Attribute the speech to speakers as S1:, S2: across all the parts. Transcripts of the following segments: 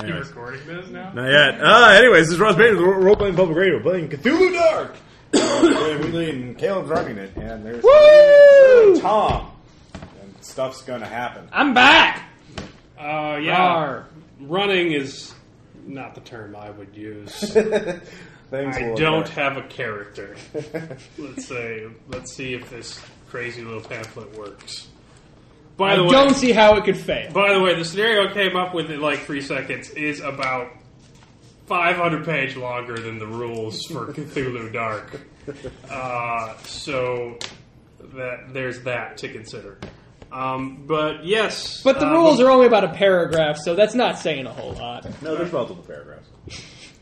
S1: You
S2: Anyways.
S1: recording this now?
S2: Not yet. Uh, anyways, this is Ross Bailey, role playing public radio, playing Cthulhu Dark. and Wheatley and Caleb's running it, and there's Tom, and stuff's gonna happen.
S3: I'm back.
S1: Uh, yeah.
S3: Rawr.
S1: Running is not the term I would use.
S2: Things
S1: I
S2: will
S1: don't
S2: occur.
S1: have a character. let's say, let's see if this crazy little pamphlet works. By
S3: I
S1: the way,
S3: don't see how it could fail.
S1: by the way, the scenario I came up with in like three seconds is about 500 page longer than the rules for Cthulhu Dark. Uh, so that there's that to consider. Um, but yes,
S3: But the
S1: um,
S3: rules are only about a paragraph, so that's not saying a whole lot.
S2: No, there's multiple paragraphs.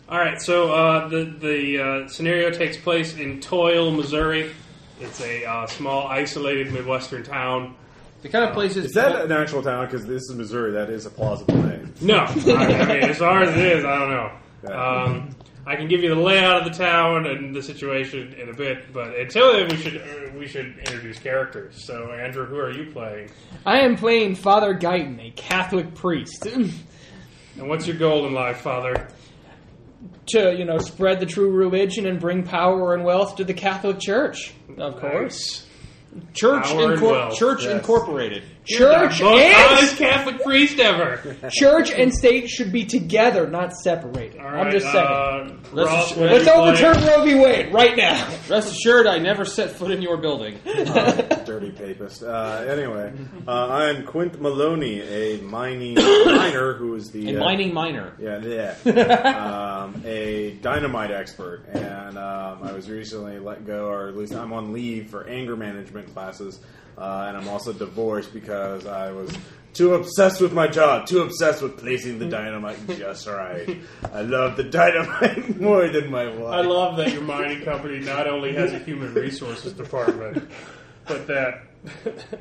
S1: All right, so uh, the the uh, scenario takes place in Toil, Missouri. It's a uh, small, isolated Midwestern town.
S4: The kind of places
S2: Is that an actual town? Because this is Missouri. That is a plausible name.
S1: No, I, I mean as far as it is, I don't know. Um, I can give you the layout of the town and the situation in a bit, but until then, we should uh, we should introduce characters. So, Andrew, who are you playing,
S3: I am playing Father Guyton, a Catholic priest,
S1: and what's your goal in life, Father?
S3: to you know spread the true religion and bring power and wealth to the Catholic Church. Of course, Church,
S1: Power and
S3: Incor-
S1: wealth,
S3: Church
S2: yes.
S3: Incorporated,
S1: Nice.
S3: Church
S1: You're the most honest
S3: and
S1: Catholic priest ever.
S3: Church and state should be together, not separated.
S1: All
S3: I'm
S1: right,
S3: just saying.
S1: Uh,
S4: Let's
S1: Ross,
S4: just-
S1: what are
S3: Let's
S1: you playing?
S3: overturn Roe v. Wade right now.
S4: Rest assured, I never set foot in your building.
S2: Dirty papist. Uh, anyway, uh, I'm Quint Maloney, a mining miner who is the
S4: And
S2: uh,
S4: mining miner.
S2: Yeah, yeah. um, a dynamite expert, and um, I was recently let go, or at least I'm on leave for anger management classes, uh, and I'm also divorced because I was too obsessed with my job, too obsessed with placing the dynamite just right. I love the dynamite more than my wife.
S1: I love that your mining company not only has a human resources department, but that,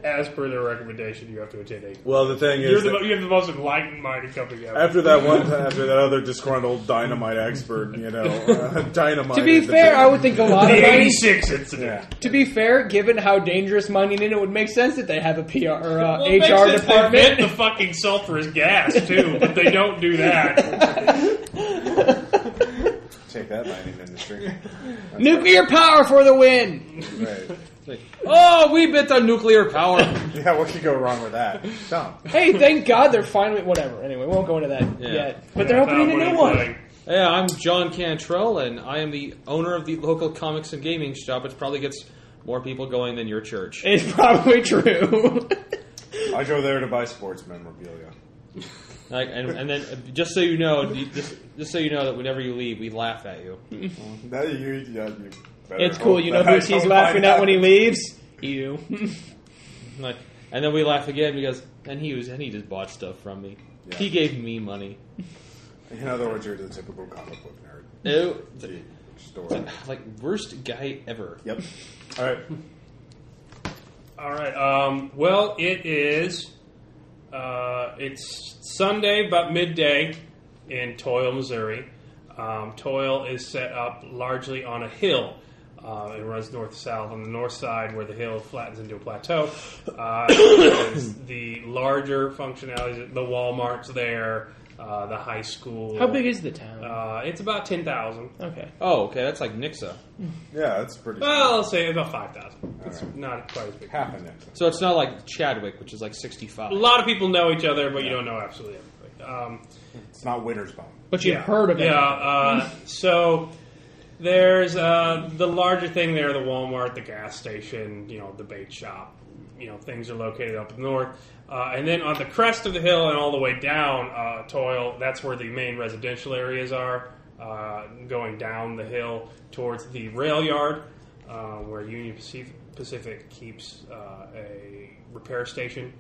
S1: as per their recommendation, you have to attend a.
S2: well, the thing
S1: You're
S2: is,
S1: the,
S2: that
S1: mo- you have the most enlightened mining company ever.
S2: after that one, time, after that other disgruntled dynamite expert, you know, uh, dynamite.
S3: to be
S2: is the
S3: fair,
S2: big-
S3: I would think a lot
S1: the
S3: of mining.
S1: 86 incident.
S2: Yeah.
S3: To be fair, given how dangerous mining is, it would make sense that they have a PR or uh,
S1: Well, it makes
S3: HR
S1: sense they
S3: department.
S1: vent the fucking sulfurous gas too, but they don't do that.
S2: take that mining industry.
S3: Nuclear power for the win!
S2: Right.
S4: Oh, we bit the nuclear power.
S2: Yeah, what could go wrong with that? Tom.
S3: Hey, thank God they're finally whatever. Anyway, we won't go into that
S4: Yeah.
S3: yet. But they're
S1: Tom,
S3: opening
S1: what
S3: a
S1: are
S3: new
S1: you
S3: one.
S1: playing?
S4: yeah, I'm John Cantrell, and I am the owner of the local comics and gaming shop, which probably gets more people going than your church.
S3: It's probably true.
S2: I go there to buy sports memorabilia.
S4: Like, and, and then, uh, just so you know, you- just, just so you know that whenever you leave, we laugh at you.
S2: That you, yeah, you better
S3: it's cool.
S2: hope
S3: You know
S2: that I
S3: who she's
S2: don't
S3: laughing
S2: find
S3: at
S2: out.
S3: when he leaves? You.
S1: Hmm.
S4: Like, and then we laugh again because, and he was, and he just bought stuff from me.
S2: Yeah.
S4: He gave me money.
S2: In other words, you're the typical comic book nerd.
S4: No,
S2: The Store.
S4: like worst guy ever.
S2: Yep. All right.
S1: All right. Um, well, it is. Uh, it's Sunday, about midday, in Toil, Missouri. Um, Toil is set up largely on a hill. Uh, it runs north to south on the north side, where the hill flattens into a plateau. Uh, is the larger functionalities, the Walmart's there, uh, the high school.
S3: How big is the town?
S1: Uh, it's about ten thousand.
S3: okay.
S4: Oh, okay, that's like Nixa.
S2: Yeah, that's pretty.
S3: Ah.
S1: Well, I'll say about five thousand. It's
S2: right.
S1: not quite as big.
S2: happened. It.
S4: So it's not like Chadwick, which is like sixty-five.
S1: A lot of people know each other, but you don't know absolutely everything. Um,
S2: It's not Winter's Bone.
S3: But you've heard of it.
S1: Yeah. Uh, so there's uh, the larger thing there: the Walmart, the gas station, you know, the bait shop. You know, things are located up north, uh, and then on the crest of the hill and all the way down uh, Toil, that's where the main residential areas are. Uh, going down the hill towards the rail yard, uh, where Union Pacific, Pacific keeps uh, a repair station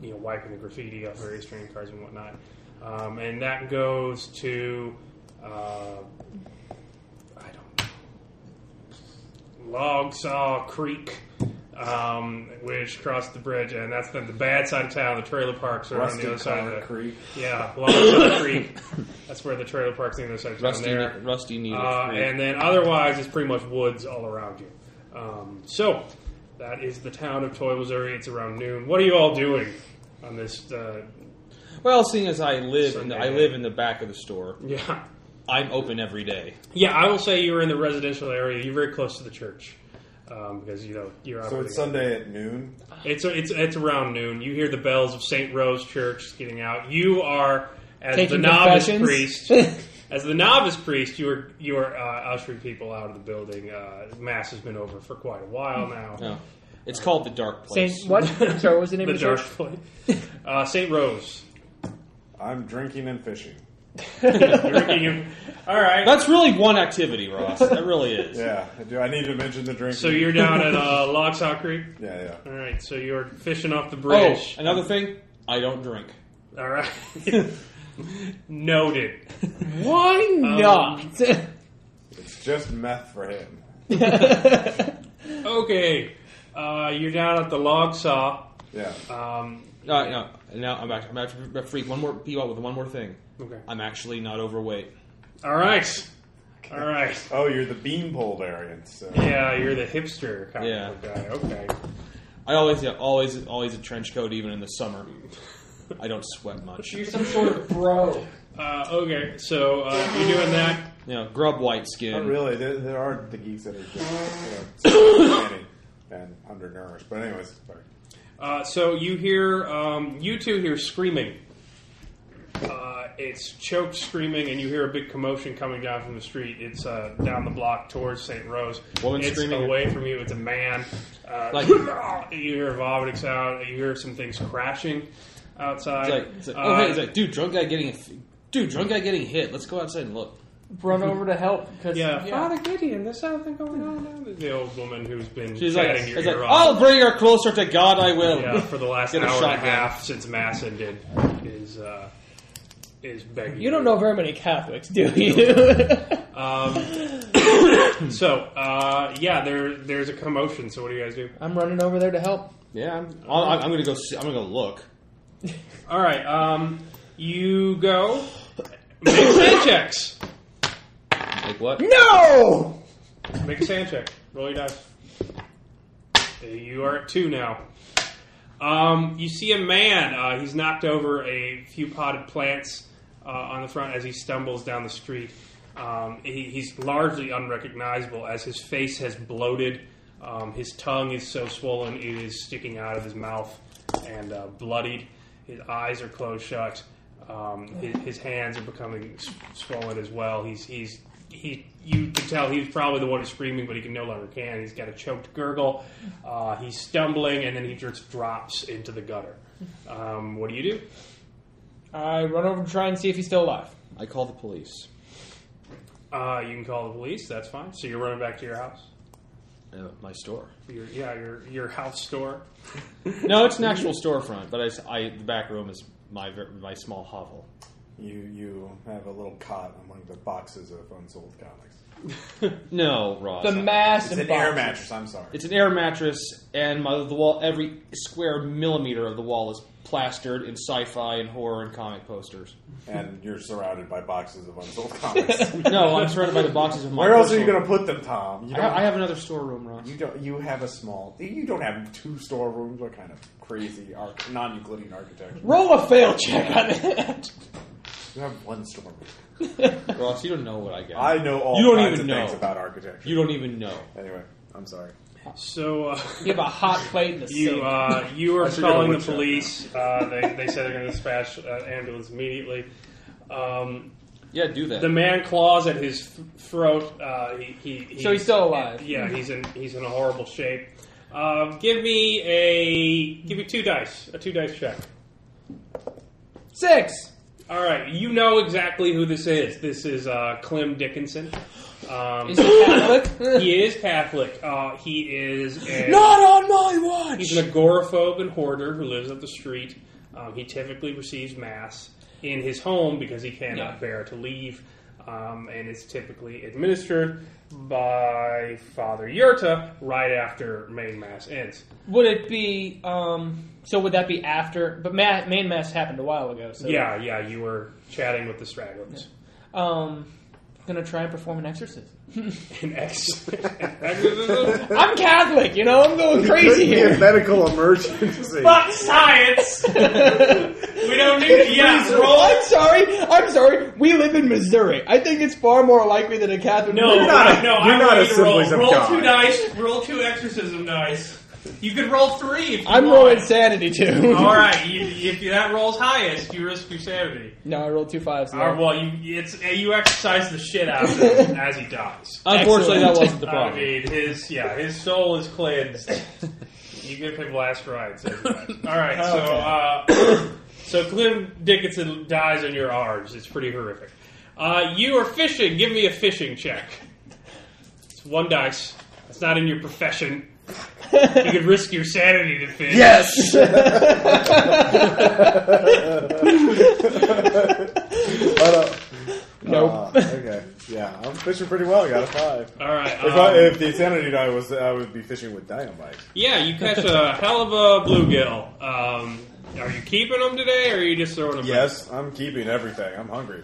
S1: you know, wiping the graffiti off various training cards and whatnot. Um, and that goes to, uh, I don't know, Logsaw Creek, um, which crossed the bridge, and that's the, the bad side of town. The trailer parks are on
S2: Rusty
S1: the other side of
S2: Collar
S1: the
S2: Creek.
S1: Yeah, Logsaw Creek. That's where the trailer parks on the other side of town.
S4: Rusty,
S1: there.
S4: Rusty needed.
S1: Uh,
S4: three.
S1: and then otherwise, it's pretty much woods all around you. Um, so that is the town of Toy, Missouri. It's around noon. What are you all doing on this? Uh,
S4: Well, seeing as I live in the, I
S1: Sunday.
S4: live in the back of the store,
S1: Yeah.
S4: I'm open every day.
S1: Yeah, I will say you were in the residential area. You're very close to the church um, because you know you're.
S2: So it's Sunday at noon.
S1: It's it's it's around noon. You hear the bells of St. Rose Church getting out. You are as
S3: Taking
S1: the novice
S3: confessions.
S1: priest. as the novice priest, you are you are uh, ushering people out of the building. Uh, mass has been over for quite a while now.
S4: No, it's called the dark place.
S3: Saint, what? Sorry, what was the name
S1: The
S3: of the church?
S1: dark place. Uh, St. Rose.
S2: I'm drinking and fishing.
S1: Drinking you- All right.
S4: That's really one activity, Ross. That really is.
S2: Yeah. Do I need to mention the drinking?
S1: So you're down at uh, Logsaw Creek.
S2: yeah, yeah.
S1: All right. So you're fishing off the
S4: Oh,
S1: bridge.
S4: another thing, I don't drink.
S1: All right. Noted.
S3: Why
S1: Um,
S3: not?
S2: It's just meth for him.
S1: Okay. Uh, you're down at the log saw.
S2: Yeah.
S4: Uh,
S1: Um,
S4: No, no. Now I'm back. I'm back to freak. One more. Be out with one more thing.
S1: okay.
S4: I'm actually not overweight.
S1: All right. All right.
S2: Oh, you're the beanpole variant. So.
S1: Yeah, you're the hipster kind
S4: Yeah.
S1: of guy. Okay.
S4: I always, yeah, always, always a trench coat, even in the summer. I don't sweat much. You
S3: You're some sort of bro.
S1: Uh, okay. So uh, you're doing that.
S4: know, grub white skin.
S2: Not really. There, there are the geeks that are just you know, skinny and undernourished. But anyways, sorry.
S1: Uh, so you hear um, you two hear screaming. Uh, it's choked screaming, and you hear a big commotion coming down from the street. It's uh, down the block towards St. Rose.
S4: Woman
S1: it's
S4: screaming.
S1: away from you. It's a man. Uh,
S4: Like-
S1: you hear vomiting sound. You hear some things crashing outside.
S4: It's like, it's like,
S1: Uh,
S4: oh hey, it's like, dude, drunk guy getting, dude, drunk guy getting hit. Let's go outside and look.
S3: Run over to help because
S1: yeah, Father Gideon, there's something going on. now." The old woman who's been
S4: She's like,
S1: chatting your
S4: it's like,
S1: ear off.
S4: I'll bring her closer to God. I will.
S1: yeah, for the last
S4: Get
S1: hour
S4: a
S1: and a
S4: shotgun.
S1: half since mass ended is uh, is begging.
S3: You don't know very many Catholics, do you?
S1: Um, So uh, yeah, there there's a commotion. So what do you guys do?
S3: I'm running over there to help.
S4: Yeah, I'm, I'll- I'm, I'm gonna go. See, I'm gonna go look.
S1: All right, um, you go make sand checks.
S4: Like what?
S3: No!
S1: Make a sand check. Roll your dice. You are at two now. Um, you see a man. Uh, he's knocked over a few potted plants uh, on the front as he stumbles down the street. Um, he, he's largely unrecognizable as his face has bloated. Um, his tongue is so swollen it is sticking out of his mouth and uh, bloodied. His eyes are closed shut. Um, his, his hands are becoming s- swollen as well. He's he's he. You can tell he was probably the one who's screaming, but he can no longer can. He's got a choked gurgle. Uh, he's stumbling, and then he just drops into the gutter. Um, what do you do?
S3: I run over to try and see if he's still alive.
S4: I call the police.
S1: Uh, you can call the police. That's fine. So you're running back to your house.
S4: Uh, my store.
S1: Your, yeah, your your house store.
S4: No, it's an actual storefront, but I s I the back room is my ver- my small hovel.
S2: You you have a little cot among the boxes of unsold comics.
S4: No, Ross.
S3: The mass
S2: It's an
S3: and
S2: air
S3: boxes.
S2: mattress. I'm sorry.
S4: It's an air mattress, and my, the wall, every square millimeter of the wall is plastered in sci-fi and horror and comic posters.
S2: and you're surrounded by boxes of unsold comics.
S4: No, I'm surrounded by the boxes of my.
S2: Where else are you
S4: personal-
S2: going to put them, Tom? You
S4: I have, I have another storeroom, Ross.
S2: You don't. You have a small. You don't have two storerooms. What kind of crazy arch, non-Euclidean architecture?
S3: Roll a fail check on that.
S2: You have one storeroom.
S4: Ross, you don't know what I got.
S2: I know all
S4: You don't
S2: kinds
S4: even
S2: of
S4: know.
S2: things about architecture.
S4: you don't even know.
S2: anyway, I'm sorry.
S1: So uh,
S3: You have a hot plate in the
S1: you
S3: sink.
S1: uh, you are
S2: I should get a
S1: calling the
S2: woodchuck.
S1: police. Uh, they they said they're going to dispatch an ambulance immediately. Um,
S4: Yeah, do that.
S1: The man claws at his th- throat. Uh, he, he,
S3: So he's still alive.
S1: Yeah, he's in he's in a horrible shape. Um, give me a give me two dice, a two dice check.
S3: Six.
S1: All right, you know exactly who this is. This is uh, Clem Dickinson. Um,
S3: Is he Catholic?
S1: he is Catholic. Uh, he is a,
S3: Not on my watch.
S1: he's an agoraphobe and hoarder who lives up the street. Um, he typically receives mass in his home because he cannot
S3: Yeah.
S1: bear to leave, um, and is typically administered by Father Yurta right after main mass ends.
S3: Would it be? Um, so would that be after? But ma- main mass happened a while ago. So
S1: Yeah, yeah, you were chatting with the stragglers.
S3: Um, I'm gonna try and perform an exorcism.
S1: An ex- exorcism?
S3: I'm Catholic, you know. I'm going
S2: Could
S3: crazy
S2: be a
S3: here.
S2: medical emergency.
S1: Fuck science! We don't need it. Yeah, roll.
S3: I'm sorry. I'm sorry. We live in Missouri. I think it's far more likely that a Catholic.
S1: No,
S2: You're not a-
S1: no,
S2: you're
S1: I'm
S2: not
S1: ready
S2: a
S1: to roll.
S2: Assemblies of
S1: Roll
S2: God.
S1: two dice. Roll two exorcism dice.
S4: You could roll three. If you
S3: I'm
S4: want.
S3: rolling sanity too.
S1: All right, you, if that rolls highest, you risk your sanity.
S3: No, I rolled two fives. there.
S1: Or, well, you it's eh, you exercise the shit out of him as he dies.
S4: Unfortunately,
S3: Excellent.
S4: that wasn't Uh, the
S1: I
S4: problem.
S1: mean, his yeah, his soul is cleansed. you give him last rites. everybody. All right, so uh, so Clem Dickinson dies on your arms. It's pretty horrific. Uh, you are fishing. Give me a fishing check. It's one dice. It's not in your profession. You could risk your sanity to fish.
S3: Yes.
S2: uh, But,
S3: Nope.
S2: Oh. uh, okay. Yeah, I'm fishing pretty well. I got a five.
S1: All right.
S2: If,
S1: um,
S2: I, if the insanity die was, I would be fishing with dynamite.
S1: Yeah, you catch a hell of a bluegill. Um, are you keeping them today, or are you just throwing them?
S2: Yes, I'm keeping everything. I'm hungry.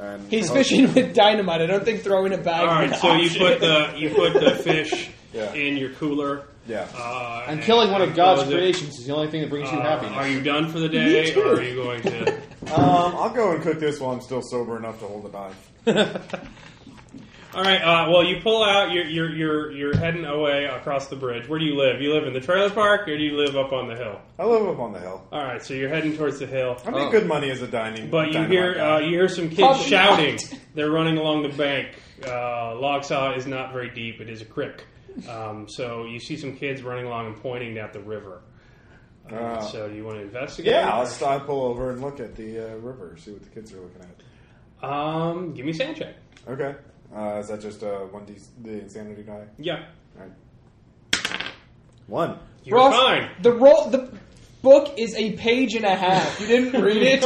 S2: And
S3: He's
S2: oh,
S3: fishing with dynamite. I don't think throwing a
S1: All
S3: bag.
S1: right.
S3: is an
S1: So you
S3: option.
S1: put the you put the fish
S2: Yeah.
S1: in your cooler.
S2: Yeah.
S1: Uh,
S5: And
S1: and
S5: killing one of God's
S1: close it.
S5: creations is the only thing that brings
S1: Uh,
S5: you happiness.
S1: are you done for the day,
S3: too.
S1: or are you going to?
S2: Um, I'll go and cook this while I'm still sober enough to hold a knife.
S1: All right. Uh, well, you pull out. You're you're you're you're heading away across the bridge. Where do you live? You live in the trailer park, or do you live up on the hill?
S2: I live up on the hill.
S1: All right. So you're heading towards the hill.
S2: I make
S5: Oh.
S2: good money as a dining.
S1: But you
S2: dynamite
S1: hear
S2: guy.
S1: uh, you hear some kids
S3: Probably
S1: shouting. They're running along the bank. Uh, log saw is not very deep; it is a creek. Um, so you see some kids running along and pointing at the river. Uh,
S2: Ah.
S1: so do you want to investigate?
S2: yeah, I'll
S1: or-
S2: stop, pull over and look at the uh, river, see what the kids are looking at.
S1: um, give me a sand check.
S2: Okay, uh, is that just uh, one d the insanity die?
S1: Yeah,
S2: All right. One.
S1: you're
S3: Ross,
S1: fine.
S3: The roll. The book is a page and a half. You didn't read it.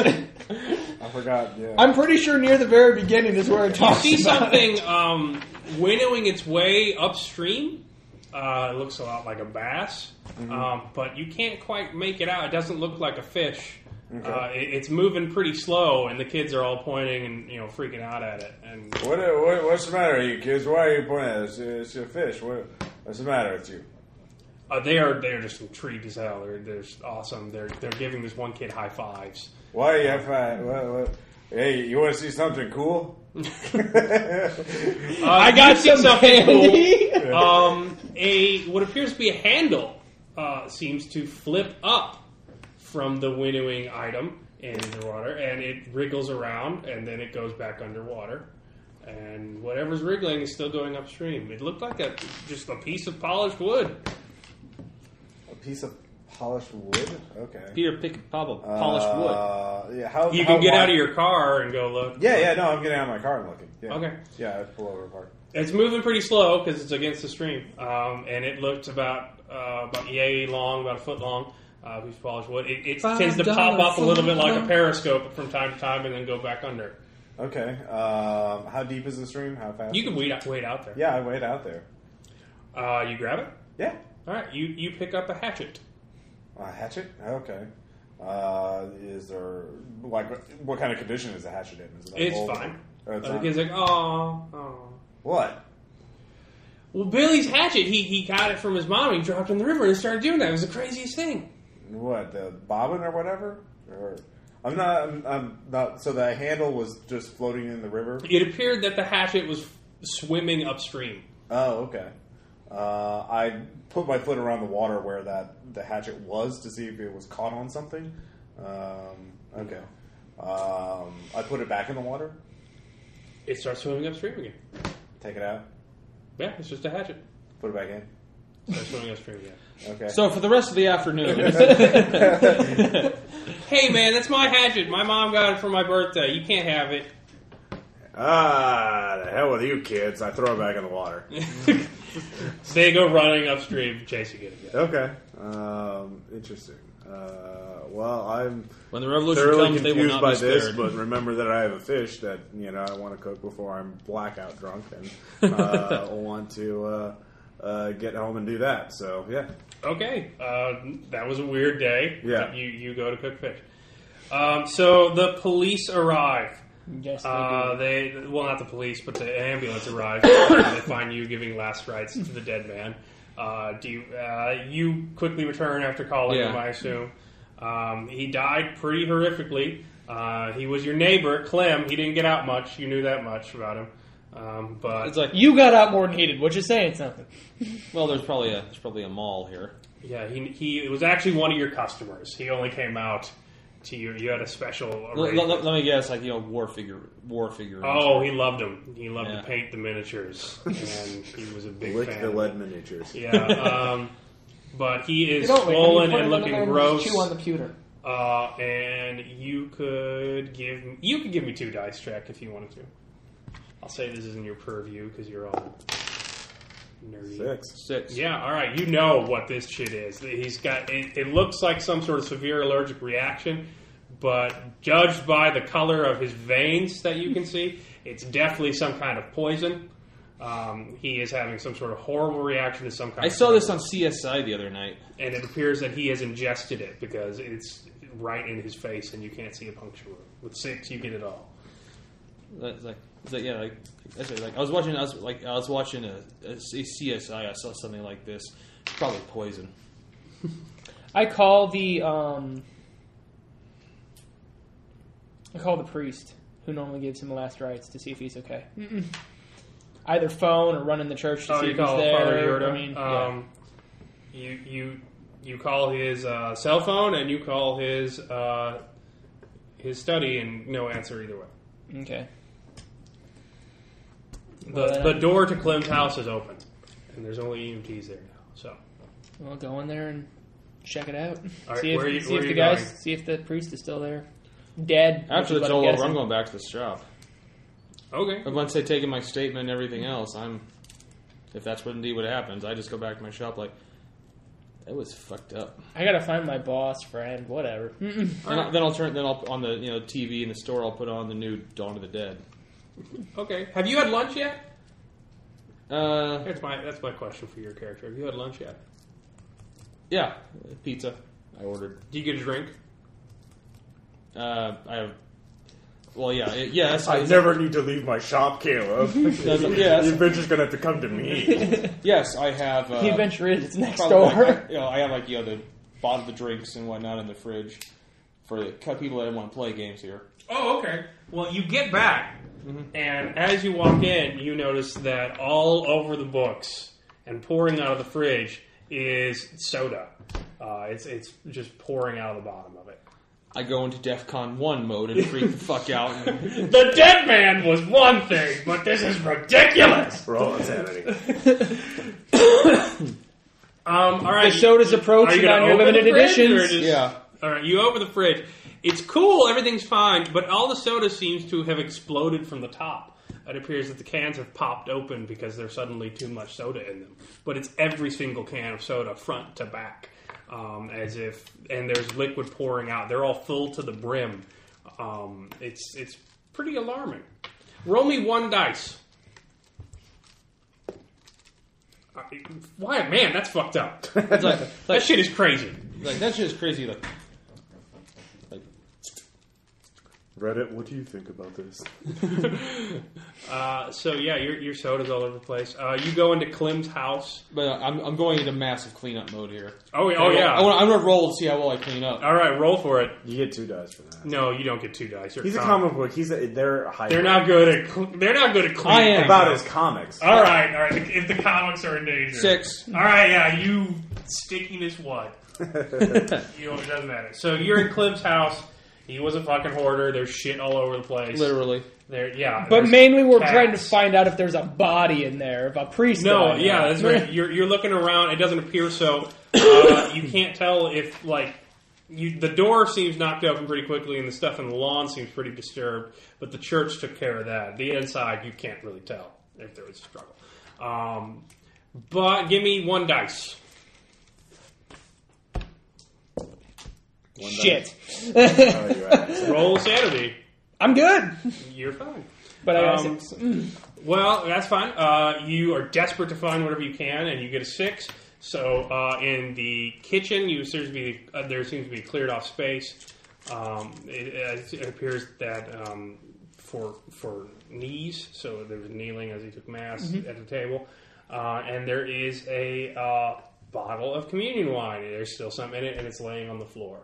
S2: I forgot. Yeah.
S3: I'm pretty sure near the very beginning is where it
S1: You
S3: talks
S1: see
S3: about
S1: something um, winnowing its way upstream. Uh, it looks a lot like a bass,
S3: Mm-hmm.
S1: um, but you can't quite make it out. It doesn't look like a fish. Uh, it, it's moving pretty slow, and the kids are all pointing and you know freaking out at it. And
S2: What, uh, what, what's the matter, you kids? Why are you pointing at us? It's a fish. What, what's the matter with you?
S1: uh, they are they are just intrigued as hell. They're they're just awesome. They're they're giving this one kid high fives.
S2: Why are you fat? What, what? Hey, you want to see something cool?
S1: Uh, I
S3: got some candy.
S1: Um, a what appears to be a handle uh, seems to flip up from the winnowing item in the water, and it wriggles around, and then it goes back underwater. And whatever's wriggling is still going upstream. It looked like a just a piece of polished wood.
S2: A piece of polished wood. Okay.
S4: Peter Pick Pablo, polished wood.
S2: uh, wood. Yeah. How
S1: You
S2: how
S1: can get
S2: wide-
S1: out of your car and go look.
S2: Yeah, yeah. No, I'm getting out of my car and looking. Yeah.
S1: Okay.
S2: Yeah, I pull over a park.
S1: It's moving pretty slow because it's against the stream, um, and it looked about uh, about yay long, about a foot long. Uh, piece of polished wood. It, it
S3: Five
S1: tends to pop
S3: dollars
S1: up a little
S3: for
S1: bit like a
S3: one.
S1: periscope from time to time, and then go back under.
S2: Okay. Um, how deep is the stream? How fast?
S1: You can wait out, wait out there.
S2: Yeah, I wait out there.
S1: Uh, you grab it.
S2: Yeah.
S1: All right. You you pick up a hatchet.
S2: A hatchet. Okay. Uh, is there like what kind of condition is the hatchet in? Is it like
S1: It's
S2: old?
S1: fine.
S2: Oh, it's
S1: Uh, the
S2: not-
S1: kid's like, oh, oh.
S2: What?
S1: Well, Billy's hatchet. He he got it from his mom. He dropped it in the river and started doing that. It was the craziest thing.
S2: What the bobbin or whatever? Or I'm not. I'm, I'm not. So the handle was just floating in the river.
S1: It appeared that the hatchet was swimming upstream.
S2: Oh, okay. Uh, I put my foot around the water where that the hatchet was to see if it was caught on something. Um, okay. Um, I put it back in the water.
S1: It starts swimming upstream again.
S2: Take it out.
S1: Yeah, it's just a hatchet.
S2: Put it back in.
S1: Starts swimming upstream again.
S2: Okay.
S4: So for the rest of the afternoon,
S1: Hey man, that's my hatchet. My mom got it for my birthday. You can't have it.
S2: ah, the hell with you kids! I throw it back in the water.
S1: So they go running upstream, chasing it again.
S2: okay. Um, interesting. Uh, well, I'm
S4: when the revolution
S2: thoroughly
S4: comes, they will
S2: confused
S4: not
S2: by
S4: be
S2: this,
S4: spared.
S2: but remember that I have a fish that you know I want to cook before I'm blackout drunk and uh, want to uh, uh, get home and do that. So yeah,
S1: Okay, uh, that was a weird day.
S2: Yeah.
S1: you you go to cook fish. Um, so the police arrive.
S3: Yes, they
S1: Uh, they well, not the police, but the ambulance arrives. Uh, they find you giving last rites to the dead man. Uh, do you, uh, you quickly return after calling
S4: Yeah.
S1: them? I assume. Um, he died pretty horrifically. Uh, he was your neighbor, Clem. He didn't get out much. You knew that much about him. Um, but
S4: It's like,
S3: You got out more than he did. What you saying? Something.
S4: well, there's probably a there's probably a mall here.
S1: yeah, he, he it was actually one of your customers. He only came out to you. You had a special.
S4: L- l-
S1: arrangement.
S4: let, me guess, like you know, war figure, war figure.
S1: Oh, he loved him. He loved
S4: Yeah.
S1: to paint the miniatures, and he was a big
S2: Lick
S1: fan.
S2: the lead miniatures.
S1: Yeah, um, but he
S3: You
S1: is
S3: don't lick 'em, you
S1: swollen
S3: put
S1: and
S3: 'em in the
S1: looking
S3: oven,
S1: gross.
S3: Chew on the pewter.
S1: Uh, and you could give you could give me two dice track if you wanted to. I'll say this isn't your purview because you're all nerdy.
S2: Six.
S4: six.
S1: Yeah, all right. You know what this shit is. He's got. It, it looks like some sort of severe allergic reaction, but judged by the color of his veins that you can see, it's definitely some kind of poison. Um, he is having some sort of horrible reaction to some kind.
S4: I
S1: of
S4: saw this
S1: poison,
S4: on CSI the other night.
S1: and it appears that he has ingested it because it's right in his face, and you can't see a puncture wound. With six, you get it all.
S4: That's like, it's like yeah, like that's what- like I was watching, I was like I was watching a, a C- CSI. I saw something like this. It's probably poison.
S3: I call the um, I call the priest who normally gives him the last rites to see if he's okay. Mm-mm. Either phone or run in the church to
S1: Oh,
S3: see
S1: you
S3: if he's
S1: call
S3: there.
S1: Father Yorda.
S3: I mean, yeah.
S1: um, you you you call his uh, cell phone and you call his uh, his study, and no answer either way.
S3: okay.
S1: The
S3: Well, then
S1: the
S3: I-
S1: door to Clem's house is open, and there's only EMTs there now. So
S3: Well, go in there and check it out.
S1: All right,
S3: see if,
S1: where are you-
S3: see
S1: where
S3: if
S1: are
S3: the
S1: you
S3: guys,
S1: going?
S3: see if the priest is still there. Dead.
S4: After
S3: which is
S4: it's
S3: what I'm
S4: all over,
S3: guessing.
S4: I'm going back to the shop.
S1: okay,
S4: But once they take in my statement and everything else, I'm. If that's what indeed what happens, I just go back to my shop like. That was fucked up.
S3: I gotta find my boss, friend, whatever.
S1: Mm-hmm.
S3: Mm-mm.
S4: Then, I, then I'll turn. Then I'll on the you know TV in the store. I'll put on the new Dawn of the Dead.
S1: okay. Have you had lunch yet?
S4: Uh,
S1: That's my that's my question for your character. Have you had lunch yet?
S4: yeah, pizza. I ordered.
S1: Do you get a drink?
S4: Uh, I have. Well, yeah, it, yeah. That's,
S2: I
S4: that's-
S2: never need to leave my shop, Caleb.
S4: that's- yeah,
S2: Your
S4: that's-
S2: bitch is gonna have to come to me.
S4: yes, I have. Uh,
S3: the adventure is it's next
S4: probably, like,
S3: door.
S4: I, you know, I have like you know the bottle of the drinks and whatnot in the fridge for the cut people that don't want to play games here.
S1: Oh, okay. Well, you get back, and as you walk in, you notice that all over the books and pouring out of the fridge is soda. Uh, it's it's just pouring out of the bottom of it.
S4: I go into DefCon One mode and freak the fuck out. And,
S1: The dead man was one thing, but this is ridiculous.
S2: For all insanity.
S1: Um, all right,
S3: the soda's
S1: Are you
S3: approaching
S1: gonna
S3: on your
S1: open
S3: limited
S1: the fridge, or
S3: editions.
S1: just-
S4: yeah,
S1: All right, you open the fridge. It's cool, everything's fine, but all the soda seems to have exploded from the top. It appears that the cans have popped open because there's suddenly too much soda in them. But it's every single can of soda, front to back, um, as if, and there's liquid pouring out. They're all full to the brim. Um, it's it's pretty alarming. Roll me one dice. Uh, Why, man? That's fucked up.
S4: it's like, it's
S1: That
S4: like,
S1: shit is crazy.
S4: like that shit is crazy. Like, like
S2: Reddit, what do you think about this?
S1: Uh, so yeah, your your soda's all over the place. Uh, you go into Clem's house.
S4: but uh, I'm, I'm going into massive cleanup mode here.
S1: Oh, yeah- oh yeah.
S4: I want, I'm gonna roll and see how well I clean up.
S1: all right, roll for it.
S2: You get two dice for that.
S1: No, you don't get two dice. You're
S2: He's a
S1: con-
S2: comic book. He's a, they're a high.
S1: They're not good at. Cl- they're not good at cleaning.
S4: I am.
S1: things
S2: about
S1: up.
S2: his comics.
S1: All right, all right. If the comics are in danger.
S4: Six.
S1: All right, yeah. You stickiness what? you know, it doesn't matter. So you're in Clem's house. He was a fucking hoarder. There's shit all over the place.
S4: Literally.
S1: There, yeah.
S3: But
S1: there's
S3: mainly we're
S1: cats.
S3: trying to find out if there's a body in there, if a priest.
S1: No,
S3: died in
S1: yeah,
S3: there.
S1: that's right. You're, you're looking around. It doesn't appear so. Uh, you can't tell if like you, the door seems knocked open pretty quickly, and the stuff in the lawn seems pretty disturbed. But the church took care of that. The inside, you can't really tell if there was a struggle. Um, but give me one dice.
S3: Shit,
S2: Oh, you're right.
S1: Roll sanity.
S3: I'm good,
S1: You're fine.
S3: but I got
S1: Um,
S3: six.
S1: Well, that's fine. Uh, you are desperate to find whatever you can, and you get a six. So uh, in the kitchen, you seems to be uh, there seems to be cleared off space. Um, it, it appears that um, for for knees, so there was kneeling as he took mass at the table, uh, and there is a uh, bottle of communion wine. There's still some in it, and it's laying on the floor.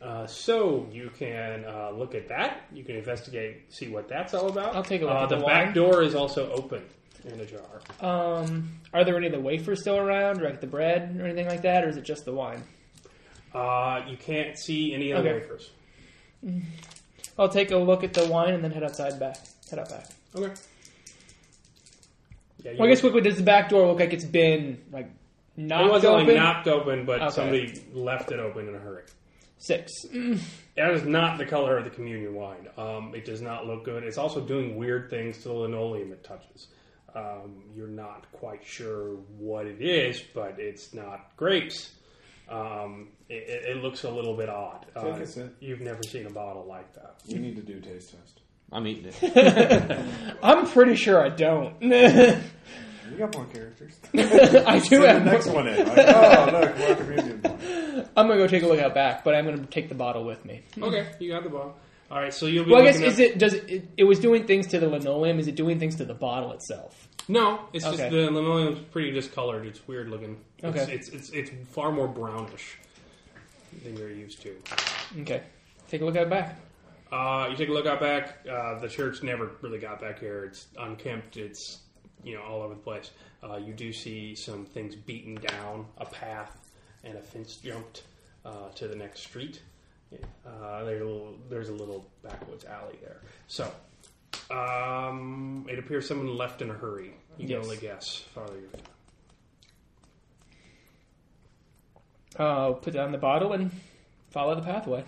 S1: Uh, so you can uh, look at that. You can investigate, see what that's all about.
S3: I'll take a look
S1: Uh,
S3: at
S1: the
S3: the
S1: back
S3: wine.
S1: door is also open and ajar.
S3: Um, are there any of the wafers still around, or like the bread or anything like that, or is it just the wine?
S1: Uh, you can't see any of the
S3: Okay.
S1: wafers.
S3: I'll take a look at the wine and then head outside back. Head out back.
S1: Okay. Yeah, you
S3: Well, I guess quickly, does the back door look like it's been like
S1: it
S3: knocked
S1: wasn't
S3: open?
S1: like knocked open, but
S3: Okay.
S1: somebody left it open in a hurry.
S3: Six.
S1: That is not the color of the communion wine. Um, it does not look good. It's also doing weird things to the linoleum it touches. Um, you're not quite sure what it is, but it's not grapes. Um, it, it- it looks a little bit odd. Uh,
S2: Take a sip.
S1: you've never seen a bottle like that.
S2: You need to do taste test.
S4: I'm eating it.
S3: I'm pretty sure I don't.
S2: You got more characters.
S3: I do
S2: the
S3: have.
S2: next one in. Like, oh, look, more comedian.
S3: I'm gonna go take a look out back, but I'm gonna take the bottle with me.
S1: Okay, you got the bottle. All right, so you'll be.
S3: Mm-hmm. Well, I guess
S1: looking at-
S3: is it does it, it? was doing things to the linoleum. Is it doing things to the bottle itself?
S1: No, it's
S3: Okay.
S1: just the linoleum's pretty discolored. It's weird looking. It's,
S3: Okay.
S1: it's, it's it's far more brownish than you're used to.
S3: Okay, take a look out back.
S1: Uh, you take a look out back. Uh, the church never really got back here. It's unkempt. It's you know all over the place. Uh, you do see some things beaten down, a path and a fence jumped uh, to the next street. Uh, there's a little, there's a little backwoods alley there. So um, it appears someone left in a hurry. You can
S3: Yes.
S1: only guess. Farther you go.
S3: Uh, put down the bottle and follow the pathway.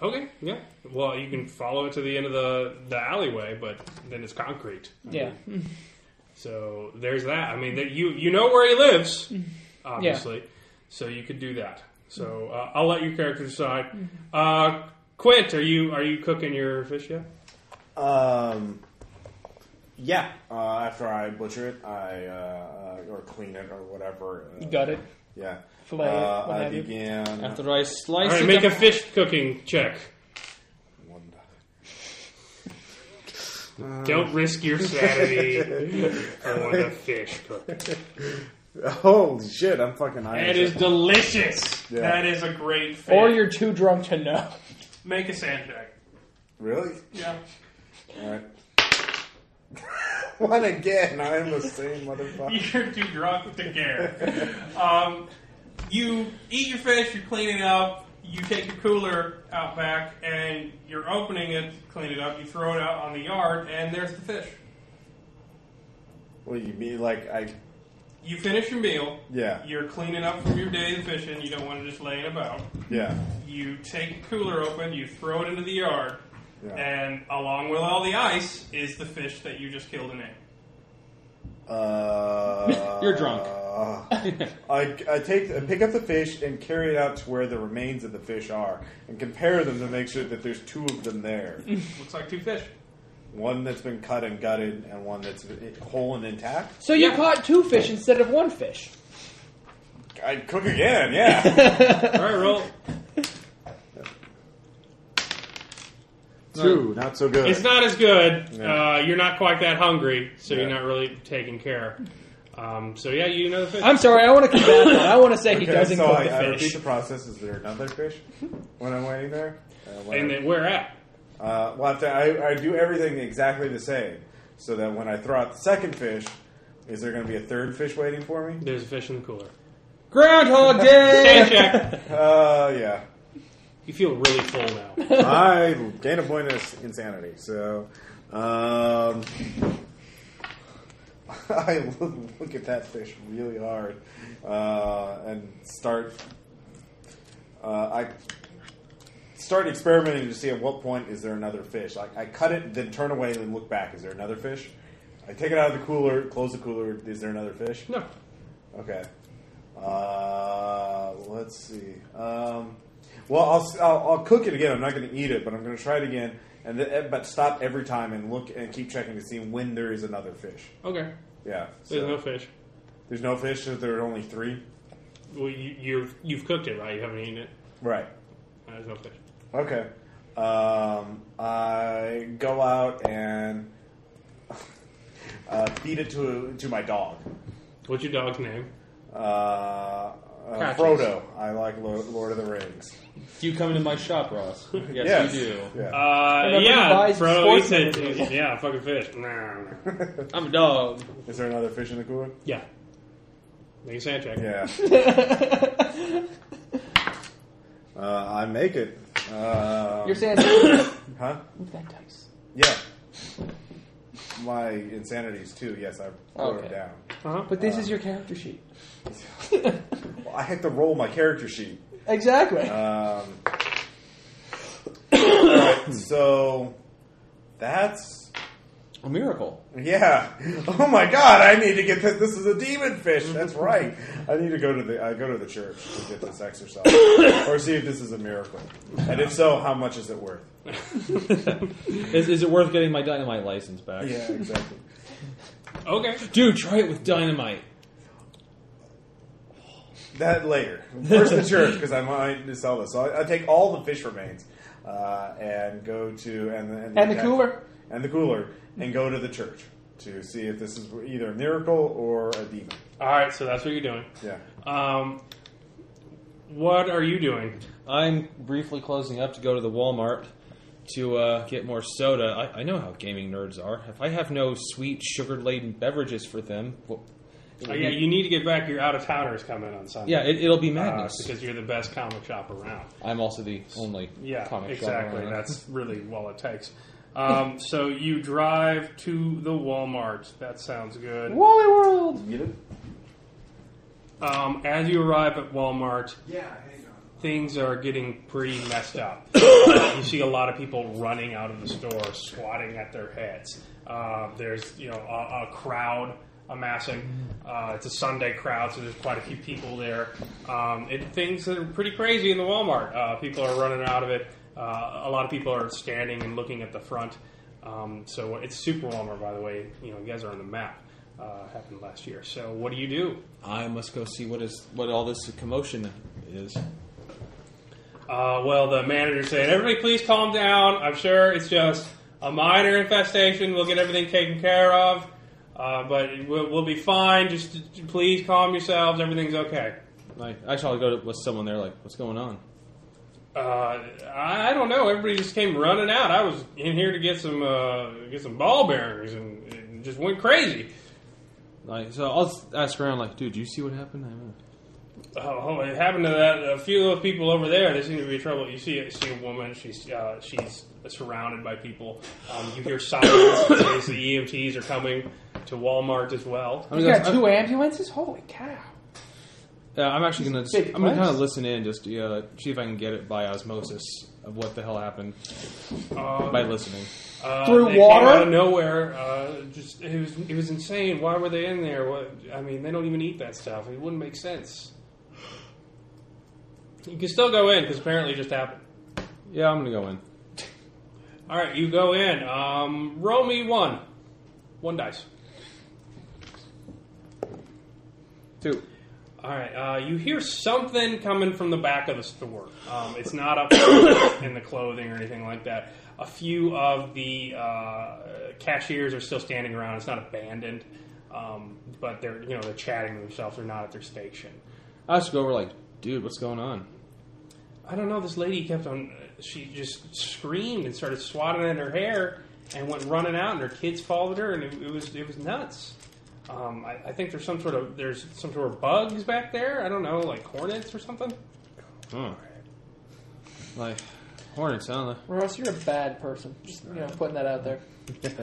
S1: Okay, yeah. Well, you can follow it to the end of the, the alleyway, but then it's concrete. I
S3: Yeah.
S1: mean, So there's that. I mean, there, you you know where he lives, obviously. So you could do that. So uh, I'll let your character decide. Uh, Quint, are you are you cooking your fish yet?
S2: Um, yeah. Uh, after I butcher it, I uh, uh, or clean it or whatever. Uh,
S3: You got it.
S2: Yeah.
S3: Fillet it,
S2: uh,
S3: what
S2: I
S3: have you.
S2: began.
S4: After I
S1: All
S4: slice
S1: right,
S4: it,
S1: make a
S4: up-
S1: fish cooking check.
S2: One die.
S1: Don't risk your sanity for the fish cooking.
S2: Holy shit! I'm fucking high.
S1: That
S2: as
S1: is
S2: shit.
S1: delicious.
S2: Yeah.
S1: That is a great fish.
S3: Or you're too drunk to know.
S1: make a sand check.
S2: really.
S1: Yeah.
S2: All right. One again. I am the same motherfucker.
S1: You're too drunk to care. Um, you eat your fish, you clean it up, you take your cooler out back, and you're opening it, clean it up, you throw it out on the yard, and there's the fish.
S2: Well, you mean like I?
S1: You finish your meal,
S2: Yeah.
S1: you're cleaning up from your day of fishing, you don't want to just lay it about.
S2: Yeah.
S1: You take the cooler open, you throw it into the yard,
S2: Yeah.
S1: and along with all the ice is the fish that you just killed and ate.
S2: Uh,
S4: You're drunk.
S2: I, I take I pick up the fish and carry it out to where the remains of the fish are, and compare them to make sure that there's two of them there.
S1: Looks like two fish.
S2: one that's been cut and gutted, and one that's whole and intact.
S3: So you
S1: Yeah.
S3: caught two fish instead of one fish.
S2: I cook again, yeah.
S1: All right, roll.
S2: two, not so good.
S1: It's not as good.
S2: Yeah.
S1: Uh, you're not quite that hungry, so you're
S2: Yeah.
S1: not really taking care. Um, so yeah, you know the fish.
S3: I'm sorry. I want to combat that. I want to say he
S2: Okay,
S3: doesn't
S2: so
S3: cook
S2: I, I
S3: the
S2: repeat
S3: fish.
S2: the process. Is there another fish when I'm waiting there? Uh, when
S1: and
S2: I-
S1: then where at?
S2: Uh, well, I have to- I, I do everything exactly the same, so that when I throw out the second fish, is there going to be a third fish waiting for me?
S1: There's a fish in the cooler.
S3: Groundhog Day.
S1: Stand check.
S2: Uh, yeah.
S1: You feel really full now.
S2: I gain a point of insanity, so um, I look at that fish really hard uh, and start. Uh, I start experimenting to see at what point is there another fish. Like I cut it, then turn away and look back. Is there another fish? I take it out of the cooler, close the cooler. Is there another fish?
S1: No.
S2: Okay. Uh, let's see. Um, well, I'll, I'll I'll cook it again. I'm not going to eat it, but I'm going to try it again, and th- but stop every time and look and keep checking to see when there is another fish.
S1: Okay.
S2: Yeah.
S1: There's
S2: so-
S1: no fish.
S2: There's no fish. So there are only three.
S1: Well, you, you're you've cooked it, right? You haven't eaten it.
S2: Right.
S6: Uh,
S1: There's no fish.
S2: Okay. Um, I go out and uh, feed it to to my dog.
S1: What's your dog's name?
S2: Uh, uh,
S6: Gotcha.
S2: Frodo. I like Lo- Lord of the Rings.
S4: Do you come into my shop, Ross? Yes,
S2: Yes.
S4: you do.
S2: Yeah.
S6: Uh,
S1: Remember he
S6: yeah,
S1: buys
S6: Frodo eats
S1: sportsmen
S6: it.
S1: with
S6: Yeah, fucking fish. Nah, nah.
S4: I'm a dog.
S2: Is there another fish in the cooler?
S6: Yeah. Make a sand check.
S2: Yeah. Uh, I make it. Um,
S1: You're saying move
S2: Huh?
S1: that dice.
S2: Yeah. My insanities too. Yes, I wrote
S1: Okay.
S2: it down.
S6: Uh-huh.
S1: But this is your character sheet.
S2: Well, I had to roll my character sheet.
S1: Exactly.
S2: Um, alright, so that's
S4: A miracle.
S2: yeah. Oh my god! I need to get this. This is a demon fish. That's right. I need to go to the I go to the church to get this exercise or see if this is a miracle. And if so, how much is it worth?
S4: Is, is it worth getting my dynamite license back?
S2: Yeah, exactly.
S6: Okay.
S4: Dude, try it with dynamite.
S2: That later. First the church because I might to sell this. So I, I take all the fish remains uh, and go to and the,
S1: And the cooler.
S2: and the cooler and go to the church to see if this is either a miracle or a demon.
S6: All right, so that's what you're doing.
S2: Yeah.
S6: Um, what are you doing?
S4: I'm briefly closing up to go to the Walmart to uh, get more soda. I, I know how gaming nerds are. If I have no sweet, sugar laden beverages for them, well,
S6: Oh, yeah, you need to get back. Your out of towners coming on Sunday.
S4: yeah, it, it'll be
S6: Uh,
S4: madness.
S6: because you're the best comic shop around.
S4: I'm also the only
S6: Yeah,
S4: comic shop
S6: exactly.
S4: owner.
S6: That's really all it takes. Um, so you drive to the Walmart. That sounds good.
S1: Wally World.
S2: Get it?
S6: Um, as you arrive at Walmart,
S2: Yeah. Hang on.
S6: things are getting pretty messed up. Uh, you see a lot of people running out of the store, swatting at their heads. Uh, there's you know a, a crowd amassing. Uh, it's a Sunday crowd, so there's quite a few people there. Um, and things are pretty crazy in the Walmart. Uh, people are running out of it. Uh, a lot of people are standing and looking at the front. Um, so it's Super Walmart, by the way. You know, you guys are on the map. Uh, happened last year. So what do you do?
S4: I must go see what is what all this commotion is.
S6: Uh, well, the manager said, "Everybody, please calm down. I'm sure it's just a minor infestation. We'll get everything taken care of, uh, but we'll, we'll be fine. Just please calm yourselves. Everything's okay."
S4: I, I shall go to, with someone there. Like, what's going on?
S6: Uh, I, I don't know. Everybody just came running out. I was in here to get some uh, get some ball bearings and, and just went crazy.
S4: Like, so I'll s- ask around. Like, dude, do you see what happened? I don't know.
S6: Oh, it happened to that a few of those people over there. They seem to be in trouble. You see, see a woman. She's uh, she's surrounded by people. Um, you hear sirens. It's the EMTs are coming to Walmart as well.
S4: I'm
S1: You
S4: gonna-
S1: got two ambulances? Holy cow.
S4: Uh, I'm actually gonna. Just,
S1: Big
S4: I'm gonna
S1: place.
S4: kind of listen in, just uh, see if I can get it by osmosis of what the hell happened by
S6: Uh,
S4: listening.
S6: uh,
S1: Through
S6: they came
S1: water?
S6: out of nowhere. Uh, just it was it was insane. Why were they in there? What I mean, they don't even eat that stuff. It wouldn't make sense. You can still go in because apparently it just happened.
S4: Yeah, I'm gonna go in.
S6: All right, you go in. Um, roll me one, one dice.
S4: Two.
S6: All right, uh, you hear something coming from the back of the store. Um, it's not up in the clothing or anything like that. A few of the uh, cashiers are still standing around. It's not abandoned, um, but they're you know they're chatting to themselves. They're not at their station.
S4: I just go over like, dude, what's going on?
S6: I don't know. This lady kept on. She just screamed and started swatting at her hair and went running out, and her kids followed her, and it, it was it was nuts. Um, I, I think there's some sort of there's some sort of bugs back there. I don't know, like hornets or something.
S4: Huh. Like, hornets. I don't know.
S1: Ross, you're a bad person. Just you know, putting that out there.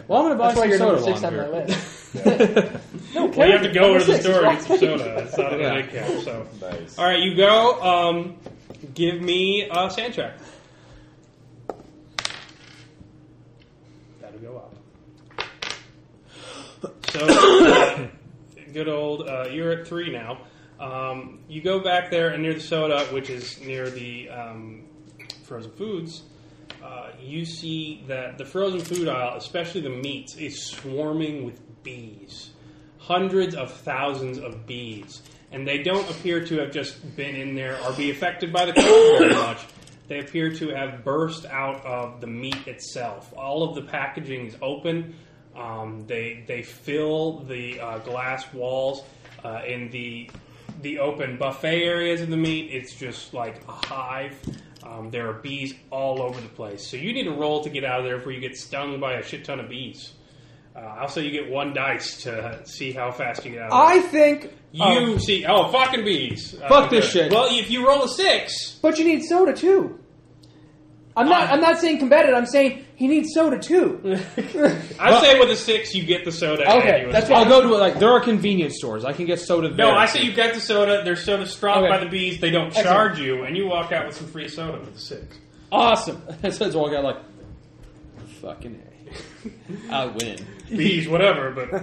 S4: Well, I'm gonna buy
S1: That's why
S4: some
S1: you're
S4: soda
S1: number six
S4: while
S1: on
S4: I'm
S1: my
S4: here.
S1: list.
S6: Well, you have to go
S1: Number
S6: to the
S1: six,
S6: store and get
S1: right?
S6: some soda. It's not a
S4: Yeah.
S6: big cap. So,
S2: Nice.
S6: all right, you go. Um, give me a sand check. That'll go up. So, uh, good old. Uh, you're at three now. Um, you go back there and near the soda, which is near the um, frozen foods. Uh, you see that the frozen food aisle, especially the meats, is swarming with bees hundreds of thousands of bees, and they don't appear to have just been in there or be affected by the cold very much. They appear to have burst out of the meat itself. All of the packaging is open. Um, they they fill the uh, glass walls uh, in the the open buffet areas of the meat. It's just like a hive. Um, there are bees all over the place. So you need a roll to get out of there before you get stung by a shit ton of bees. Uh, also, you get one dice to see how fast you get out of
S3: I
S6: there.
S3: think
S6: You see, oh, fucking bees. Uh,
S3: Ah, um, Fuck this
S6: good.
S3: shit.
S6: Well, if you roll a six,
S3: But you need soda too. I'm not. I'm not saying combat it. I'm saying he needs soda too.
S6: I say with a six, you get the soda. and
S3: Okay,
S6: you
S3: that's
S6: assault.
S4: I'll go to like there are convenience stores. I can get soda.
S6: No,
S4: there.
S6: I say you get the soda. Their soda's strong
S3: Okay.
S6: by the bees. They don't
S3: Excellent.
S6: charge you, and you walk out with some free soda with a six.
S3: awesome.
S4: That's that's all I got. Like fucking, A. I win.
S6: bees, whatever, but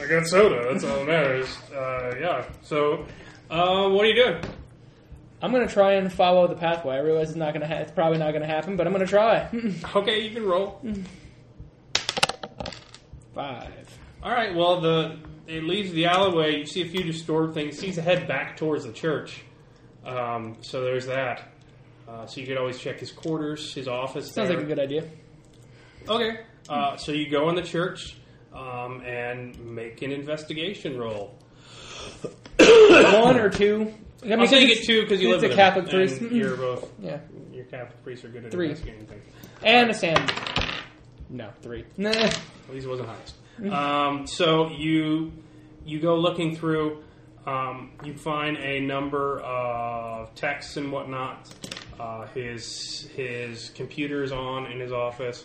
S6: I got soda. That's all that matters. Uh, yeah. So, uh, what are you doing?
S3: I'm gonna try and follow the pathway. I realize it's not gonna. Ha- it's probably not gonna happen, but I'm gonna try.
S6: Okay, you can roll.
S3: Five.
S6: All right. Well, the it leaves the alleyway. You see a few distorted things. Sees a head back towards the church. Um, so there's that. Uh, so you could always check his quarters, his office.
S3: Sounds
S6: there.
S3: like a good idea.
S6: Okay. Uh, so you go in the church um, and make an investigation roll.
S3: One or two. I mean,
S6: I'll say you
S3: it's-
S6: get two because you
S3: it's
S6: live
S3: a
S6: with
S3: Catholic
S6: him,
S3: priest.
S6: and
S3: Mm.
S6: You're both.
S3: Yeah,
S6: Your Catholic priests are good at
S3: Three.
S6: investigating things.
S3: and a sand. No, three. Nah.
S6: At least it wasn't highest. Um, so you you go looking through. Um, you find a number of texts and whatnot. Uh, his his computer is on in his office.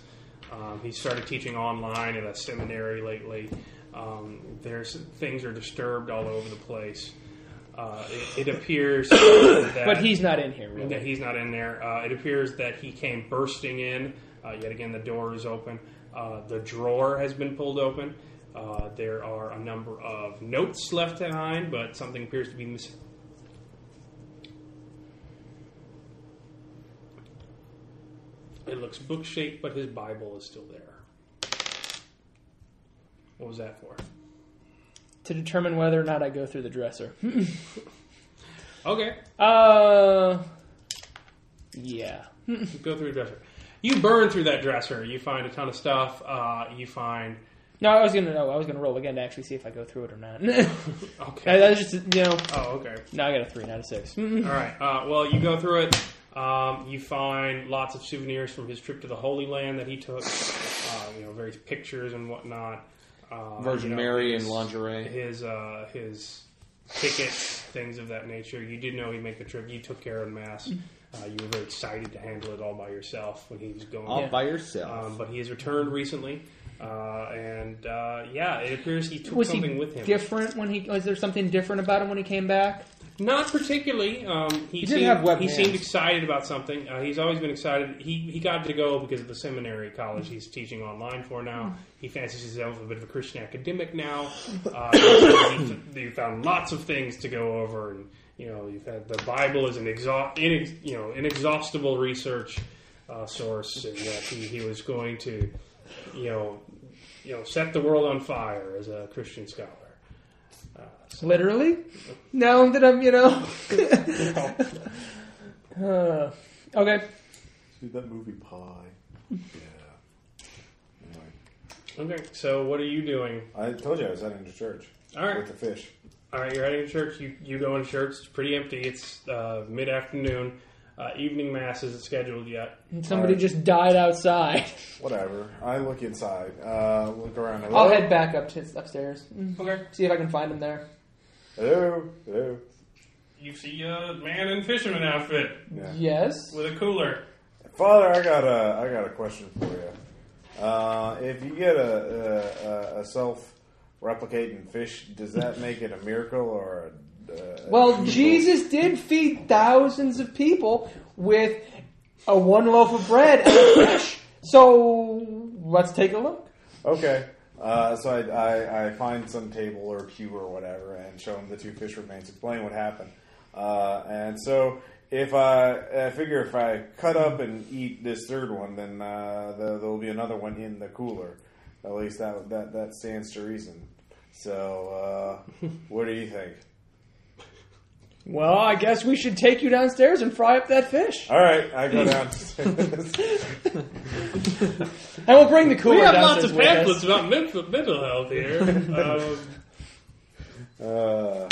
S6: Um, he started teaching online at a seminary lately. Um, there's things are disturbed all over the place. Uh, it, it appears that
S3: But he's not in here,
S6: that
S3: really.
S6: he's not in there. Uh, it appears that he came bursting in. Uh, yet again, the door is open. Uh, the drawer has been pulled open. Uh, there are a number of notes left behind, but something appears to be missing. It looks book shaped, but his Bible is still there. What was that for?
S3: To determine whether or not I go through the dresser.
S6: Okay,
S3: Uh. Yeah.
S6: go through the dresser. You burn through that dresser. You find a ton of stuff. Uh, you find
S3: No, I was gonna know. I was gonna roll again to actually see if I go through it or not. I-
S6: okay.
S3: That's just you know.
S6: Oh, okay.
S3: No, I got a three, not a six.
S6: All right. Uh, well, you go through it. Um, you find lots of souvenirs from his trip to the Holy Land that he took. Uh, you know, various pictures and whatnot. Uh,
S4: Virgin
S6: you know,
S4: Mary
S6: his-
S4: and lingerie.
S6: His uh, his tickets, things of that nature. You did know he'd make the trip. You took care of mass. Uh, you were very excited to handle it all by yourself when he was going.
S4: All by yourself.
S6: Um, but he has returned recently, uh, and uh, yeah, it appears he took
S3: Was
S6: something
S3: he
S6: with him.
S3: different when he? Was there something different about him when he came back?
S6: Not particularly. Um, he
S4: did
S6: seemed,
S4: have web
S6: He
S4: hands.
S6: seemed excited about something. Uh, he's always been excited. He he got to go because of the seminary college he's teaching online for now. He fancies himself a bit of a Christian academic now. Uh, you- you found lots of things to go over, and you know you've had the Bible is an exhaust, inex, you know, inexhaustible research uh, source, and that he, he was going to, you know, you know, set the world on fire as a Christian scholar.
S3: Literally. Now that I'm, you know. Uh, okay.
S2: Dude, that movie Pie. Yeah. Anyway,
S6: Okay, so what are you doing?
S2: I told you I was heading to church
S6: All right.
S2: with the fish.
S6: All right, you're heading to church. You, you go in church. It's pretty empty. It's uh, mid afternoon. Uh, evening mass isn't scheduled yet.
S3: And somebody
S2: Alright.
S3: just died outside.
S2: Whatever. I look inside. Uh, look around. Hello?
S3: I'll head back up to upstairs.
S6: Okay.
S3: See if I can find him there.
S2: Hello. Hello.
S6: You see a man in fisherman outfit
S2: Yeah.
S3: Yes.
S6: with a cooler.
S2: Father, I got a, I got a question for you. Uh, if you get a, a, a- a self-replicating fish, does that make it a miracle or a, uh, a
S3: Well, Jesus did feed thousands of people with a one loaf of bread and a fish. So let's take a look.
S2: Okay. Uh, so I, I, I find some table or pew or whatever and show him the two fish remains, explain what happened. Uh, and so if I, I figure if I cut up and eat this third one, then uh, there, there'll be another one in the cooler. At least that that, that stands to reason. So uh, what do you think?
S3: Well, I guess we should take you downstairs and fry up that fish,
S2: All right, I go down.
S3: and we'll bring the cooler
S6: We have lots
S3: downstairs
S6: of
S3: with us.
S6: pamphlets about mental, mental health here. Um,
S2: Uh,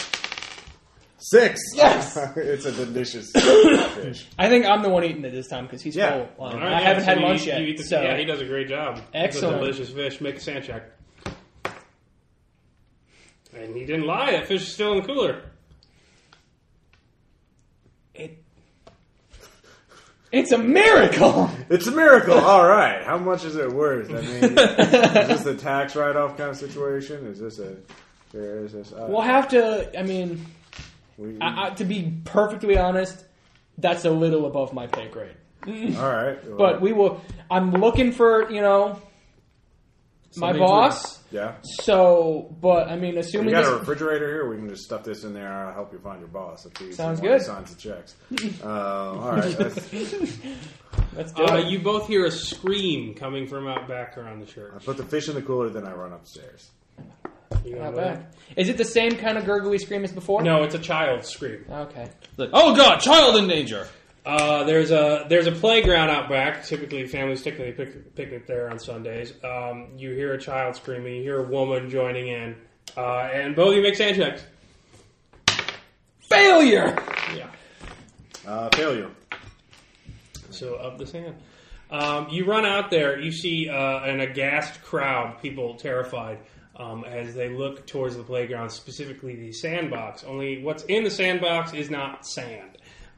S2: Six.
S1: Yes!
S2: it's a delicious fish.
S3: I think I'm the one eating it this time because he's
S2: Yeah.
S3: full. Um,
S6: All right,
S3: I haven't
S6: so
S3: had
S6: you-
S3: lunch
S6: you
S3: yet.
S6: eat the-
S3: so
S6: yeah, he does a great job. It's
S3: Excellent.
S6: a delicious fish. Make a sand check. And he didn't lie. That fish is still in the cooler.
S3: it, it's a miracle.
S2: It's a miracle. All right. How much is it worth? I mean, is this a tax write-off kind of situation? Is this a? Is this, uh,
S3: We'll have to. I mean,
S2: we-
S3: I, I, to be perfectly honest, that's a little above my pay grade.
S2: all right. well,
S3: But we will. I'm looking for you know my
S4: Something to-
S3: boss.
S2: yeah.
S3: So, but I mean,
S2: We
S3: assuming
S2: got
S3: this,
S2: a refrigerator here. We can just stuff this in there. and I'll help you find your boss. If he
S3: Sounds
S2: if he wants
S3: good.
S2: to Signs the checks. Uh, all right. That's,
S3: let's do
S6: Uh,
S3: it.
S6: you both hear a scream coming from out back around the
S2: I
S6: church.
S2: put the fish in the cooler, then I run upstairs.
S6: You know
S3: Not
S6: what?
S3: bad. Is it the same kind of gurgly scream as before?
S6: No, it's a child scream.
S3: Okay.
S4: Like, oh god, child in danger.
S6: Uh, there's a there's a playground out back. Typically, families typically pic- picnic there on Sundays. Um, you hear a child screaming. You hear a woman joining in, uh, and both of you make sand checks.
S3: Failure.
S6: Yeah.
S2: Uh, failure.
S6: So up the sand. Um, you run out there. You see uh, an aghast crowd, people terrified, um, as they look towards the playground, specifically the sandbox. Only what's in the sandbox is not sand.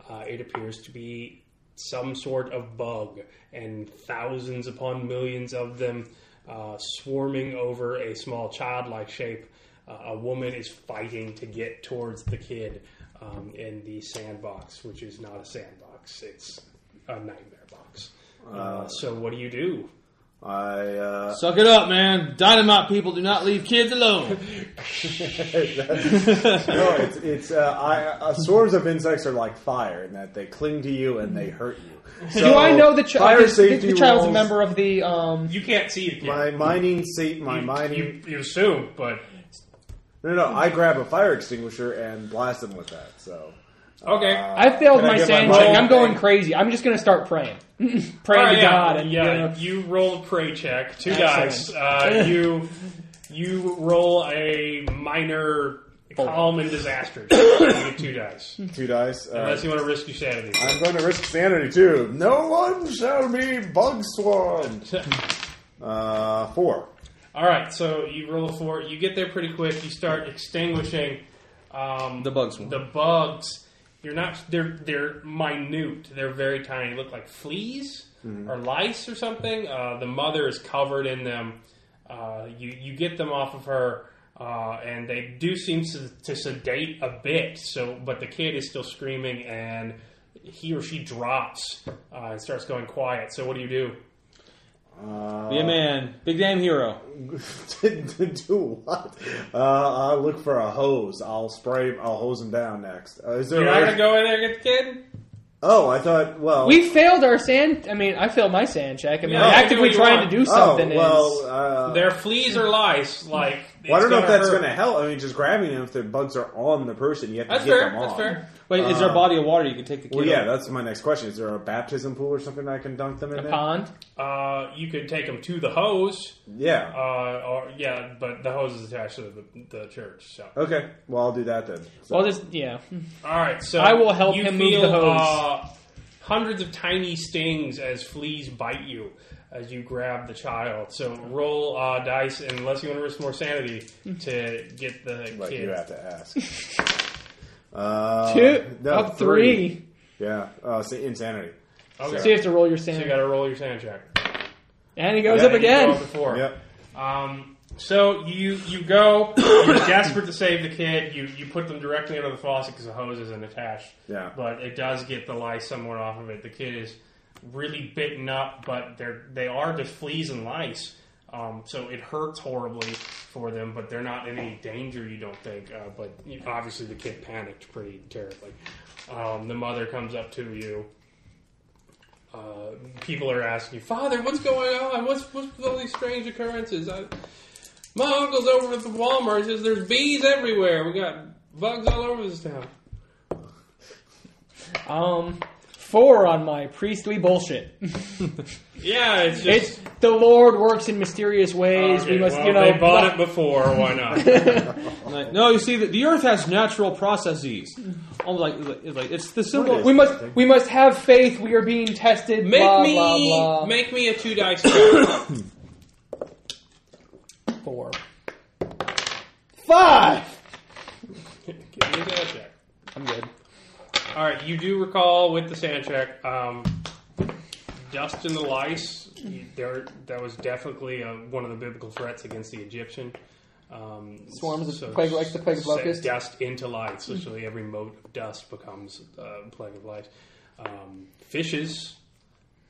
S6: Uh, it appears to be some sort of bug, and thousands upon millions of them uh, swarming over a small childlike shape. Uh, a woman is fighting to get towards the kid um, in the sandbox, which is not a sandbox. It's a nightmare box. Uh, so what do you do?
S2: I uh,
S4: Suck it up, man. Dynamite people do not leave kids alone.
S2: no, it's it's uh, I, uh, swarms of insects are like fire in that they cling to you and they hurt you. So,
S3: Do I know the, chi-
S2: fire
S3: the, the,
S2: safety
S3: child's
S2: rules,
S3: a member of the um?
S6: You can't see it.
S2: My mining seat, my mining.
S6: You, you assume, but
S2: No, no, I grab a fire extinguisher and blast them with that. So
S6: okay.
S2: uh,
S3: I failed
S2: can
S3: my
S2: get
S3: sand
S2: roll?
S3: check. I'm going crazy. I'm just gonna start praying, praying
S6: All right,
S3: to
S6: yeah,
S3: God, and
S6: yeah,
S3: you know,
S6: you roll prey check. Two dice.
S3: Excellent.
S6: Uh, you you roll a minor calm and disaster. check. You get two dice,
S2: Two dice. Uh,
S6: unless you want to risk your sanity.
S2: I'm going to risk sanity too. No one shall be bug swarmed. Uh, four.
S6: All right, so you roll a four. You get there pretty quick. You start extinguishing um,
S4: The bugs one.
S6: the bugs you're not they're they're minute they're very tiny they look like fleas
S2: Mm-hmm.
S6: or lice or something uh, the mother is covered in them uh, you you get them off of her uh, and they do seem to, to sedate a bit so but the kid is still screaming and he or she drops uh, and starts going quiet so what do you do
S2: Uh,
S4: Be a man. Big damn hero.
S2: do what? Uh, I'll look for a hose. I'll spray. I'll hose them down next. Uh, is there?
S6: you're
S2: a-
S6: not gonna go in there and get the kid
S2: Oh, I thought. Well,
S3: we failed our sand. I mean, I failed my sand check. I mean,
S6: Yeah,
S3: I'm
S6: you do
S3: actively
S6: what you
S3: trying
S6: want.
S3: to do something.
S2: oh,
S3: is,
S2: well, uh,
S6: they're fleas or lice like
S2: well, I don't know if that's
S6: hurt.
S2: going to help. I mean, just grabbing them if the bugs are on the person, you have to
S6: that's
S2: get
S6: fair
S2: them
S6: that's
S2: off.
S6: fair
S4: Wait, is there a body of water you can take the kid?
S2: uh, Well, yeah,
S4: in?
S2: that's my next question. Is there a baptism pool or something I can dunk them in?
S3: a
S2: there?
S3: pond.
S6: Uh, you could take them to the hose.
S2: Yeah.
S6: Uh, or yeah, but the hose is attached to the, the church. So
S2: okay. Well, I'll do that then. So,
S3: Well, just yeah.
S6: all right, so
S3: I will help
S6: you
S3: him move
S6: feel,
S3: the hose.
S6: Uh, hundreds of tiny stings as fleas bite you as you grab the child. So roll uh, dice, and unless you want to risk more sanity
S3: Hmm.
S6: to get the
S2: but
S6: kid.
S2: you have to ask. uh,
S3: Two,
S2: no,
S3: up three.
S2: Yeah. Uh, so insanity.
S6: Okay,
S3: So you have to roll your
S6: so
S3: sand,
S6: you got to roll your sand check.
S3: and he goes
S2: Yeah,
S3: up
S6: And you roll
S3: again.
S6: up to four.
S2: Yep.
S6: Um, so you you go, you're desperate to save the kid. You you put them directly under the faucet because the hose isn't attached.
S2: Yeah.
S6: But it does get the lice somewhat off of it. The kid is really bitten up, but they're they are the fleas and lice. Um, so it hurts horribly for them, but they're not in any danger. You don't think, uh, but you, obviously the kid panicked pretty terribly. Um, the mother comes up to you uh, people are asking, Father, what's going on? What's what's with all these strange occurrences? I, my uncle's over at the Walmart. He says there's bees everywhere. We got bugs all over this town.
S3: Um, four on my priestly bullshit.
S6: Yeah, it's just.
S3: It's the Lord works in mysterious ways. we
S6: okay,
S3: must,
S6: well,
S3: you know,
S6: they bought it before. Why not?
S4: Like, no, you see, the, the Earth has natural processes. Almost like, it's like it's the simple.
S3: we must, we must have faith. We are being tested.
S6: Make
S3: blah,
S6: me
S3: blah, blah.
S6: make me a two dice roll.
S3: four, five.
S6: Give me a sand check.
S3: I'm good.
S6: All right, you do recall with the sand check, um, dust and the lice. you- There, that was definitely uh one of the biblical threats against the Egyptian. Um,
S3: Swarms of plague- like the plague of
S6: set
S3: locusts? Mm-hmm.
S6: Dust into lice. Literally, every mote of dust becomes uh, plague of lice. Um, fishes,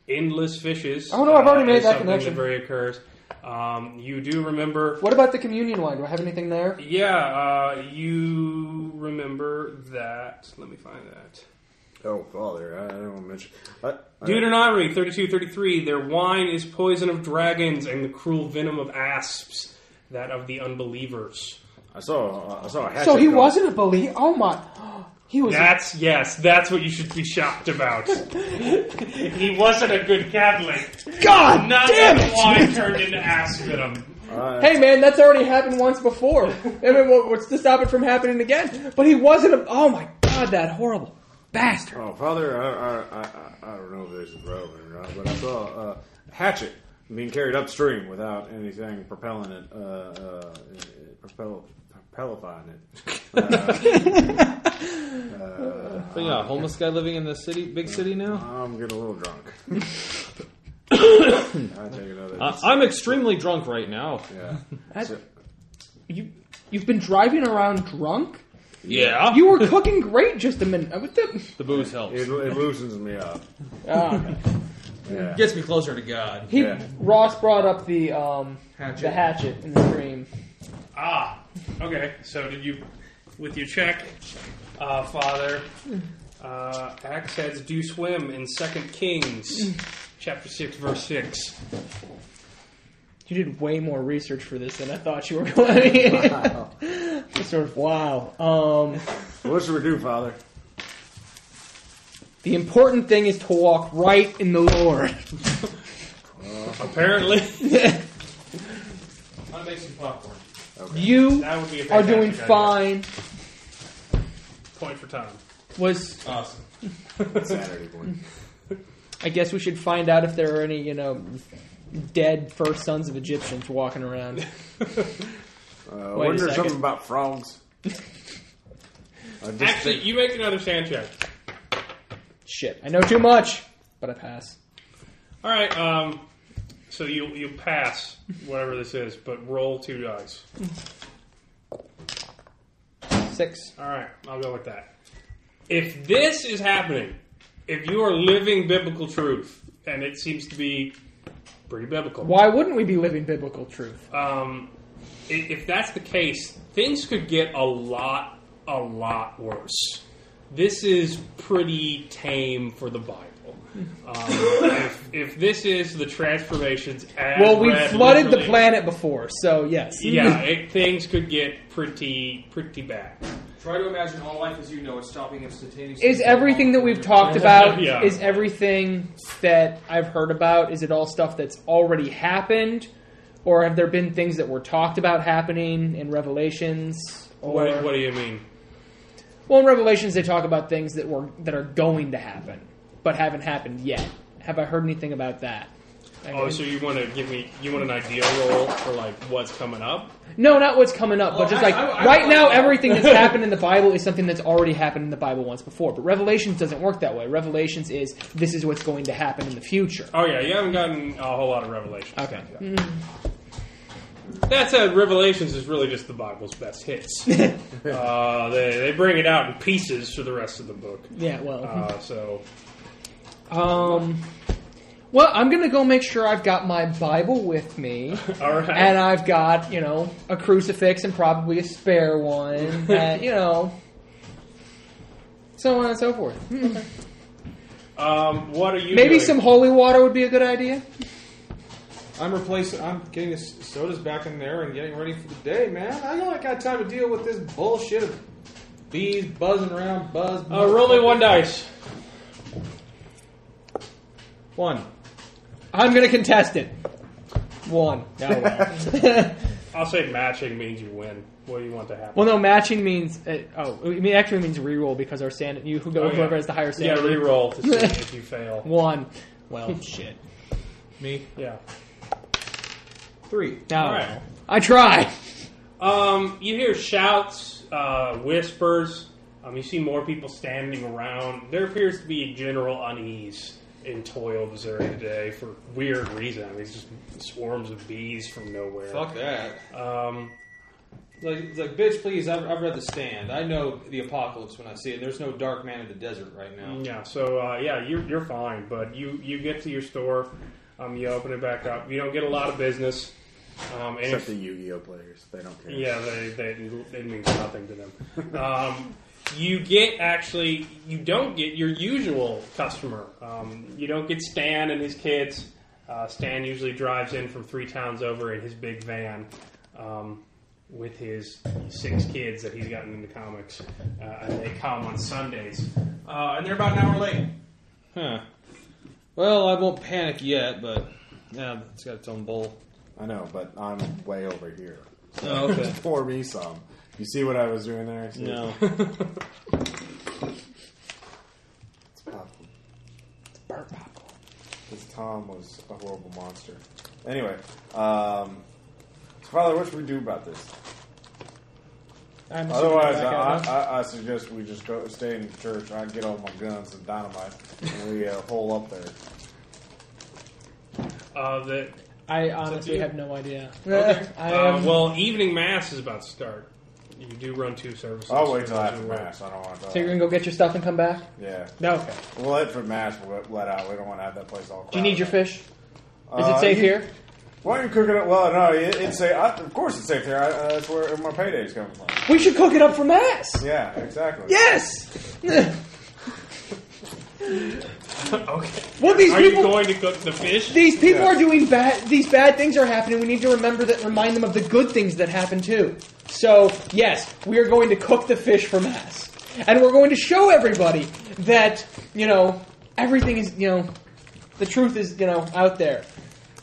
S6: endless fishes.
S3: Oh, no, I've already
S6: uh,
S3: made
S6: is
S3: that
S6: something
S3: connection.
S6: That very occurs. Um, you do remember
S3: What about the communion wine? Do I have anything there?
S6: yeah, uh, you remember that. Let me find that.
S2: Oh, father, I don't want to mention. I, I-
S6: Deuteronomy 32 33 Their wine is poison of dragons and the cruel venom of asps, that of the unbelievers.
S2: I saw. I saw a hatchet.
S3: So he
S2: going-
S3: wasn't a believer. Oh my, he was.
S6: That's, yes, that's what you should be shocked about. he wasn't a good Catholic.
S3: God
S6: Not
S3: damn
S6: that
S3: it!
S6: wine turned into asp venom.
S2: Uh,
S3: Hey man, that's already happened once before. I mean, what- what's to stop it from happening again? But he wasn't. A, oh my god, that horrible bastard!
S2: Oh, father, I, I, I, I don't know if this is relevant or not, but I saw uh, a hatchet being carried upstream without anything propelling it, uh, uh, propel, propelifying it.
S4: But yeah, homeless guy living in the city, big city now.
S2: Uh, I'm getting a little drunk. I take another.
S4: I, I'm extremely drunk right now.
S2: yeah.
S3: Uh, That's-
S2: So-
S3: You you've been driving around drunk.
S4: Yeah,
S3: You were cooking great just a minute. uh, What the?
S4: the booze helps.
S2: it, it loosens me up.
S3: Ah, okay.
S2: Yeah.
S4: Gets me closer to God.
S3: he
S2: Yeah.
S3: Ross brought up the um
S4: Hatchet.
S3: the hatchet in the stream.
S6: Ah, okay. So did you, with your check, uh, Father, uh, axe heads do swim in Second Kings, chapter six, verse six.
S3: You did way more research for this than I thought you were going. to. Just sort of wow. Um,
S2: What should we do, father?
S3: the important thing is to walk right in the Lord.
S6: Apparently,
S4: I make some popcorn.
S3: You
S6: that would be a
S3: are Oh, doing
S6: fantastic idea.
S3: fine.
S6: Point for time.
S3: Was
S4: Awesome.
S2: Saturday morning.
S3: I guess we should find out if there are any, you know, dead first sons of Egyptians walking around.
S2: Uh,
S3: Wait a
S2: wasn't there
S3: second.
S2: something about frogs? I just
S6: Actually,
S2: think-
S6: you make another sand check.
S3: Shit, I know too much, but I pass.
S6: All right. Um, so you you pass whatever this is, but roll two dice.
S3: Six.
S6: All right, I'll go with that. If this is happening, if you are living biblical truth, and it seems to be pretty biblical,
S3: Why wouldn't we be living biblical truth?
S6: um, i- if that's the case, things could get a lot, a lot worse. This is pretty tame for the Bible. Um, if, if this is the transformations, as
S3: Well, we
S6: read
S3: flooded the
S6: literally-
S3: planet before, so yes.
S6: Yeah, it, things could get pretty, pretty bad.
S4: Try to imagine all life as you know it stopping instantaneously.
S3: Is everything that we've talked about,
S6: Yeah.
S3: is everything that I've heard about, is it all stuff that's already happened? Or have there been things that were talked about happening in Revelations? Or...
S6: What, what do you mean?
S3: Well, in Revelations, they talk about things that were that are going to happen, but haven't happened yet. Have I heard anything about that? I
S6: Oh,
S3: mean-
S6: so you want to give me? You want an idea roll for like what's coming up?
S3: no, not what's coming up,
S4: Oh,
S3: but just
S4: I-
S3: like
S4: I- I-
S3: right
S4: I-
S3: now,
S4: I-
S3: everything that's happened in the Bible is something that's already happened in the Bible once before. But Revelations doesn't work that way. Revelations is this is what's going to happen in the future.
S6: Oh yeah, you haven't gotten a whole lot of revelations.
S3: Okay.
S6: That said, Revelations is really just the Bible's best hits. uh, they, they bring it out in pieces for the rest of the book.
S3: Yeah. Well.
S6: Uh, so
S3: Um. Well, I'm gonna go make sure I've got my Bible with me.
S6: all right,
S3: and I've got you know a crucifix and probably a spare one, and you know, so on and so forth. Hmm.
S6: um, what are you?
S3: Maybe
S6: doing?
S3: some holy water would be a good idea.
S4: I'm replacing. I'm getting the s- sodas back in there and getting ready for the day, man. I don't got time to deal with this bullshit of bees buzzing around. Buzz.
S6: Uh, roll me one dice.
S4: One.
S3: I'm going to contest it. One. Oh, well.
S6: I'll say matching means you win. What do you want to happen?
S3: well, no, matching means uh, oh, it mean- actually means reroll because our standard you who go
S6: Oh, yeah.
S3: whoever has the higher
S6: yeah,
S3: standard.
S6: re-roll to see if you fail.
S3: One. Well, shit.
S4: Me.
S6: Yeah.
S4: Three.
S3: No,
S6: All right.
S3: I try.
S6: Um, you hear shouts, uh, whispers. Um, you see more people standing around. There appears to be a general unease in Toil, Missouri today for weird reason. I mean, it's just swarms of bees from nowhere.
S4: Fuck that.
S6: Um,
S4: Like, it's like, bitch, please. I've, I've read the stand. I know the apocalypse when I see it. There's no dark man in the desert right now.
S6: yeah. So uh, yeah, you're you're fine, but you you get to your store. Um, you open it back up. You don't get a lot of business. Um, and
S2: Except
S6: if
S2: the Yu-Gi-Oh players, they don't care.
S6: Yeah, they, they, it means nothing to them. Um, you get actually, you don't get your usual customer. Um, you don't get Stan and his kids. Uh, Stan usually drives in from three towns over in his big van um, with his six kids that he's gotten into comics, uh, and they come on Sundays. Uh, and they're about an hour late.
S4: Huh. Well, I won't panic yet, but yeah, it's got its own bowl.
S2: I know, but I'm way over here.
S4: Oh, okay.
S2: Pour me some. You see what I was doing there? See?
S4: no.
S2: It's popcorn. Because Tom was a horrible monster. Anyway, um, so Father, what should we do about this?
S3: I'm assuming
S2: Otherwise,
S3: back out,
S2: I,
S6: uh,
S3: huh?
S2: I, I suggest we just go stay in the church. I get all my guns and dynamite, and we uh, hole up there.
S6: Uh, the,
S3: I honestly
S6: you?
S3: have no idea. I
S6: uh,
S3: am,
S6: well, evening mass is about to start. You do run two services.
S2: I'll wait till
S6: Those
S2: after
S6: are work.
S2: mass. I don't want to.
S3: so you're gonna go get your stuff and come back?
S2: yeah,
S3: No. Okay.
S2: we'll let for mass. We'll let- let out. We don't want to have that place all.
S3: Do you need your
S2: crowded.
S3: fish? Is
S2: Uh,
S3: it safe
S2: you-
S3: here?
S2: Why don't you cook it up? Well, no, it, it's safe. I, of course, it's safe here. I, uh, that's where my payday's coming from.
S3: We should cook it up for mass.
S2: Yeah, exactly.
S3: Yes.
S6: okay.
S3: Well, these
S6: Are you
S3: people.
S6: going to cook the fish?
S3: these people
S2: Yeah.
S3: are doing bad. These bad things are happening. We need to remember that. Remind them of the good things that happen too. So yes, we are going to cook the fish for mass, and we're going to show everybody that you know everything is you know the truth is you know out there.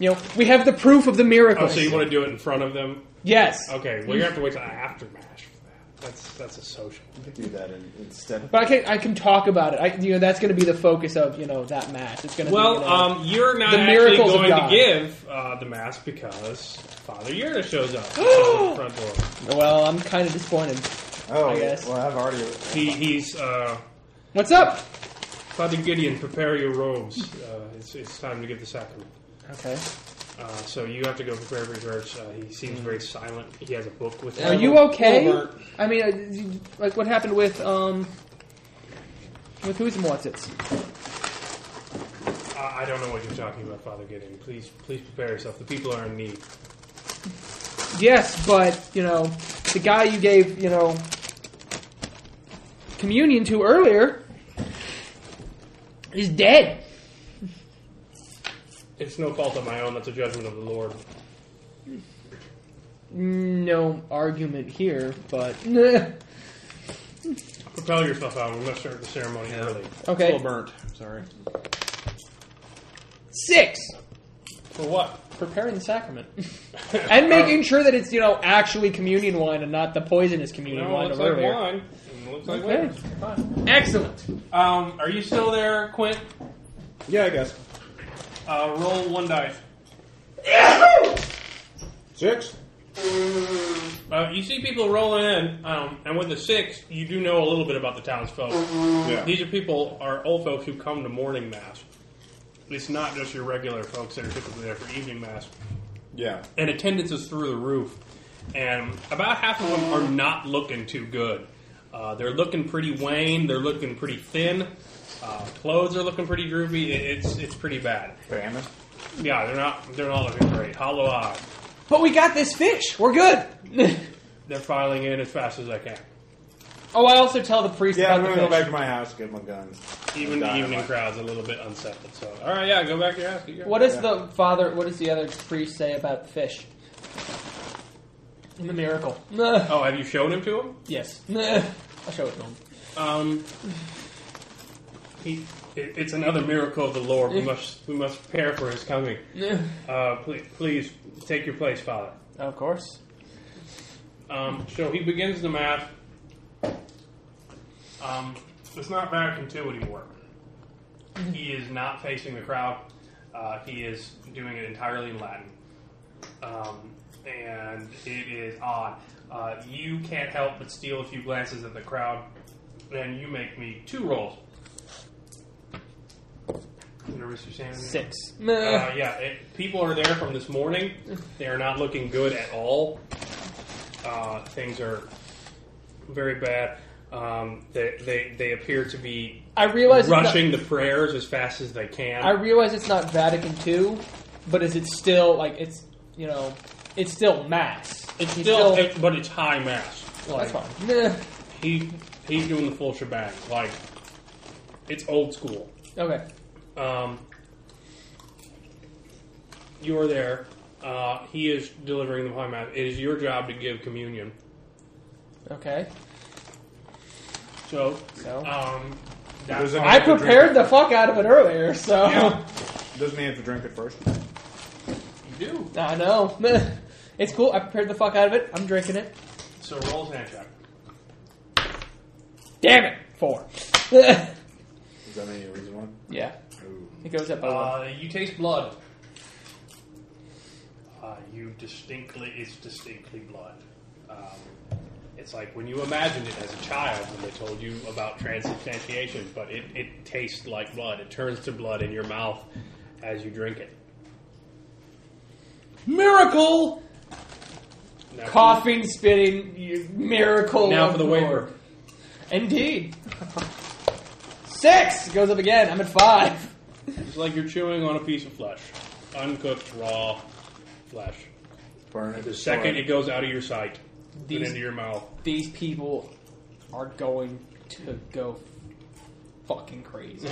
S3: You know we have the proof of the
S6: Oh,
S3: miracles.
S6: so you want to do it in front of them?
S3: yes.
S6: Okay, well, you have to wait till after mash for that. That's that's a social.
S2: You could do that in, instead.
S3: But I can I can talk about it. I you know that's going to be the focus of you know that match. It's going to be,
S6: Well,
S3: you know,
S6: um, you're not
S3: The
S6: actually
S3: miracles of
S6: going to
S3: God.
S6: give uh, the mass because Father Yurda shows up at the front door.
S3: well I'm kind of disappointed.
S2: Oh,
S3: I guess.
S2: well, I've already.
S6: He, he's uh,
S3: What's up?
S6: Father Gideon. Prepare your robes. Uh, it's, it's time to give the sacrament.
S3: Okay.
S6: Uh, so you have to go prepare for church. Uh, he seems very silent. He has a book with
S3: Are
S6: him.
S3: you okay?
S4: Over.
S3: I mean, uh, you- like what happened with um with who's and what's it's?
S6: Uh, I don't know what you're talking about, Father Gideon. Please, please prepare yourself. The people are in need.
S3: Yes, but you know the guy you gave you know communion to earlier is dead.
S6: It's no fault of my own. That's a judgment of the Lord.
S3: No argument here, but
S6: Propel yourself out. We must start the ceremony early.
S4: A
S3: okay.
S4: little burnt. Sorry.
S3: Six.
S6: For what?
S3: Preparing the sacrament and making sure that it's you know actually communion wine and not the poisonous communion
S6: No, it
S3: wine
S6: looks
S3: of
S6: like
S3: earlier.
S6: wine. It looks like
S3: Okay.
S6: wine.
S3: Excellent.
S6: Um, are you still there, Quint?
S2: Yeah, I guess.
S6: Uh, roll one die.
S2: Six?
S6: Uh, you see people rolling in, um, and with the six, you do know a little bit about the townsfolk.
S2: Yeah.
S6: These are people, are old folks who come to morning mass. It's not just your regular folks that are typically there for evening mass.
S2: Yeah.
S6: and attendance is through the roof. And about half of them are not looking too good. Uh, they're looking pretty wan. They're looking pretty thin. Uh, clothes are looking pretty droopy. It, it's it's pretty bad.
S2: Famine?
S6: Yeah, they're not they're not looking great. Hollow eyed.
S3: But we got this fish. We're good.
S6: They're filing in as fast as I can.
S3: Oh, I also tell the priest
S2: Yeah, I'm
S3: about
S2: gonna
S3: the
S2: go
S3: fish.
S2: back to my house, get my guns.
S6: Even the
S2: Dynamite.
S6: evening crowd's a little bit unsettled. So all right, yeah, go back to your house.
S3: What does the father? What does the other priest say about the fish? In the miracle. Nah.
S6: Oh, have you shown him to him?
S3: Yes. Nah. I'll show it to him.
S6: Um, he, it, it's another miracle of the Lord. We must we must prepare for his coming. Uh, please, please take your place, Father.
S3: Of course.
S6: Um, so he begins the mass. Um, it's not Vatican II anymore. He is not facing the crowd. Uh, he is doing it entirely in Latin. Um, and it is odd. Uh, you can't help but steal a few glances at the crowd, and you make me two rolls. Your Mr. Sandman?
S3: Six.
S6: Uh, yeah, it, people are there from this morning. They are not looking good at all. Uh, things are very bad. Um, they, they they appear to be
S3: I realize
S6: rushing the prayers as fast as they can.
S3: I realize it's not Vatican II, but is it still like it's you know it's still mass?
S6: it's
S3: He's
S6: still, it- but it's high mass.
S3: well, that's
S6: Like,
S3: fine. Meh.
S6: he he's doing the full shebang. Like it's old school.
S3: Okay.
S6: Um, you are there. Uh, he is delivering the high mass. It is your job to give communion.
S3: Okay.
S6: So,
S3: So
S6: um,
S2: Does
S6: that's
S2: it-
S6: all.
S3: I prepared the fuck out of it earlier, so
S6: Yeah.
S2: Doesn't he have to drink it first?
S6: You do.
S3: I know. Meh. It's cool. I prepared the fuck out of it. I'm drinking it.
S6: So roll his hand check.
S3: Damn it. Four. Meh.
S2: Is that any reason why?
S3: yeah.
S2: Ooh.
S3: It goes up by one.
S6: Uh, you taste blood. Uh, you distinctly, it's distinctly blood. Um, it's like when you imagined it as a child when they told you about transubstantiation, but it, it tastes like blood. It turns to blood in your mouth as you drink it.
S3: Miracle.
S6: Now,
S3: Coughing, spitting, you- miracle.
S6: Now
S3: of
S6: for the
S3: the
S6: waiver.
S3: Lord. Indeed. Six. It goes up again. I'm at five.
S6: It's like you're chewing on a piece of flesh, uncooked raw flesh.
S2: Burn it.
S6: The second it goes out of your sight and
S3: These-
S6: into your mouth,
S3: these people are going to go fucking crazy.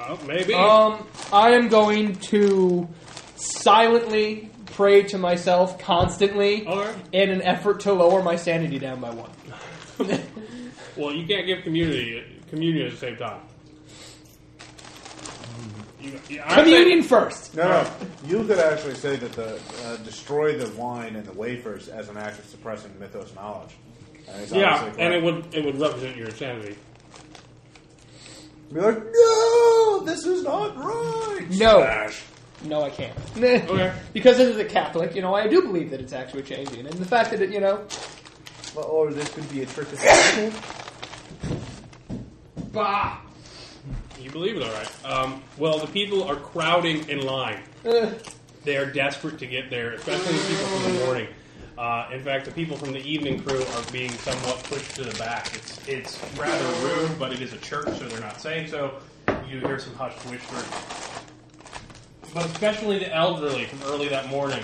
S6: oh, maybe.
S3: um, I am going to silently pray to myself constantly
S6: Alright.
S3: in an effort to lower my sanity down by one.
S6: Well, you can't give community communion at the same time. You, you- I'm
S3: Communion first.
S2: No, no. You could actually say that the uh, destroy the wine and the wafers as an act of suppressing mythos knowledge. And it's
S6: saying- yeah,
S2: obviously
S6: and it
S2: correct.
S6: would it would represent your insanity.
S2: be like, no, this is not right.
S3: No.
S2: Smash.
S3: No, I can't.
S6: Okay.
S3: Because as a Catholic, you know, I do believe that it's actually changing. And the fact that, it, you know,
S2: Well, or this could be a trick of the
S3: bah.
S6: You believe it, all right. Um, well, the people are crowding in line.
S3: Uh,
S6: They are desperate to get there, especially the people from the morning. Uh, in fact, the people from the evening crew are being somewhat pushed to the back. It's it's rather rude, but it is a church, so they're not saying so. You hear some hushed whispers, but especially the elderly from early that morning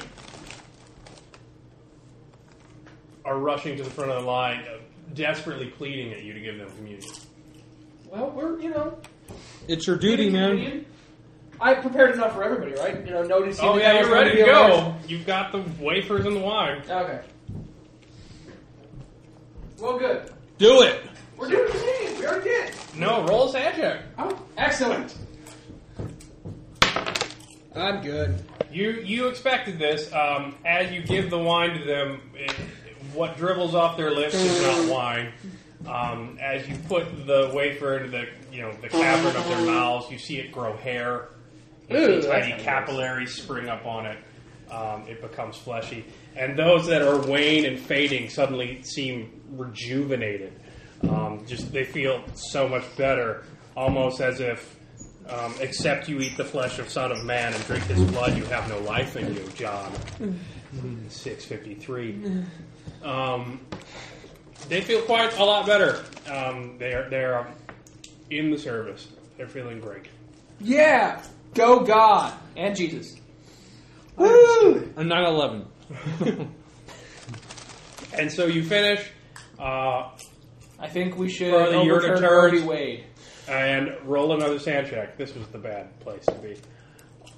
S6: are rushing to the front of the line, uh, desperately pleading at you to give them communion.
S3: well, we're, you know,
S4: It's your duty, man.
S3: communion. I prepared enough for everybody, right? You know, noticing.
S6: Oh
S3: that
S6: yeah,
S3: I was
S6: you're ready to
S3: gonna be
S6: go.
S3: alive.
S6: You've got the wafers and the wine.
S3: Okay. Well, good.
S4: Do it.
S3: We're doing communion. We already did.
S6: No, roll a hand check.
S3: Oh, excellent. I'm good.
S6: You you expected this. Um, as you give the wine to them, it, what dribbles off their lips is not wine. Um, as you put the wafer into the you know the cavern of their mouths, you see it grow hair. You
S3: Ooh,
S6: see
S3: that
S6: tiny
S3: sounds
S6: capillaries spring up on it. Um, it becomes fleshy, and those that are wane and fading suddenly seem rejuvenated. Um, just they feel so much better, almost as if um, except you eat the flesh of Son of Man and drink his blood, you have no life in you, John. 653. Um, they feel quite a lot better. Um, they are, they are in the service. They're feeling great.
S3: Yeah. Go God and Jesus.
S4: A 911.
S6: And so you finish, uh,
S3: I think we should
S6: For the year to
S3: overturn Roe
S6: turn.
S3: v. Wade.
S6: and roll another sand check. This was the bad place to be.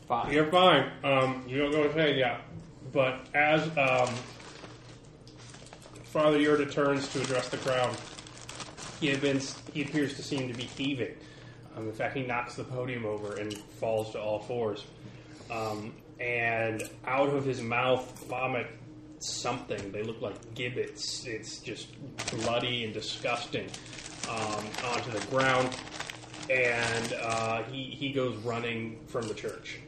S3: Fine.
S6: You're fine. Um, you don't go insane yet. But as um, Father Yorda turns to address the crowd, he, events, he appears to seem to be heaving. Um, in fact, he knocks the podium over and falls to all fours. Um, and out of his mouth vomit something. They look like gibbets. It's just bloody and disgusting um, onto the ground. And uh, he, he goes running from the church.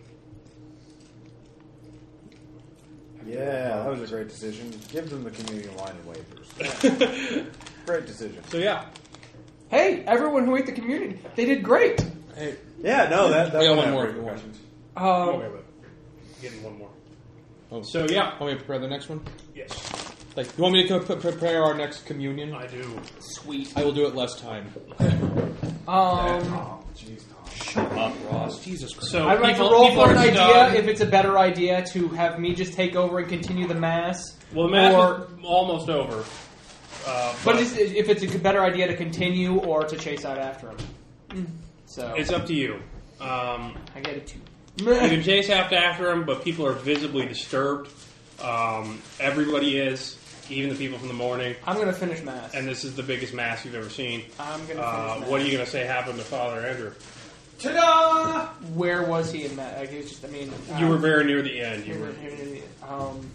S2: Yeah, that was a great decision. Give them the community line and waivers. great decision.
S6: So, yeah.
S3: Hey, everyone who ate the community, they did great.
S2: Yeah, no, that, that
S4: We got
S2: would
S4: one
S2: have
S4: more.
S2: repercussions.
S6: Oh,
S3: Um,
S6: wait, wait. Getting one more.
S4: Oh.
S6: So, yeah.
S4: Want me to prepare the next one?
S6: Yes,
S4: Like, you want me to co- pre- prepare our next communion?
S6: I do.
S4: Sweet. I will do it less time.
S3: um,
S4: Up, Uh, Ross. Jesus Christ.
S6: So,
S7: I'd like to
S6: people-
S7: roll
S6: people
S7: for an
S6: are
S7: idea
S6: stunned.
S7: if it's a better idea to have me just take over and continue the mass.
S6: Well, the match
S7: or,
S6: is almost over. Uh, but
S7: but is, if it's a better idea to continue or to chase out after him. So
S6: it's up to you. Um,
S7: I get a two.
S6: you can chase after after him, but people are visibly disturbed. Um, everybody is, even the people from the morning.
S7: I'm gonna finish mass.
S6: And this is the biggest mass you've ever seen.
S7: I'm gonna finish
S6: Uh,
S7: mass.
S6: what are you going to say happened to Father Andrew?
S7: Ta-da! Where was he in that? Like, it was just, I mean,
S6: You
S7: um,
S6: were very near the end. You
S7: Here,
S6: were.
S7: here, here, Um,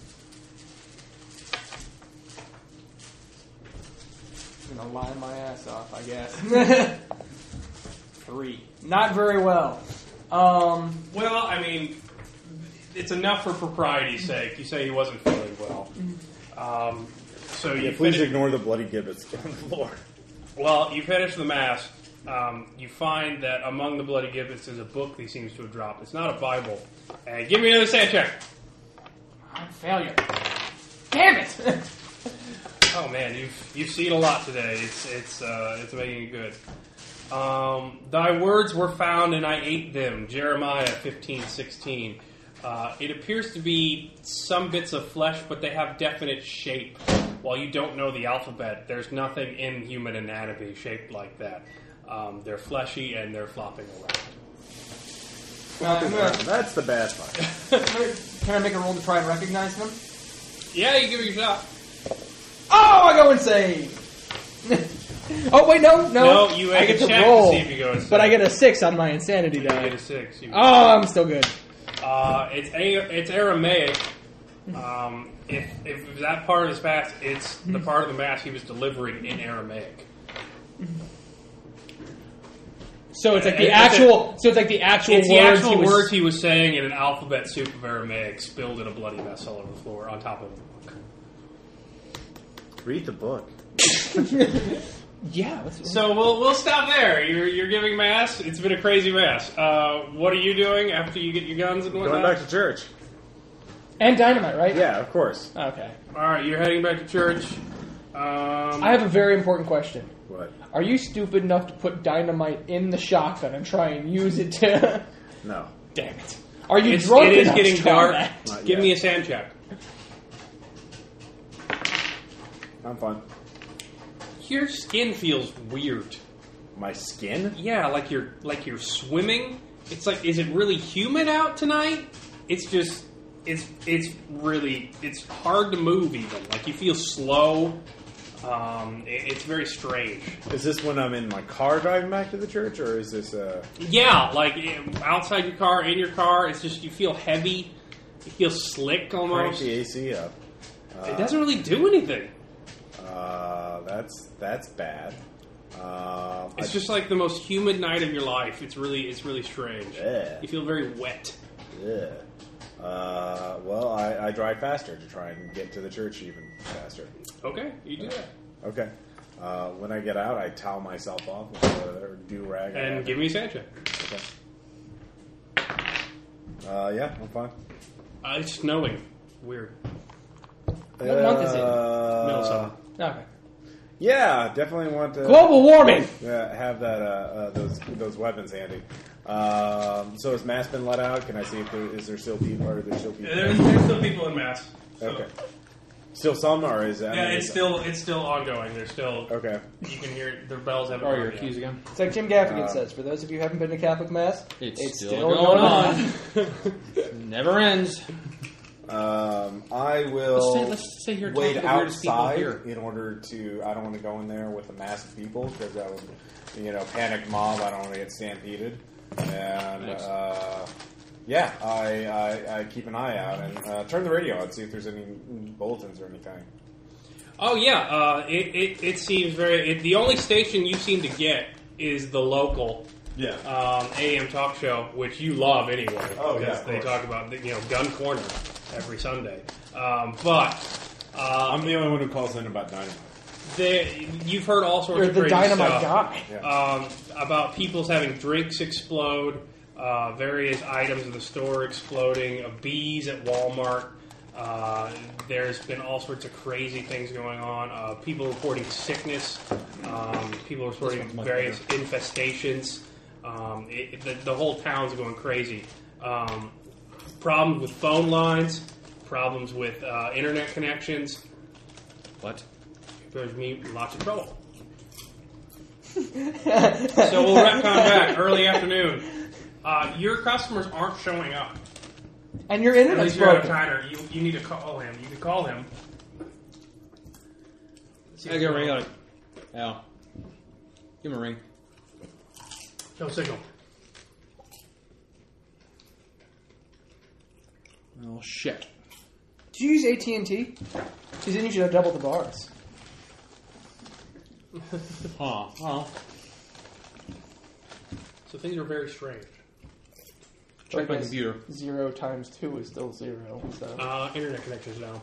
S7: I'm gonna line my ass off, I guess. Three. Not very well. Um,
S6: Well, I mean, it's enough for propriety's sake. You say he wasn't feeling well. Um, so
S2: Yeah,
S6: you
S2: please
S6: finish-
S2: ignore the bloody gibbets on the floor.
S6: Well, you finish the mass. Um, you find that among the bloody gibbets is a book that he seems to have dropped. It's not a Bible. And give me another sand check.
S7: I'm a failure. Damn it!
S6: Oh man, you've you've seen a lot today. It's it's uh, it's making you good. Um, Thy words were found, and I ate them. Jeremiah fifteen sixteen. Uh, it appears to be some bits of flesh, but they have definite shape. While you don't know the alphabet, there's nothing in human anatomy shaped like that. Um, they're fleshy and they're flopping around.
S7: I'm gonna-
S2: That's the bad part.
S7: Uh, can I make a roll to try and recognize them?
S6: Yeah, you give it a shot.
S7: Oh, I go insane!
S3: oh wait, no, no.
S6: No, you
S3: I
S6: have
S3: get
S6: to
S3: to
S6: check
S3: roll,
S6: to see if you go inside.
S3: but I get a six on my insanity
S6: You get
S3: die.
S6: a six. You-
S3: Oh, I'm still good.
S6: Uh, it's a- it's Aramaic. Um, if, if that part of his mass, it's the part of the mass he was delivering in Aramaic.
S3: So it's like the
S6: It's a-
S3: actual. So it's like the actual
S6: It's the
S3: words
S6: actual
S3: he was-
S6: words he was saying in an alphabet soup of Aramaic, spilled in a bloody mess all over the floor on top of him.
S2: Read the book.
S3: Yeah. That's,
S6: So we'll we'll stop there. You're you're giving mass. It's been a crazy mass. Uh, what are you doing after you get your guns and
S2: Going
S6: whatnot?
S2: back to church.
S3: and dynamite, right? Oh,
S2: Yeah, of course.
S3: Okay.
S6: all right, you're heading back to church. Um,
S3: I have a very important question.
S2: What?
S3: Are you stupid enough to put dynamite in the shotgun and try and use it to?
S2: No.
S3: Damn it! Are you
S6: it's,
S3: drunk
S6: it is
S3: enough
S6: getting
S3: to try
S6: dark.
S3: that?
S2: Not
S6: Give
S2: yet.
S6: me a sand check.
S2: I'm fine.
S6: Your skin feels weird.
S2: My skin?
S6: Yeah, like you're like you're swimming. It's like is it really humid out tonight? It's just it's it's really it's hard to move even. Like you feel slow. Um, it- it's very strange.
S2: Is this when I'm in my car driving back to the church, or is this uh?
S6: Yeah, like i- outside your car, in your car, it's just you feel heavy. You feel slick
S2: Crank
S6: almost.
S2: the AC up.
S6: It doesn't really do anything.
S2: Uh, that's that's bad. Uh,
S6: It's
S2: I-
S6: just like the most humid night of your life. It's really it's really strange.
S2: Yeah.
S6: You feel very wet.
S2: yeah. Uh, well, I, I drive faster to try and get to the church even faster.
S6: Okay, you do that.
S2: Okay. Uh, when I get out, I towel myself off with a do rag.
S6: And give me a sand check.
S2: Okay. Uh, yeah, I'm fine.
S6: Uh, it's snowing. Weird.
S2: What
S3: month is it?
S6: Middle of summer.
S3: Okay.
S2: Uh, Yeah, definitely want to
S3: Global warming.
S2: yeah, have that uh, uh, those those weapons handy. Um, so has mass been let out? Can I see if there is there still people? Are there still people?
S6: There's, there's still people in mass. So.
S2: Okay. Still some, or is that?
S6: Yeah, it's still it's still ongoing. There's still
S2: Okay.
S6: you can hear the bells
S1: Oh,
S6: haven't.
S4: Sorry, your
S6: rung
S4: keys
S6: yet.
S4: again.
S3: It's like Jim Gaffigan
S2: Uh,
S3: says. For those of you who haven't been to Catholic Mass,
S4: It's
S3: it's
S4: still
S3: still,
S4: going
S3: going on.
S4: Never ends.
S2: Um, I will
S4: Let's stay- let's stay here and talk
S2: wait
S4: to the weirdest people
S2: outside
S4: here.
S2: in order to. I don't want to go in there with a mass of people because that would, you know, panic mob. I don't want to get stampeded. And
S4: Thanks.
S2: uh, yeah, I, I, I keep an eye out and uh, turn the radio on, see if there's any bulletins or anything.
S6: Oh yeah, uh, it, it it seems very. It, the only station you seem to get is the local
S2: Yeah.
S6: um, AM talk show, which you love anyway.
S2: Oh, yeah,
S6: because
S2: of
S6: they
S2: course.
S6: talk about the, you know gun corner every Sunday. Um, but
S2: I'm
S6: um,
S2: the only one who calls in about dynamite.
S6: they, you've heard all sorts
S1: You're
S6: of
S1: the
S6: crazy
S1: dynamite
S6: stuff.
S1: guy.
S2: Yeah.
S6: um, about people's having drinks explode, uh, various items of the store exploding, uh, bees at Walmart. Uh, there's been all sorts of crazy things going on. Uh, people reporting sickness. Um, people reporting various infestations. Um, it, it- the, the whole town's going crazy. Um, problems with phone lines. Problems with uh, internet connections.
S4: What?
S6: There's me lots of trouble. so we'll retcon back early afternoon. Uh, your customers aren't showing up.
S1: And your
S6: At
S1: internet's
S6: least you're out of
S1: broken.
S6: Tyner. You, you need to call him. You can call him. See
S4: I
S6: if
S4: got a
S6: he'll-
S4: ring on it. Al. Give him a ring.
S6: No signal.
S4: Oh, shit.
S1: Did you use AT and T? Because then you should have doubled the bars.
S4: Huh. Oh.
S6: So things are very strange.
S4: Check my
S1: Like this.
S4: computer.
S1: Zero times two is still zero. So
S6: Uh, internet connections now.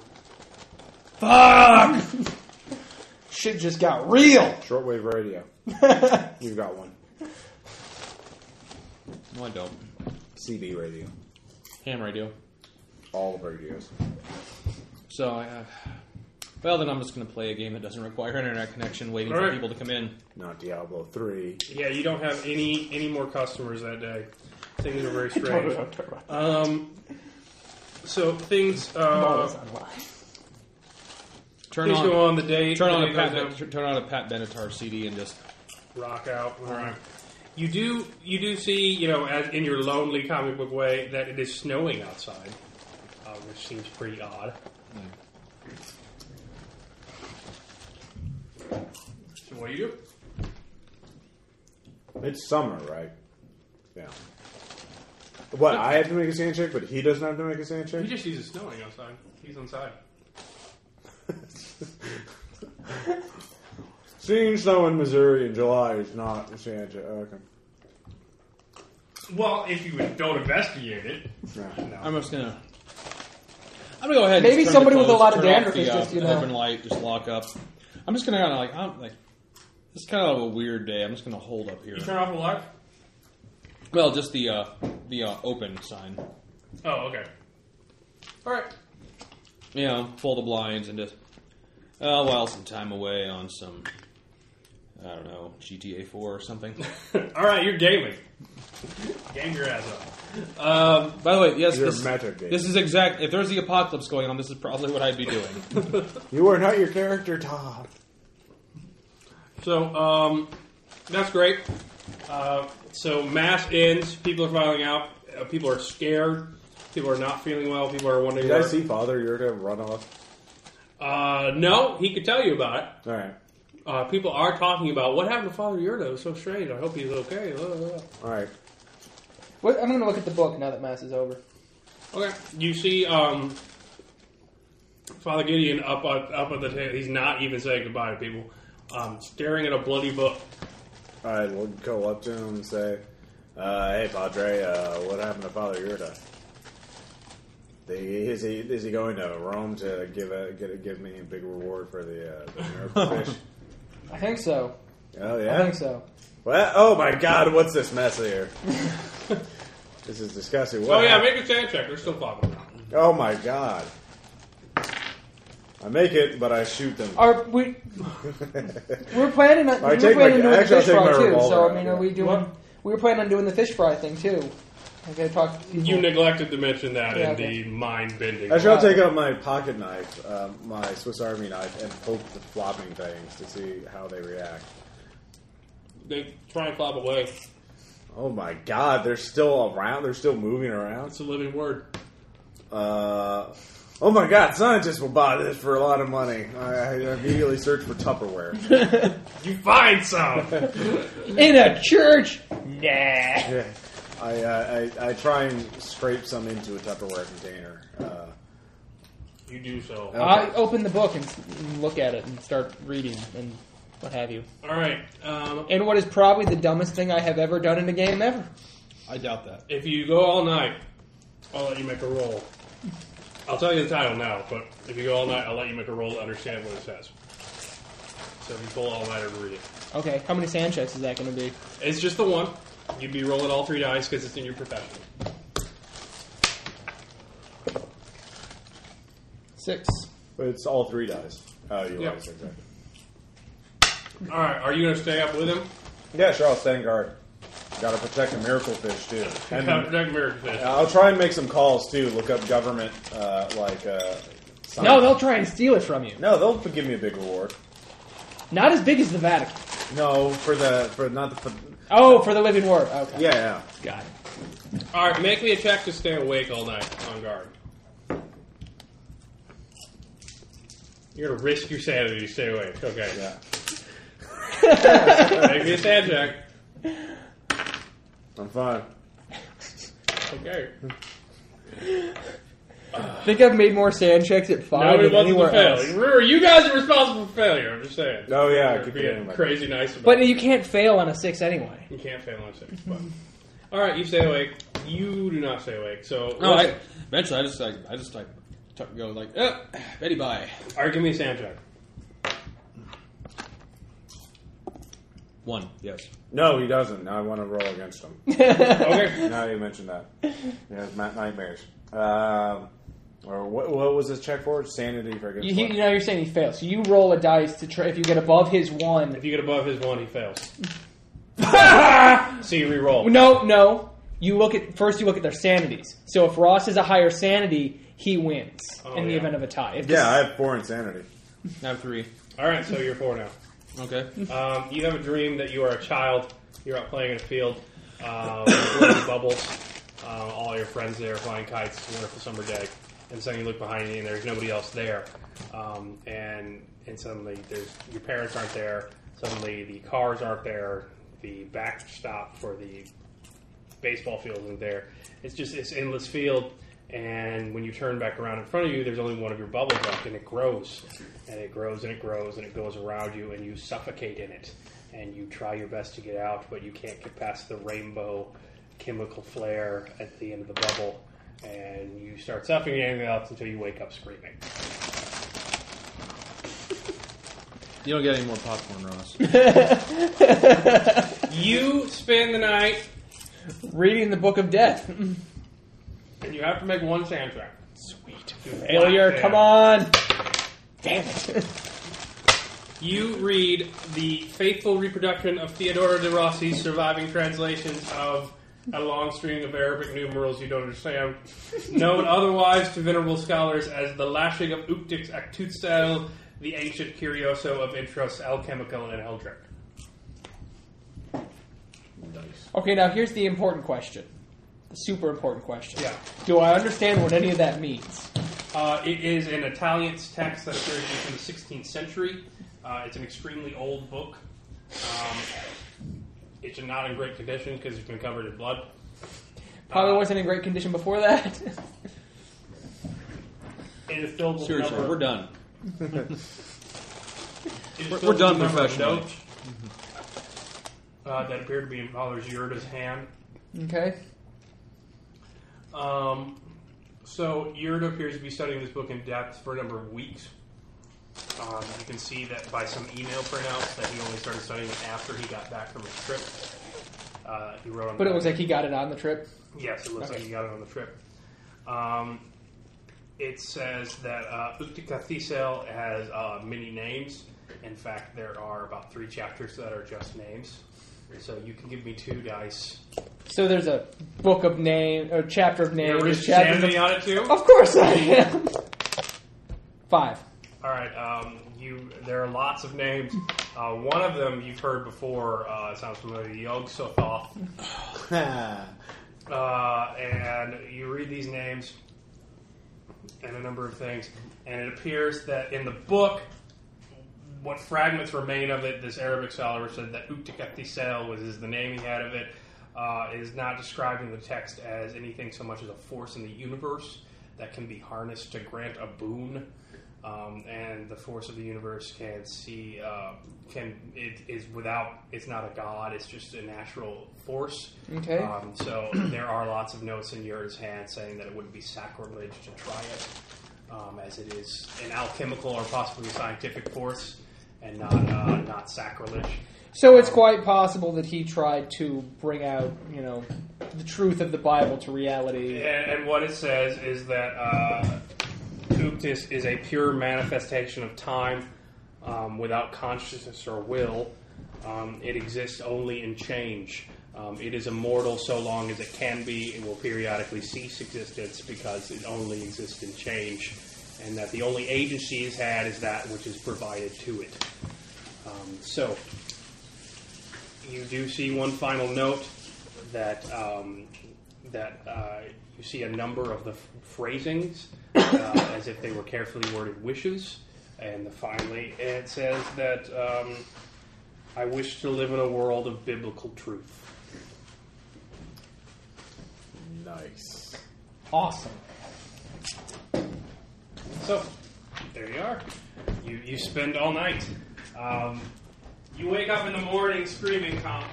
S1: fuck. Shit just got real.
S2: Shortwave radio. You've got one.
S4: No, I don't.
S2: CB radio.
S4: Ham radio.
S2: All radios.
S4: So I have. Well, then I'm just going to play a game that doesn't require internet connection, waiting for
S6: Alright.
S4: people to come in.
S2: Not Diablo 3.
S6: Yeah, you don't have any any more customers that day. Things are very
S1: Totally
S6: strange.
S1: don't care about that.
S6: Um, so things
S1: Oh,
S6: uh,
S1: that's not why.
S4: Turn
S6: things
S4: on,
S6: go on the day.
S4: turn
S6: the
S4: on
S6: day
S4: a Pat,
S6: goes down.
S4: Ben- turn on a Pat Benatar CD and just
S6: rock out. All right. You do you do see you know as in your lonely comic book way that it is snowing outside, uh, which seems pretty odd. So what do you do?
S2: It's summer, right? Yeah. What, I have to make a sand check, but he doesn't have to make a sand
S6: He
S2: check?
S6: just uses snowing outside. He's inside.
S2: Seeing snow in Missouri in July is not a sand check. Oh, Okay.
S6: Well, if you don't investigate it,
S2: No.
S4: I'm just gonna. I'm gonna go ahead. and
S1: Maybe
S4: just turn
S1: somebody
S4: the
S1: with a
S4: clothes,
S1: lot of
S4: turn off
S1: dandruff
S4: the,
S1: is just,
S4: uh,
S1: you know-
S4: Urban light, just lock up. I'm just gonna kind of like, I'm like, it's kind of a weird day. I'm just gonna hold up here.
S6: you turn off the light.
S4: Well, just the uh, the uh, open sign.
S6: Oh, okay. All right.
S4: You know, fold the blinds and just uh, while some time away on some, I don't know, GTA 4 or something.
S6: All right, you're gaming. Game your ass up. Um,
S4: By the way, yes,
S2: You're
S4: this,
S2: a meta gamer.
S4: this is exact. If there's the apocalypse going on, this is probably what I'd be doing.
S2: You are not your character, Todd.
S6: So um, that's great. Uh, so mass ends. People are filing out. Uh, people are scared. People are not feeling well. People are wondering.
S2: Did I
S6: where-
S2: see Father Yurta run off?
S6: Uh, no, he could tell you about it.
S2: Alright.
S6: Uh, people are talking about what happened to Father Yurda. It was so strange. I hope he's okay. Blah, blah, blah.
S2: Alright.
S1: What, I'm going to look at the book now that mass is over.
S6: Okay. You see um, Father Gideon up at, up at the table. He's not even saying goodbye to people. Um, staring at a bloody book.
S2: I will go up to him and say, uh, "Hey, Padre, uh, what happened to Father Yurta? The, is he is he going to Rome to give a, get a, give me a big reward for the, uh, the miracle fish?
S1: I think so.
S2: Oh
S1: I
S2: yeah.
S1: think so.
S2: Well, oh my God, what's this mess here? this is disgusting. What
S6: Oh yeah,
S2: hap-
S6: make a sand check. They're still talking about. it.
S2: oh my God. I make it, but I shoot them.
S1: Are we? We're planning on.
S2: I
S1: we were
S2: take
S1: planning
S2: my-
S1: on doing
S2: actually,
S1: the
S2: I'll
S1: fish
S2: take my
S1: fry too. So
S2: revolver
S1: I mean,
S2: out,
S1: are we
S2: yeah.
S1: doing?
S6: What?
S1: We were planning on doing the fish fry thing too. I gotta talk to people.
S6: You neglected to mention that
S1: Yeah,
S6: in
S1: okay.
S6: the mind bending.
S2: Actually, I'll take out my pocket knife, um, my Swiss Army knife, and poke the flopping things to see how they react.
S6: They try and flop away.
S2: Oh my god, they're still around. They're still moving around.
S6: It's a living word.
S2: Uh, oh my God, scientists will buy this for a lot of money. I, I immediately search for Tupperware.
S6: You find some.
S3: In a church? Nah.
S2: I, uh, I I try and scrape some into a Tupperware container. Uh,
S6: you do so.
S3: I open the book and s- and look at it and start reading and what have you.
S6: All right. Um,
S3: And what is probably the dumbest thing I have ever done in a game ever.
S4: I doubt that.
S6: if you go all night, I'll let you make a roll. I'll tell you the title now, but if you go all night, I'll let you make a roll to understand what it says. So if you pull all nighter, read it.
S3: Okay, how many sand checks is that going to be?
S6: It's just the one. You'd be rolling all three dice because it's in your profession.
S3: Six.
S2: but it's all three dice. Oh, you
S6: Yep.
S2: right, exactly.
S6: All right. Are you going to stay up with him?
S2: Yeah, sure. I'll stand guard. Got to protect the miracle fish too.
S6: Yeah,
S2: And
S6: Doug Merrick says.
S2: I'll try and make some calls too. Look up government, uh, like. Uh, science-
S3: No, they'll try and steal it from you.
S2: No, they'll give me a big reward.
S3: Not as big as the Vatican.
S2: No, for the for not the. For,
S3: Oh, for the living word. Okay.
S2: yeah, yeah.
S3: Got it.
S6: All right. Make me a check to stay awake all night on guard. You're going to risk your sanity to stay awake. Okay.
S2: Yeah.
S6: Make me a sand check.
S2: I'm fine.
S6: Okay.
S3: I think I've made more sand checks at five
S6: Nobody
S3: than
S6: wants to
S3: anywhere
S6: fail.
S3: else.
S6: Remember, you guys are responsible for failure. I'm just saying.
S2: Oh yeah,
S6: You're
S2: keep it in
S6: being
S2: my-
S6: crazy nice about
S3: But
S6: it.
S3: you can't fail on a six anyway.
S6: You can't fail on six. But. All right, you stay awake. You do not stay awake. So,
S4: No, I,
S6: listen.
S4: eventually I just like I just like t- go like oh, Betty bye
S6: all right, give me a sound check.
S4: one yes.
S2: No, he doesn't. I want to roll against him.
S6: Okay.
S2: now you mentioned that. He has ma- nightmares. Um, or what, what was his check for? Sanity for good.
S3: You, he, you know, you're saying he fails. So you roll a dice to try. If you get above his one,
S6: If you get above his one, he fails. so you re-roll.
S3: no, no. You look at first. You look at their sanities. So if Ross is a higher sanity, he wins
S6: Oh,
S3: in the
S6: yeah.
S3: event of a tie. If this
S2: yeah, I
S3: is-
S2: have four insanity.
S4: I have three.
S6: All right, so you're four now.
S4: Okay.
S6: Um, you have a dream that you are a child. You're out playing in a field uh, with little bubbles. Uh, all your friends there flying kites. It's a wonderful summer day. And suddenly you look behind you, and there's nobody else there. Um, and and suddenly there's your parents aren't there. Suddenly the cars aren't there. The backstop for the baseball field isn't there. It's just it's endless field. And when you turn back around in front of you, there's only one of your bubbles left, and it grows, and it grows, and it grows, and it goes around you, and you suffocate in it. And you try your best to get out, but you can't get past the rainbow chemical flare at the end of the bubble. And you start suffocating else until you wake up screaming.
S4: You don't get any more popcorn, Ross.
S6: You spend the night,
S3: reading the Book of Death.
S6: and you have to make one soundtrack.
S3: Sweet
S6: You
S3: failure.
S6: flat
S3: Come
S6: fail.
S3: on. Damn it.
S6: You read the faithful reproduction of Theodora de Rossi's surviving translations of a long string of Arabic numerals you don't understand, known otherwise to venerable scholars as the lashing of Uctix Actutzel, the ancient curioso of Intros, Alchemical, and Heldrick.
S3: Okay, now here's the important question. The super important question.
S6: Yeah.
S3: Do I understand what any of that means?
S6: Uh, it is an Italian text that appears from the 16th century. Uh, it's an extremely old book. Um, it's not in great condition because it's been covered in blood.
S3: Probably
S6: Uh,
S3: wasn't in great condition before that.
S6: It is filled with a
S4: Seriously,
S6: number-
S4: we're done.
S6: It
S4: We're-
S6: still
S4: we're done
S6: was a number of
S4: professionally.
S6: notes, Uh, that appeared to be in Father Giorda's hand.
S3: okay.
S6: Um, so Yurda appears to be studying this book in depth for a number of weeks. Um, you can see that by some email printouts that he only started studying it after he got back from his trip. Uh, he wrote on
S3: But it
S6: the-
S3: looks like he got it on the trip.
S6: Yes, it looks
S3: Okay.
S6: like you got it on the trip. Um, it says that uh, Uktikathicel has uh, many names. In fact, there are about three chapters that are just names. So you can give me two dice.
S3: So there's a book of name, or chapter of name.
S6: Yeah, risk
S3: chapter
S6: sanity on it too.
S3: of course I am. Five.
S6: All right. Um, you. There are lots of names. Uh, one of them you've heard before. Uh, sounds familiar. Yog Sothoth.
S2: Ah,
S6: Uh, and you read these names, and a number of things. And it appears that in the book, what fragments remain of it, this Arabic scholar said that Uktikaktisel was is the name he had of it, uh, is not described in the text as anything so much as a force in the universe that can be harnessed to grant a boon. Um, and the force of the universe can see uh, can it is without it's not a god it's just a natural force
S3: Okay.
S6: um, so there are lots of notes in Yur's hand saying that it would be sacrilege to try it, um, as it is an alchemical or possibly a scientific force, and not uh, not sacrilege.
S3: So it's quite possible that he tried to bring out, you know, the truth of the Bible to reality.
S6: And, and what it says is that uh, Ooctis is a pure manifestation of time um, without consciousness or will. Um, it exists only in change. Um, it is immortal so long as it can be. It will periodically cease existence because it only exists in change. And that the only agency it's had is that which is provided to it. Um, so, you do see one final note that um, that uh, you see a number of the f- phrasings uh, as if they were carefully worded wishes, and the, finally it says that um, I wish to live in a world of biblical truth.
S2: Nice.
S3: Awesome.
S6: So there you are. You you spend all night. Um, you wake up in the morning screaming, "Comp!"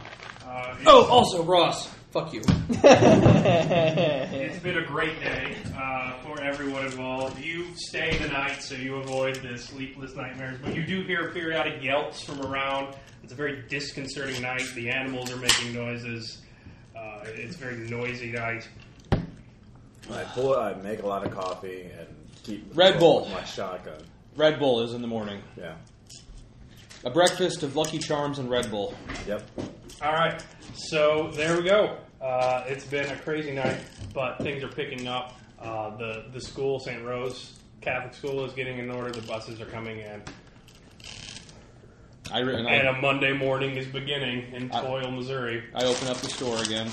S6: Uh, it's-
S7: Oh, also Ross. Fuck you.
S6: It's been a great day uh, for everyone involved. You stay the night so you avoid the sleepless nightmares, but you do hear periodic yelps from around. It's a very disconcerting night. The animals are making noises. Uh, it's a very noisy night.
S2: I pull. I make a lot of coffee and keep
S4: Red Bull.
S2: with my shotgun.
S4: Red Bull is in the morning.
S2: Yeah.
S4: A breakfast of Lucky Charms and Red Bull.
S2: Yep.
S6: All right, so there we go. Uh, it's been a crazy night, but things are picking up. Uh, the the school, St. Rose Catholic School, is getting in order. The buses are coming in,
S4: I re- and
S6: and
S4: I,
S6: a Monday morning is beginning in
S4: I-
S6: Toil, Missouri.
S4: I open up the store again.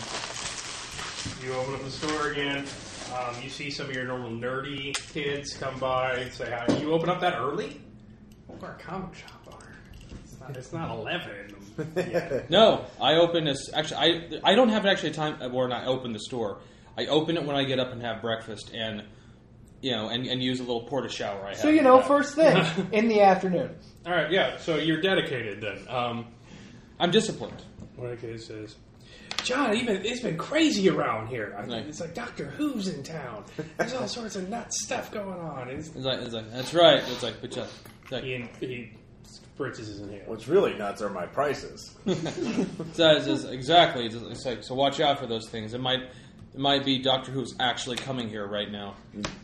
S6: You open up the store again. Um, you see some of your normal nerdy kids come by and say hi. You open up that early? We're a comic shop bar. It's not, it's not 11 yet.
S4: No, I open this. Actually, I I don't have actually a time uh, when I open the store. I open it when I get up and have breakfast, and you know, and, and use a little porta shower. I have.
S3: So, you know, first thing in the afternoon.
S6: All right, yeah, so you're dedicated then. Um,
S4: I'm disciplined.
S6: one of the kids says, John, even it's been crazy around here. I,
S4: Right.
S6: It's like Doctor Who's in town. There's all sorts of nuts stuff going on. It's,
S4: It's like, it's like that's right. It's like, but just, it's like,
S6: he, he spritzes his inhaler.
S2: What's really nuts are my prices.
S4: it's like- it's just- exactly. It's, just- it's like, so watch out for those things. It might, it might be Doctor Who's actually coming here right now.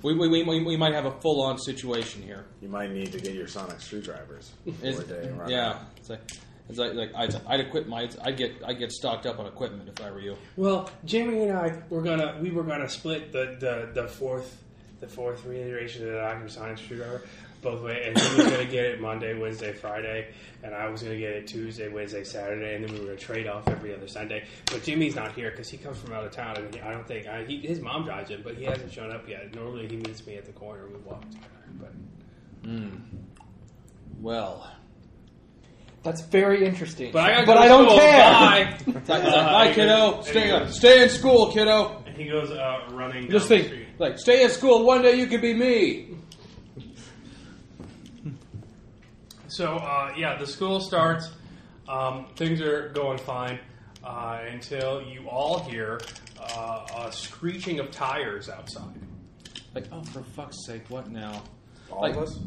S4: We we, we, we might have a full on situation here.
S2: You might need to get your sonic screwdrivers.
S4: It's-
S2: before day arrives.
S4: yeah. It's like. It's like, like I'd, I'd equip my I'd get I'd get stocked up on equipment if I were you.
S6: Well, Jamie and I were gonna we were gonna split the, the, the fourth the fourth reiteration of the Doctor Sonic screwdriver both way, and he was gonna get it Monday, Wednesday, Friday, and I was gonna get it Tuesday, Wednesday, Saturday, and then we were gonna trade off every other Sunday. But Jimmy's not here because he comes from out of town, and he, I don't think I, he, his mom drives him, but he hasn't shown up yet. Normally he meets me at the corner, we walk together, but.
S4: Well,
S3: That's very interesting.
S6: But I, gotta
S3: But
S6: go to
S3: I don't
S6: school.
S3: care.
S6: Bye.
S4: It's like, it's
S6: Uh,
S4: like, Oh, bye,
S6: and-
S4: kiddo.
S6: and-
S4: Stay, uh, stay in school, kiddo.
S6: And he goes uh, running. Down
S4: Just
S6: The
S4: think,
S6: street.
S4: like, stay in school. One day you could be me.
S6: So uh, yeah, the school starts. Um, things are going fine uh, until you all hear uh, a screeching of tires outside.
S4: Like, oh, for fuck's sake, what now?
S2: All
S4: Like-
S2: of us.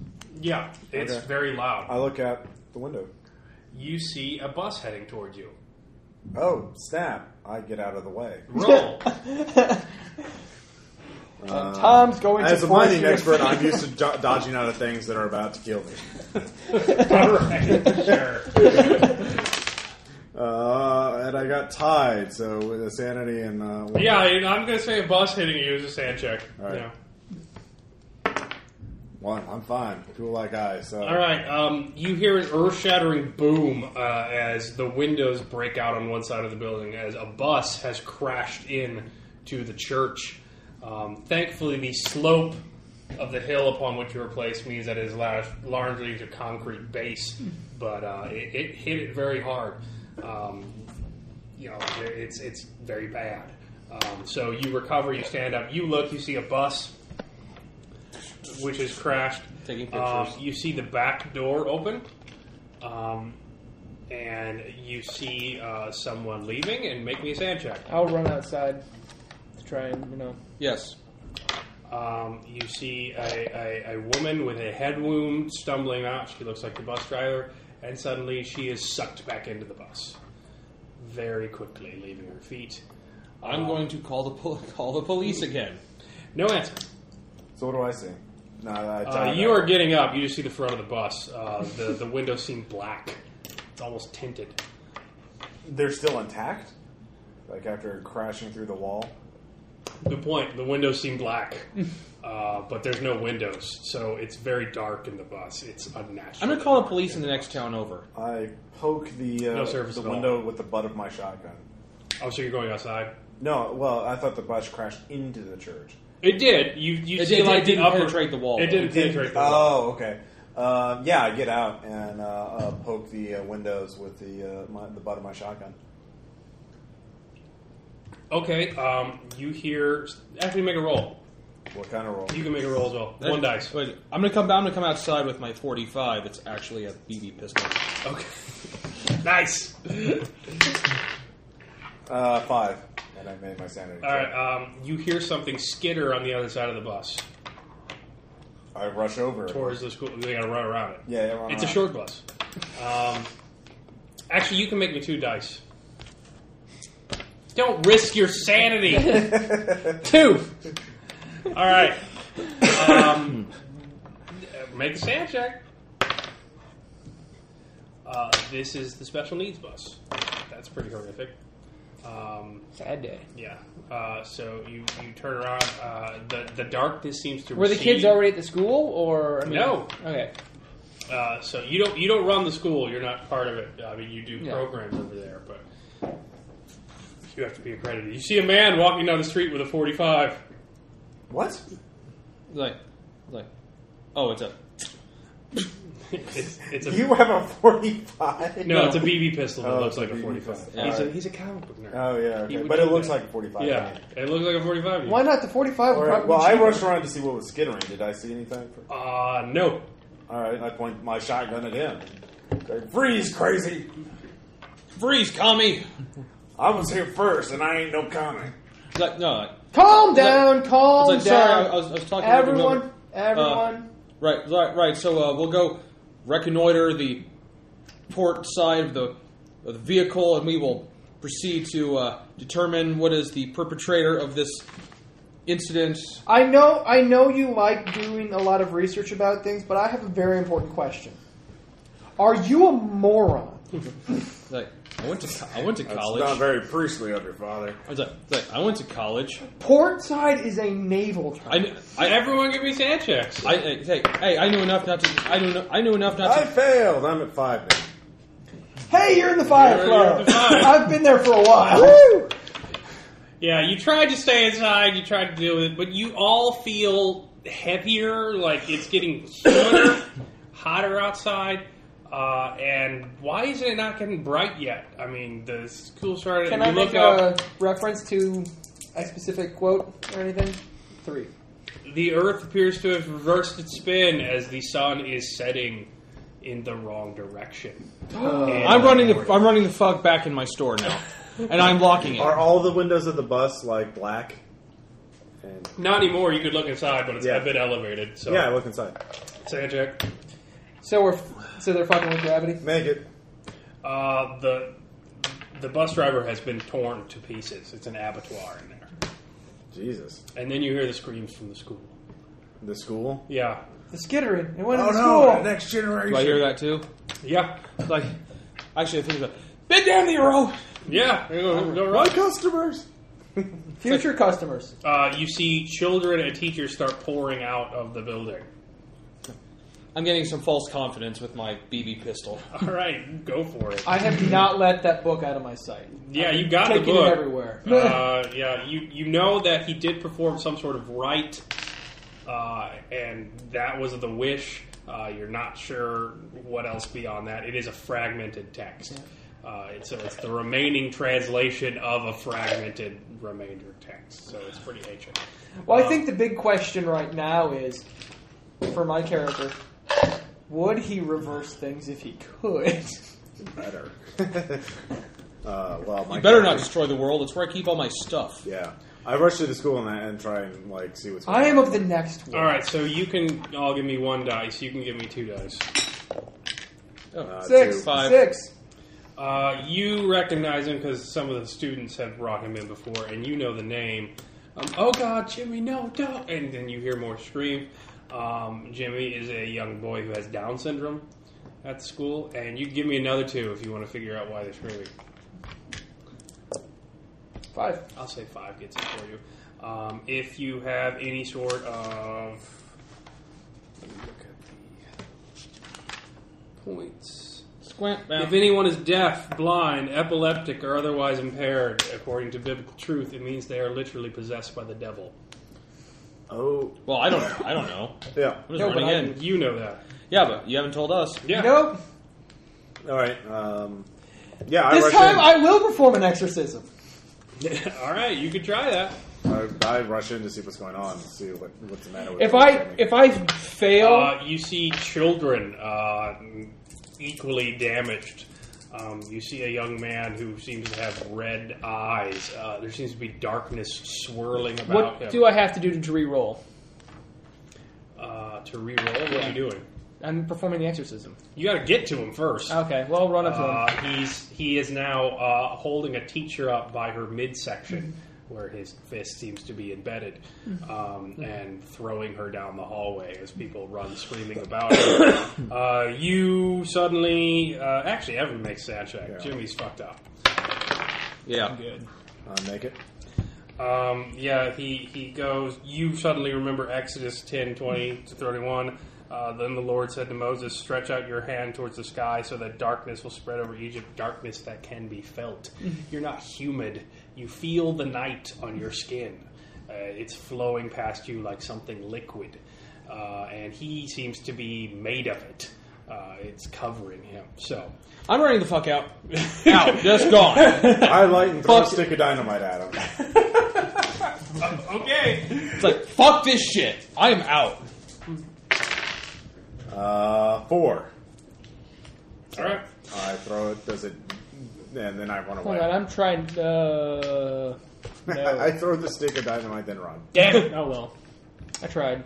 S6: Yeah, it's
S2: Okay.
S6: very
S2: I
S6: loud.
S2: look out the window.
S6: You see a bus heading towards you.
S2: Oh snap! I get out of the way.
S6: Roll.
S3: Tom's going
S2: Uh, As
S3: to
S2: a
S3: force
S2: mining
S3: you to-
S2: expert, I'm used to do- dodging out of things that are about to kill me.
S6: all right. Sure.
S2: Uh, and I got tied, so with the sanity and uh, one-
S6: Yeah, I- I'm gonna say a bus hitting you is a sand check.
S2: All right.
S6: Yeah.
S2: one, I'm fine, cool like I. So
S6: All right. Um, you hear an earth-shattering boom uh, as the windows break out on one side of the building as a bus has crashed in to the church. Um, thankfully, the slope of the hill upon which you were placed means that it is large, largely a concrete base, but uh, it, it hit it very hard. Um, you know, it- it's it's very bad. Um, so you recover, you stand up, you look, you see a bus which has crashed.
S4: Taking
S6: Um,
S4: pictures.
S6: you see the back door open, um, and you see uh, someone leaving. And make me a sand check.
S3: I'll run outside to try and you know.
S4: Yes.
S6: Um, you see a, a, a woman with a head wound stumbling out. She looks like the bus driver, and suddenly she is sucked back into the bus very quickly, leaving her feet.
S4: I'm going to call the pol- call the police again.
S6: No answer.
S2: So what do I see? No, I, I
S6: Uh, you are getting up. You just see the front of the bus. Uh, the the windows seem black. It's almost tinted.
S2: They're still intact. Like after crashing through the wall.
S6: Good point. The windows seem black, uh, but there's no windows, so it's very dark in the bus. It's unnatural.
S4: I'm going to call the police in the next town over.
S2: I poke the uh,
S6: No service
S2: the
S6: at all.
S2: window with the butt of my shotgun.
S6: Oh, so you're going outside?
S2: No, well, I thought the bus crashed into the church.
S6: It did. You you
S4: It
S6: see
S4: did-
S6: like
S4: it didn't
S6: the upper,
S4: penetrate the wall,
S6: It
S4: though.
S6: didn't penetrate the wall.
S2: Oh, okay. Um, yeah, I get out and uh, uh, poke the uh, windows with the uh, my, the butt of my shotgun.
S6: Okay. Um, you hear? Actually, make a roll.
S2: What kind of roll?
S6: You can make a roll as well. One dice.
S4: Wait, I'm going to come. I'm going to come outside with my 45. It's actually a BB pistol.
S6: Okay. nice.
S2: Uh, five, and I made my sanity.
S6: All right. Um, you hear something skitter on the other side of the bus
S2: check. I rush over.
S6: towards the school. They got to run around it.
S2: Yeah, yeah, run
S6: It's a
S2: around.
S6: short bus. Um, actually, you can make me two dice. Don't risk your sanity. two. All right. Um, make a sand check. Uh, this is the special needs bus. That's pretty horrific. Um,
S3: Sad day.
S6: yeah. Uh, so you, you turn around. Uh, the the darkness seems to.
S3: Were the
S6: recede.
S3: kids already at the school, or I mean,
S6: No.
S3: Okay,
S6: Uh, so you don't you don't run the school. You're not part of it. I mean, you do
S3: Yeah.
S6: programs over there, but you have to be accredited. You see a man walking down the street with a 45.
S2: What?
S4: Like, like, oh, it's a
S6: it's, it's a
S2: You have a forty-five.
S6: no, it's a BB pistol that
S2: Oh, it's
S6: looks
S2: a
S6: like a
S2: BB
S6: 45.
S2: pistol. Oh,
S6: He's a
S2: Alright.
S6: he's a comic book nerd.
S2: Oh yeah,
S6: He
S2: okay.
S6: would
S2: but it
S6: do
S2: looks
S6: that.
S2: like a forty-five.
S6: yeah, it looks like a 45.
S3: why not the forty-five?
S2: All
S3: would
S2: right,
S3: probably
S2: well,
S3: be
S2: I
S3: cheaper.
S2: rushed around to see what was skittering. Did I see anything?
S6: Uh, no.
S2: All right, I point my shotgun at him. Like, Freeze, crazy!
S4: freeze, commie.
S2: I was here first, and I ain't no comic.
S4: It's Like, no, like,
S3: Calm down, calm
S4: it's like sorry,
S3: down.
S4: I, I was, I was talking. to everyone.
S3: everyone, everyone.
S4: uh, Right, right, right. So uh, we'll go reconnoiter the port side of the, of the vehicle, and we will proceed to uh, determine what is the perpetrator of this incident.
S3: I know, I know you like doing a lot of research about things, but I have a very important question. Are you a moron?
S4: Like, I went to co- I went to
S2: That's
S4: college.
S2: not very priestly of your father.
S4: I was like, like, I went to college.
S3: Portside is a naval term.
S4: I, kn- I,
S6: Everyone give me sand checks.
S4: I, I hey, hey, I knew enough not to. I knew I knew enough not
S2: I
S4: to.
S2: failed. I'm at five now.
S3: hey, you're in the fire
S6: You're-
S3: club.
S6: you're in the fire.
S3: I've been there for a while.
S6: Yeah, you tried to stay inside, you tried to deal with it, but you all feel heavier, like it's getting cooler, hotter outside. Uh, and why isn't it not getting bright yet? I mean, the school started.
S3: Can
S6: you
S3: I make
S6: look up,
S3: a reference to a specific quote or anything? Three.
S6: the Earth appears to have reversed its spin as the sun is setting in the wrong direction. And-
S4: I'm running the I'm running the fuck back in my store now, and I'm locking
S2: Are
S4: it.
S2: all the windows of the bus like black? And
S6: Not anymore. You could look inside, but it's
S2: Yeah.
S6: a bit elevated. So
S2: yeah, I look inside.
S6: Sand check.
S3: So we're f- so they're fucking with gravity.
S2: Make it.
S6: Uh, the the bus driver has been torn to pieces. It's an abattoir in there,
S2: Jesus,
S6: and then you hear the screams from the school.
S2: the school.
S6: Yeah,
S3: The skittering. It went
S2: Oh
S3: to
S2: no,
S3: school.
S2: the next generation.
S4: Do I hear that too?
S6: yeah,
S4: Like, actually, I think it's a bend down the road.
S6: yeah. Go, go
S2: My
S6: right.
S2: customers.
S3: Future customers.
S6: Uh, you see children and teachers start pouring out of the building.
S4: I'm getting some false confidence with my BB pistol.
S6: All right, go for it.
S3: I have not let that book out of my sight.
S6: Yeah, you got the
S3: Taking it
S6: book.
S3: everywhere.
S6: Uh, yeah, you you know that he did perform some sort of rite uh, and that was the wish. Uh, you're not sure what else beyond that. It is a fragmented text. Uh, it's- so it's the remaining translation of a fragmented remainder text. So it's pretty ancient.
S7: Well, I think the big question right now is for my character, would he reverse things if he could?
S2: better. uh, well, my
S4: You better not
S2: character-
S4: destroy the world. It's where I keep all my stuff.
S2: Yeah, I rush to the school and, I, and try and like see what's. going
S7: I am
S2: on.
S7: of the next one.
S6: All right, so you can all give me one dice. You can give me two dice.
S4: Oh.
S2: Uh,
S7: Six.
S2: two.
S4: Five.
S7: Six.
S6: Uh, you recognize him because some of the students have brought him in before, and you know the name. Um, oh God, Jimmy, no, don't! And then you hear more scream. Um, Jimmy is a young boy who has Down syndrome at school, and you can give me another two if you want to figure out why they're screaming.
S7: Five.
S6: I'll say five gets it for you. Um, if you have any sort of, let me look at the points.
S4: Squint.
S6: If anyone is deaf, blind, epileptic, or otherwise impaired, according to biblical truth, it means they are literally possessed by the devil.
S2: Oh,
S4: Well, I don't. I don't know.
S2: yeah.
S4: I'm just
S7: No, but
S4: running
S7: I
S4: in.
S6: You know that.
S4: Yeah, but you haven't told us.
S6: Yeah.
S7: Nope.
S2: All right. Um, yeah, I
S7: This
S2: rush
S7: time
S2: in.
S7: I will perform an exorcism.
S6: All right, you could try that.
S2: I, I rush in to see what's going on, see what, what's the matter with
S3: If
S2: the
S3: I
S2: family.
S3: if I fail,
S6: Uh, you see children uh, equally damaged. Um, you see a young man who seems to have red eyes. Uh, there seems to be darkness swirling about
S3: what
S6: him.
S3: do I have to do to re-roll?
S6: uh, to reroll, what are you doing?
S3: I'm performing the exorcism.
S6: You got to get to him first.
S3: Okay, well, run up to him.
S6: Uh, he's he is now uh, holding a teacher up by her midsection, where his fist seems to be embedded, um, and throwing her down the hallway as people run screaming about her. uh, you suddenly, uh, actually, everyone makes that check.
S2: Yeah.
S6: Jimmy's fucked up.
S4: Yeah.
S7: Good.
S2: uh, make it.
S6: Um, yeah, he, he goes, You suddenly remember Exodus 10 20 to 31. Uh, then the Lord said to Moses, Stretch out your hand towards the sky so that darkness will spread over Egypt, darkness that can be felt. You're not humid. You feel the night on your skin. Uh, it's flowing past you like something liquid. Uh, and he seems to be made of it. Uh, it's covering him. So,
S4: I'm running the fuck out. out. Just gone.
S2: I light and throw a
S4: Fuck.
S2: stick of dynamite at him.
S6: okay.
S4: It's like fuck this shit. I am out.
S2: Uh, four.
S6: All right.
S2: I throw it. Does it? And then I run away.
S3: Hold on, I'm trying. Uh, no.
S2: I throw the stick of dynamite, then run.
S6: Damn it.
S3: oh well, I tried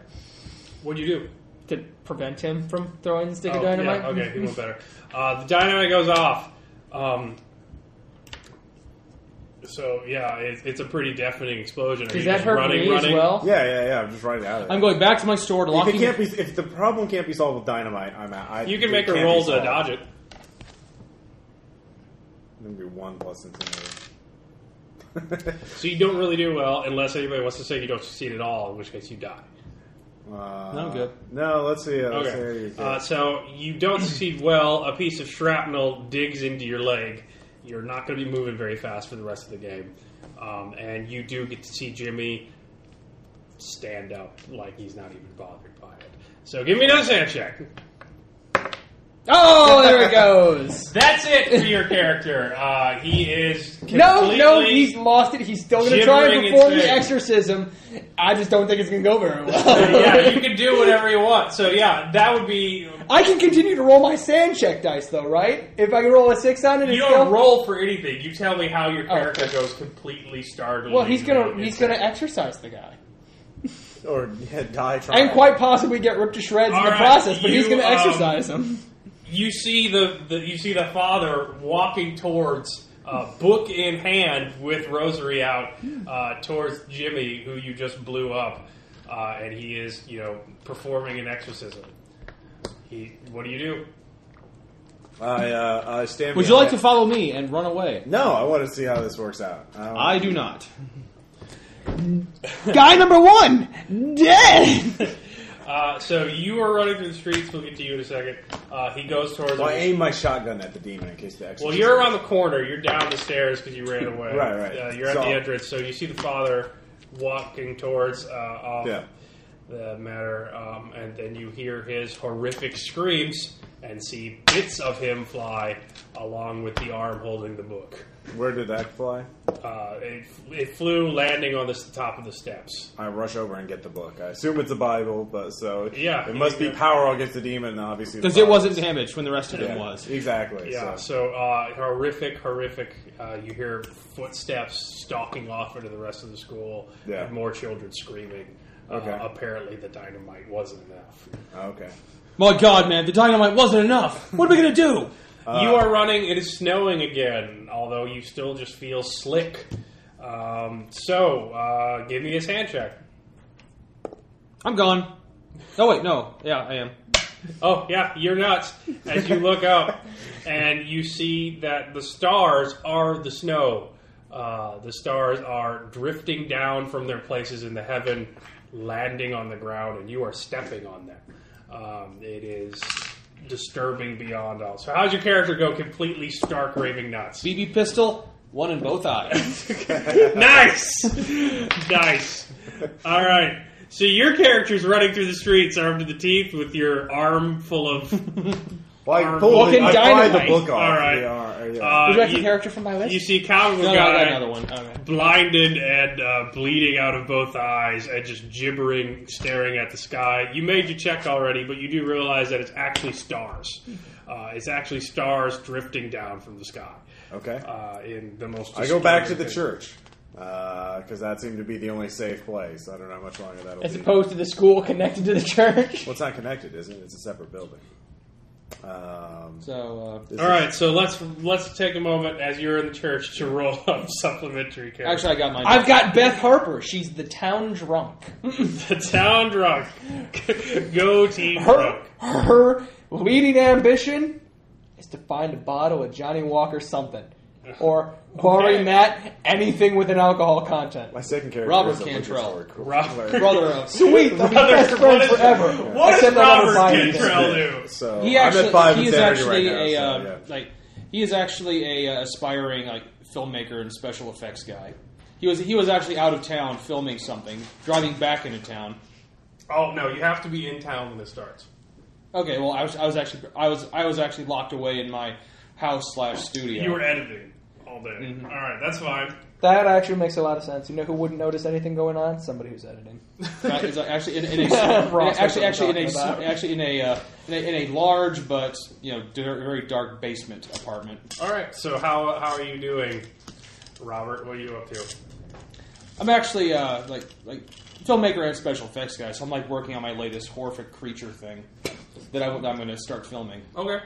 S6: What'd you do?
S3: to prevent him from throwing the stick of
S6: Oh,
S3: dynamite.
S6: Yeah, okay, he went better. Uh, the dynamite goes off. Um, so yeah, it, it's a pretty deafening explosion. Are
S3: Does
S6: you
S3: that
S6: just
S3: hurt
S6: running,
S3: me
S6: running?
S3: as well?
S2: Yeah, yeah, yeah. I'm just running out of it.
S4: I'm going back to my store to lock
S2: if it
S4: it.
S2: can't be, if the problem can't be solved with dynamite, I'm out. I,
S6: You can
S2: it
S6: make a
S2: can't
S6: roll
S2: be
S6: to
S2: solved.
S6: dodge it.
S2: Then be one plus Uh, intimidation.
S6: So you don't really do well unless anybody wants to say you don't succeed at all, in which case you die.
S2: uh,
S4: No, I'm good.
S2: No, let's see. uh, Let's
S6: Okay.
S2: see.
S6: Uh, so you don't succeed well. A piece of shrapnel digs into your leg. You're not going to be moving very fast for the rest of the game. Um, and you do get to see Jimmy stand up like he's not even bothered by it. So give me another sand check.
S3: Oh, there it goes.
S6: That's it for your character. Uh, he is completely
S3: No, no, he's lost it. He's still going to try and
S6: Gibbering
S3: perform the
S6: insane.
S3: exorcism. I just don't think it's going to go very
S6: yeah, you
S3: well.
S6: can do whatever you want. So yeah, that would be.
S3: I can continue to roll my sand check dice though, right? If I can roll a six on it,
S6: You
S3: it's
S6: don't
S3: still.
S6: roll for anything. You tell me how your
S3: Oh,
S6: character
S3: okay.
S6: goes completely startled.
S3: well, he's gonna he's gonna exercise the guy,
S2: or yeah, die trying.
S3: and quite possibly get ripped to shreds in
S6: All
S3: the
S6: right,
S3: process. But he's
S6: you,
S3: gonna
S6: um,
S3: exercise him.
S6: you see the, the you see the father walking towards uh, book in hand with rosary out uh, towards Jimmy who you just blew up uh, and he is you know performing an exorcism he what do you do
S2: I, uh, I stand.
S4: Would you like to
S2: behind-
S4: follow me and run away?
S2: No, I want to see how this works out. I, don't-
S4: I do not.
S3: Guy number one, dead.
S6: uh, so you are running through the streets we'll get to you in a second uh, he goes towards
S2: Well, I aim my shotgun at the demon in case the exorcism.
S6: Well, you're around the corner. You're down the stairs because you ran away.
S2: Right, right.
S6: Uh, you're at
S2: So-
S6: the entrance, so you see the father walking towards. Uh, off.
S2: Yeah.
S6: the matter, um, and then you hear his horrific screams and see bits of him fly along with the arm holding the book.
S2: Where did that fly?
S6: Uh, it, it flew, landing on the s- top of the steps.
S2: I rush over and get the book. I assume it's a Bible, but so
S6: Yeah,
S2: it must be
S6: yeah.
S2: power against the demon. Obviously, the
S4: Because it
S2: Bible.
S4: wasn't damaged when the rest of
S2: Yeah,
S4: it was.
S2: exactly.
S6: Yeah,
S2: so.
S6: so uh, horrific, horrific. Uh, you hear footsteps stalking off into the rest of the school,
S2: Yeah.
S6: and more children screaming.
S2: Okay.
S6: Uh, apparently, the dynamite wasn't enough.
S2: okay.
S4: My God, man, the dynamite wasn't enough. What are we gonna do?
S2: Uh,
S6: you are running. It is snowing again, although you still just feel slick. Um, so, uh, give me a sand check.
S4: I'm gone. Oh wait, no. Yeah, I am.
S6: Oh yeah, you're nuts. As you look up, and you see that the stars are the snow. Uh, the stars are drifting down from their places in the heaven, landing on the ground, and you are stepping on them. Um, it is disturbing beyond all. So, how's your character go? Completely stark raving nuts.
S4: BB pistol, one in both eyes.
S6: nice, nice. All right. So your character's running through the streets, armed to the teeth, with your arm full of.
S2: Well, I
S6: Arm-
S2: pulled it,
S3: Fucking
S2: I pried the
S3: dynamite.
S2: book off.
S6: All right.
S2: Yeah, yeah.
S6: Uh,
S3: Would you like
S6: you,
S3: the character from my list?
S6: you see, comical
S4: No, no, I
S6: guy
S4: got another one. Okay.
S6: blinded and uh, bleeding out of both eyes, and just gibbering, staring at the sky. You made your check already, but you do realize that it's actually stars. Uh, it's actually stars drifting down from the sky.
S2: okay.
S6: Uh, in the most.
S2: I go back to
S6: disturbing
S2: the
S6: thing.
S2: church because that seemed to be the only safe place. I don't know how much longer that'll
S3: As
S2: be.
S3: opposed to the school connected to the church.
S2: well, it's not connected, is it? It's a separate building. Um,
S4: So uh,
S2: this
S6: All
S2: is-
S6: right, so let's let's take a moment as you're in the church to roll up supplementary character.
S4: actually, I got mine.
S3: I've got Beth Harper. She's the town drunk.
S4: Hmm.
S6: the town drunk. Go team
S3: Her,
S6: drunk.
S3: her leading ambition is to find a bottle of Johnny Walker something. Or, barring
S6: Okay.
S3: that, anything with an alcohol content.
S2: my second character
S4: Robert
S2: is a liquor
S4: Cantrell.
S2: store clerk.
S6: Robert.
S4: brother of.
S3: Sweet, they'll be best
S6: what
S3: friends
S6: is,
S3: forever.
S6: What does
S3: Except they'll never
S6: Robert
S3: buy anything.
S6: Cantrell do?
S2: So
S4: He
S2: I'm
S4: actually,
S2: at five
S4: he
S2: and
S4: is
S2: Saturday
S4: actually
S2: right
S4: a
S2: now,
S4: uh,
S2: so, yeah.
S4: like he is actually a uh, aspiring like filmmaker and special effects guy. He was he was actually out of town filming something, driving back into town.
S6: Oh no, you have to be in town when it starts.
S4: Okay, well I was I was actually I was I was actually locked away in my house slash studio.
S6: You were editing all day.
S4: Mm-hmm.
S6: All right, that's fine.
S3: That actually makes a lot of sense. You know who wouldn't notice anything going on? Somebody who's editing.
S4: That Uh, is actually in, in a in a-
S3: Ross, that's
S4: actually
S3: what I'm
S4: actually in a
S3: talking about.
S4: actually in a, uh, in a in a large but you know dar- very dark basement apartment.
S6: All right, so how how are you doing, Robert? What are you up to?
S4: I'm actually uh, like like filmmaker and special effects guy, so I'm like working on my latest horrific creature thing that I, am going to start filming.
S3: Oh.
S6: Okay.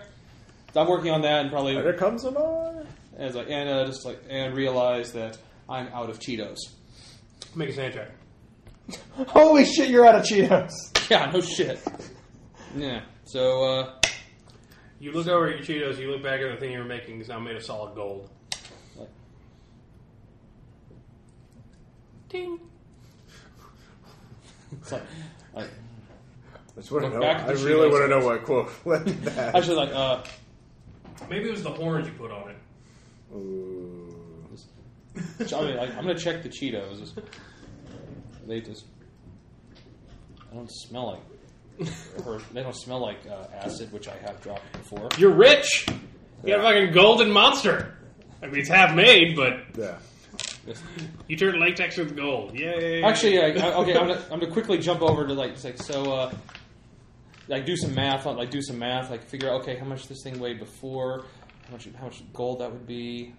S4: So I'm working on that and probably
S2: There comes another.
S4: as like and uh, just like and realize that I'm out of Cheetos.
S6: Make a sand check.
S3: Holy shit, you're out of Cheetos.
S4: Yeah, no shit. Yeah. So uh,
S6: You look over at your Cheetos. You look back at the thing you were making. It's now made of solid gold.
S4: like,
S6: Ding.
S4: it's like like
S2: I just want to
S4: Look
S2: know.
S4: back at
S2: I
S4: the sheet
S2: really
S4: notes.
S2: want to know what quote led to that.
S4: actually like uh.
S6: Maybe it was the horns you put on it.
S2: Ooh.
S4: So, I mean, like, I'm gonna check the Cheetos. They just. I don't smell like. Or they don't smell like uh, acid, which I have dropped before.
S6: You're rich. You got a fucking golden monster. I mean, it's half made, but
S2: Yeah.
S6: you turn latex with gold. Yay!
S4: Actually, yeah, I- okay, I'm gonna, I'm gonna quickly jump over to like, it's like so. Uh, like do some math, like do some math, like figure out okay how much this thing weighed before, how much how much gold that would be,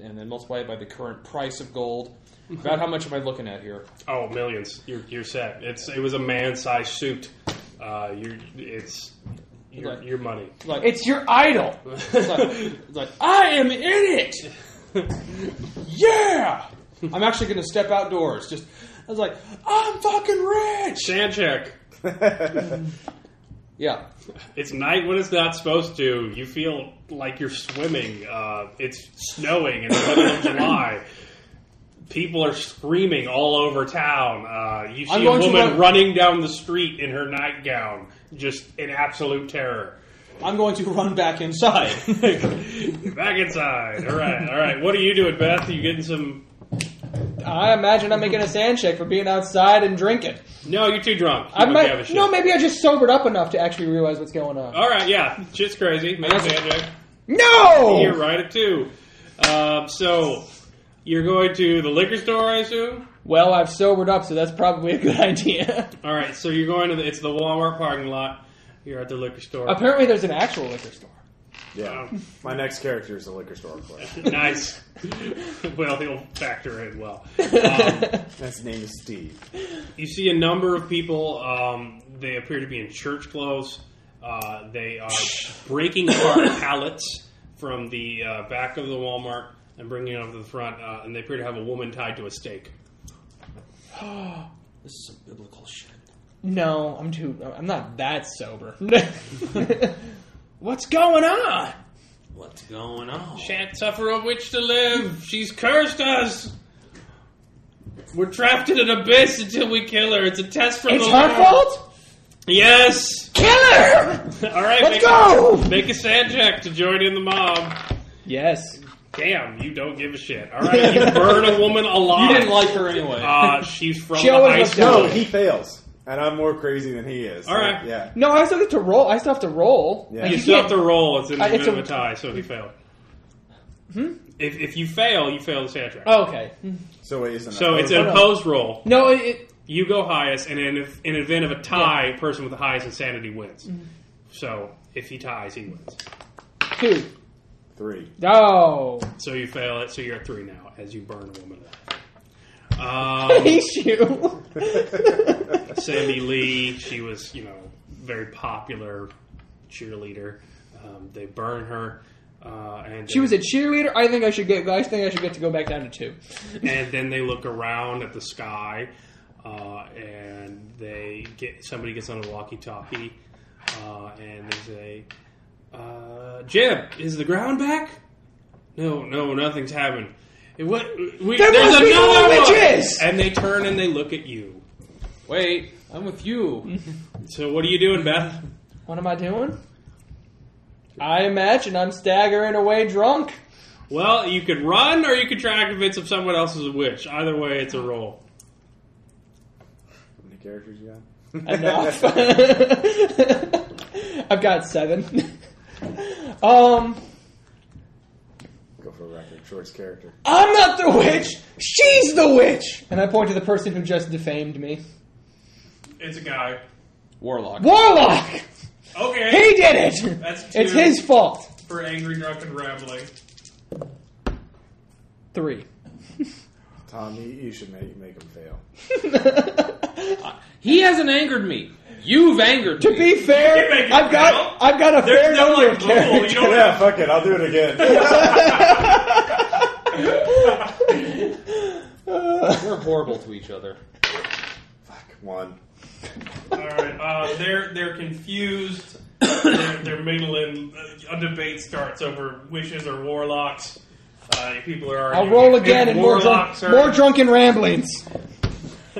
S4: and then multiply it by the current price of gold. About how much am I looking at here?
S6: oh, millions. You're you're set. It's it was a man-sized suit. Uh, you're it's your
S4: Okay.
S6: your money.
S4: Like
S3: It's your idol.
S4: It's like, it's like, I am in it. Yeah, I'm actually going to step outdoors. Just I was like, I'm fucking rich.
S6: Sand check.
S4: Yeah,
S6: It's night when it's not supposed to. You feel like you're swimming. Uh, it's snowing in the middle of July. People are screaming all over town. Uh, you
S4: I'm
S6: see a
S4: going to
S6: woman
S4: run-
S6: running down the street in her nightgown, just in absolute terror.
S4: I'm going to run back inside.
S6: Back inside. All right, all right. What are you doing, Beth? Are you getting some
S3: I imagine I'm making a sand shake for being outside and drinking.
S6: No, you're too drunk. You
S3: I
S6: don't give a
S3: might,
S6: shit. Oh.
S3: no, maybe I just sobered up enough to actually realize what's going on.
S6: All right, yeah, shit's crazy. Man, magic. You're
S3: No,
S6: right at two. Um, so you're going to the liquor store, I assume.
S3: well, I've sobered up, so that's probably a good idea.
S6: All right, so you're going to the, it's the Walmart parking lot. You're at the liquor store.
S3: Apparently, there's an actual liquor store.
S2: Yeah.
S6: Um,
S2: My next character is a liquor store clerk.
S6: nice. well, he'll factor in well. Um,
S2: His name is Steve.
S6: you see a number of people. Um, they appear to be in church clothes. Uh, they are breaking apart pallets from the uh, back of the Walmart and bringing it up to the front. Uh, and they appear to have a woman tied to a stake.
S4: This is some biblical shit.
S3: No, I'm too. I'm not that sober.
S6: What's going on?
S4: What's going on?
S6: Can't suffer a witch to live. She's cursed us. We're trapped in an abyss until we kill her. It's a test from
S3: it's
S6: the
S3: her
S6: Lord.
S3: fault.
S6: Yes.
S3: Kill her.
S6: All right.
S3: Let's
S6: make
S3: go!
S6: A, make a sand check to join in the mob.
S3: Yes.
S6: Damn, you don't give a shit. All right, you burn a woman alive.
S4: You didn't like her anyway.
S6: Uh, she's from
S3: She
S6: the
S3: always
S6: high
S3: looked
S6: school.
S2: No, he fails. And I'm more crazy than he is.
S6: All right.
S2: Yeah.
S3: No, I still have to roll. I still have to roll.
S2: Yeah.
S3: Like,
S6: You
S3: you
S6: still
S3: can't-
S6: have to roll. It's in the
S3: Uh, it's
S6: middle
S3: a- Hmm?
S6: of a tie, so he failed. If, if you fail, you fail the soundtrack.
S3: Oh, okay.
S2: So it isn't.
S6: so it's
S3: oh,
S6: an
S3: no.
S6: opposed roll.
S3: No, it, it,
S6: You go highest, and in, if, in an event of a tie, person with the highest insanity wins.
S3: Mm-hmm.
S6: So if he ties, he wins.
S3: two.
S2: three.
S3: Oh,
S6: So you fail it. So you're at three now, as you burn a woman alive. Um,
S3: hate you.
S6: Sammy Lee, she was, you know, very popular cheerleader. Um, they burn her, uh, and
S3: She was a cheerleader. I think I should get. I think I should get to go back down to two.
S6: and then they look around at the sky, uh, and they get somebody gets on a walkie-talkie, uh, and they say, uh, "Jim, is the ground back? No, no, nothing's happened. It, what? We,
S3: There
S6: there's
S3: must be
S6: another
S3: more
S6: one!"
S3: witches!
S6: And they turn and they look at you.
S4: Wait, I'm with you.
S6: So what are you doing, Beth?
S3: What am I doing? I imagine I'm staggering away drunk.
S6: Well, you could run or you could try to convince if someone else is a witch. Either way, it's a roll.
S2: How many characters you got?
S3: Enough. I've got seven. um,
S2: Go for a record. Short's character.
S3: I'm not the witch. She's the witch. And I point to the person who just defamed me.
S6: It's a guy.
S4: Warlock.
S3: Warlock.
S6: Okay.
S3: He did it.
S6: That's two
S3: It's his fault.
S6: for angry, drunken rambling.
S3: Three.
S2: Tom, you, you should make, make him fail.
S4: He hasn't angered me. You've angered
S3: To
S4: me.
S3: be
S6: You make
S3: fair,
S6: it
S3: I've
S6: count.
S3: got I've got a fair
S6: There's no
S3: number
S6: like
S3: of
S6: rule. You
S3: characters.
S6: don't
S2: Yeah,
S6: have.
S2: fuck it. I'll do it again.
S4: We're horrible to each other.
S2: fuck. One.
S6: All right. Uh, they're they're confused. they're, they're mingling. A uh, debate starts over witches or warlocks. Uh, people are.
S3: I'll
S6: Arguing.
S3: roll again
S6: If
S3: and more drunk,
S6: warlocks are-
S3: more drunken ramblings.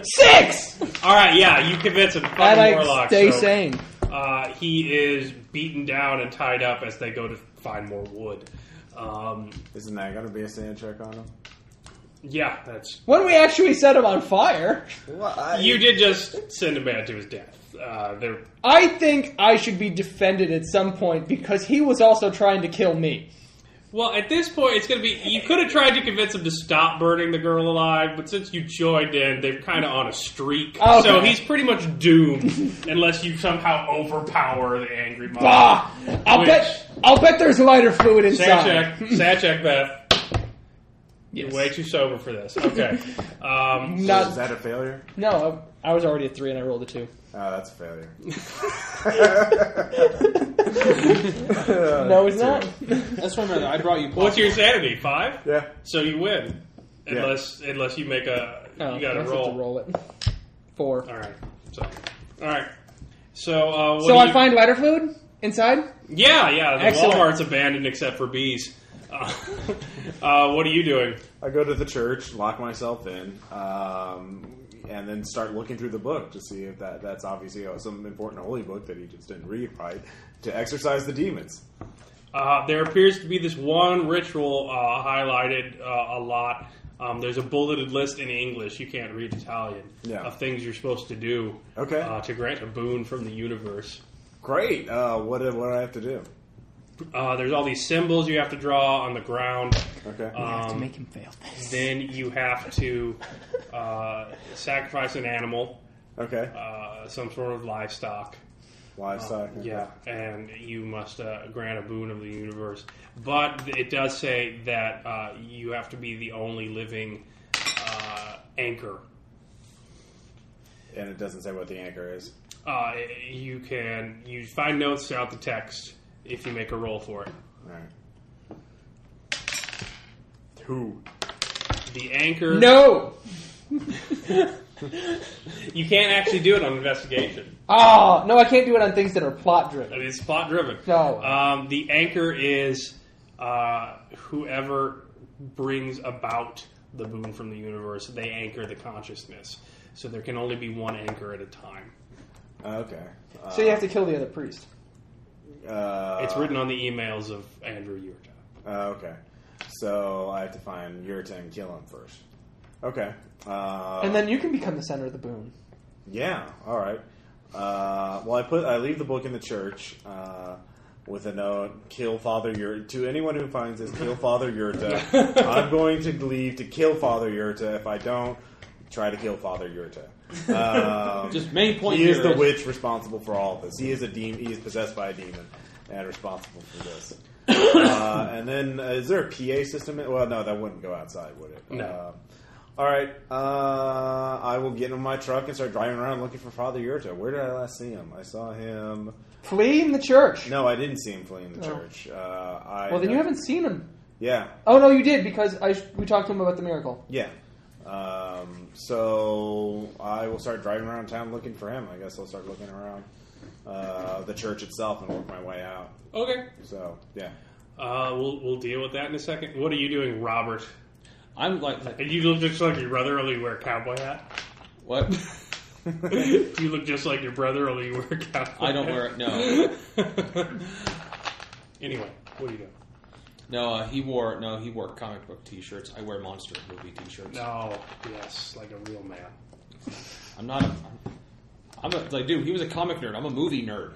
S3: Six.
S6: All right. Yeah, you convince him. Fucking
S3: I like
S6: warlock.
S3: stay
S6: so,
S3: sane.
S6: Uh, he is beaten down and tied up as they go to find more wood. Um,
S2: Isn't that going to be a sand check on him?
S6: yeah, that's
S3: When we actually set him on fire,
S2: Well, I,
S6: You did just send a man to his death. Uh, they're,
S3: I think I should be defended at some point because he was also trying to kill me.
S6: well, at this point, it's going to be. You could have tried to convince him to stop burning the girl alive, but since you joined in, they're kind of on a streak.
S3: Oh, Okay.
S6: So he's pretty much doomed unless you somehow overpower the angry mob.
S3: Bah! I'll
S6: Which-
S3: bet I'll bet there's lighter fluid
S6: Sand
S3: inside.
S6: check, sand check, Beth.
S3: Yes.
S6: You're way too sober for this. Okay. Um,
S2: Is
S3: Not,
S2: that a failure?
S3: no, I I was already at three and I rolled a two.
S2: Oh, that's a failure.
S3: No, it's not.
S4: That's why I'm- I brought you.
S6: what's your insanity? Five.
S2: Yeah.
S6: So you win,
S2: Yeah.
S6: unless unless you make a
S3: Oh,
S6: you got
S3: I
S6: to
S3: guess I have
S6: roll.
S3: it. Four.
S6: All right. So, all right. So, uh, what
S3: So
S6: do
S3: I
S6: you-
S3: find lighter fluid inside.
S6: Yeah, yeah. The
S3: Excellent.
S6: Walmart's abandoned except for bees. Uh, uh, what are you doing?
S2: I go to the church, lock myself in, um, and then start looking through the book to see if that, that's obviously uh, some important holy book that he just didn't read, right? To exorcise the demons.
S6: Uh, there appears to be this one ritual uh, highlighted uh, a lot Um, there's a bulleted list in English. You can't read Italian
S2: Yeah.
S6: of things you're supposed to do
S2: Okay.
S6: uh, to grant a boon from the universe.
S2: Great. Uh, what do- what do I have to do?
S6: Uh, there's all these symbols you have to draw on the ground.
S2: Okay.
S6: Um,
S3: to make him fail this.
S6: then you have to uh, sacrifice an animal,
S2: okay.
S6: uh, some sort of livestock.
S2: Livestock.
S6: Yeah, and you must uh, grant a boon of the universe. But it does say that uh, you have to be the only living uh, anchor.
S2: And it doesn't say what the anchor is.
S6: Uh, you can you find notes throughout the text if you make a roll for it.
S2: All right. Two.
S6: The anchor.
S3: No.
S6: you can't actually do it on investigation.
S3: Oh no, I can't do it on things that are plot driven.
S6: It's plot driven.
S3: No.
S6: Um, the anchor is uh, whoever brings about the boon from the universe. They anchor the consciousness, so there can only be one anchor at a time.
S2: Okay. Uh,
S3: So you have to kill the other priest.
S2: uh,
S6: It's written on the emails of Andrew Yurta.
S2: Uh, okay. So I have to find Yurta and kill him first. Okay. Uh,
S3: And then you can become the center of the boon.
S2: yeah. All right. Uh, well, I put I leave the book in the church uh, with a note: "Kill Father Yurta." To anyone who finds this, kill Father Yurta. I'm going to leave to kill Father Yurta. If I don't, try to kill Father Yurta. Um,
S4: Just main point
S2: he
S4: here
S2: is the witch responsible for all of this. He is a demon. He is possessed by a demon and responsible for this. uh, and then, uh, is there a PA system? in- Well, no, that wouldn't go outside, would it?
S6: No.
S2: Uh, all right. Uh, I will get in my truck and start driving around looking for Father Yurta. Where did I last see him? I saw him.
S3: Flee in the church.
S2: No, I didn't see him fleeing the church. Uh, I,
S3: Oh. Well, then you haven't seen him.
S2: Yeah.
S3: Oh no, you did because I we talked to him about the miracle.
S2: Yeah. Um, so I will start driving around town looking for him. I guess I'll start looking around uh, the church itself and work my way out.
S4: Okay.
S2: So yeah,
S6: Uh, we'll we'll deal with that in a second. What are you doing, Robert?
S4: I'm like, like
S6: And You look just like your brother, only you wear a cowboy hat.
S4: what?
S6: you look just like your brother, only you wear a cowboy.
S4: I don't wear it. No,
S6: it. anyway, what are you doing?
S4: no. Uh, he wore no. He wore comic book T-shirts. I wear monster movie T-shirts.
S6: No, yes, like a real man.
S4: I'm not. A, I'm a like, dude. He was a comic nerd. I'm a movie nerd.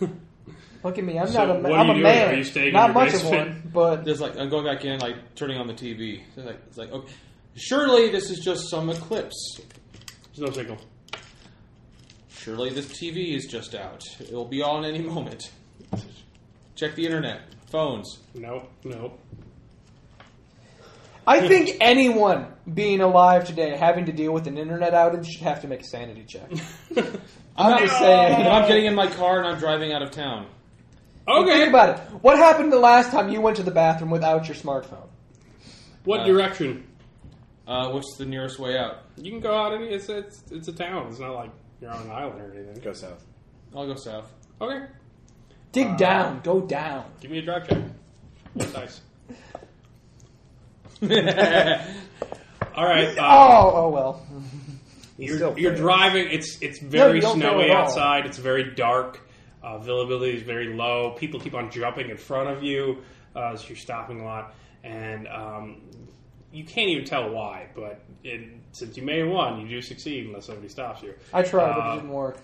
S3: Look at me. I'm
S6: So
S3: not a
S6: what
S3: man.
S6: are
S3: I'm
S6: you
S3: a
S6: doing?
S3: man.
S6: Are you staying in
S3: not
S6: your
S3: much
S6: basement?
S3: of one, but
S4: There's like I'm going back in, like turning on the TV. It's like, it's like okay, surely this is just some eclipse.
S6: There's no signal.
S4: Surely this TV is just out. It'll be on any moment. Check the internet, phones.
S6: Nope, nope.
S3: I think anyone being alive today having to deal with an internet outage should have to make a sanity check. I'm just saying.
S4: And I'm getting in my car and I'm driving out of town.
S3: Think
S6: Okay.
S3: about it. What happened the last time you went to the bathroom without your smartphone?
S6: What
S4: Uh,
S6: direction?
S4: Uh, what's the nearest way out?
S6: You can go out any. It's it's it's a town. It's not like you're on an island or anything.
S2: go south.
S4: I'll go south.
S6: Okay.
S3: Dig down. Go down.
S6: Give me a drive check. What dice? All right. Uh,
S3: Oh, oh well.
S2: He's
S6: you're,
S2: still
S6: you're
S2: failed.
S6: driving. It's it's very
S3: you don't fail at
S6: snowy
S3: all.
S6: outside. It's very dark. Uh, visibility is very low. People keep on jumping in front of you uh, as you're stopping a lot, and um, you can't even tell why. But it, since you made one, you do succeed unless somebody stops you.
S3: I tried, but
S6: Uh,
S3: it didn't work.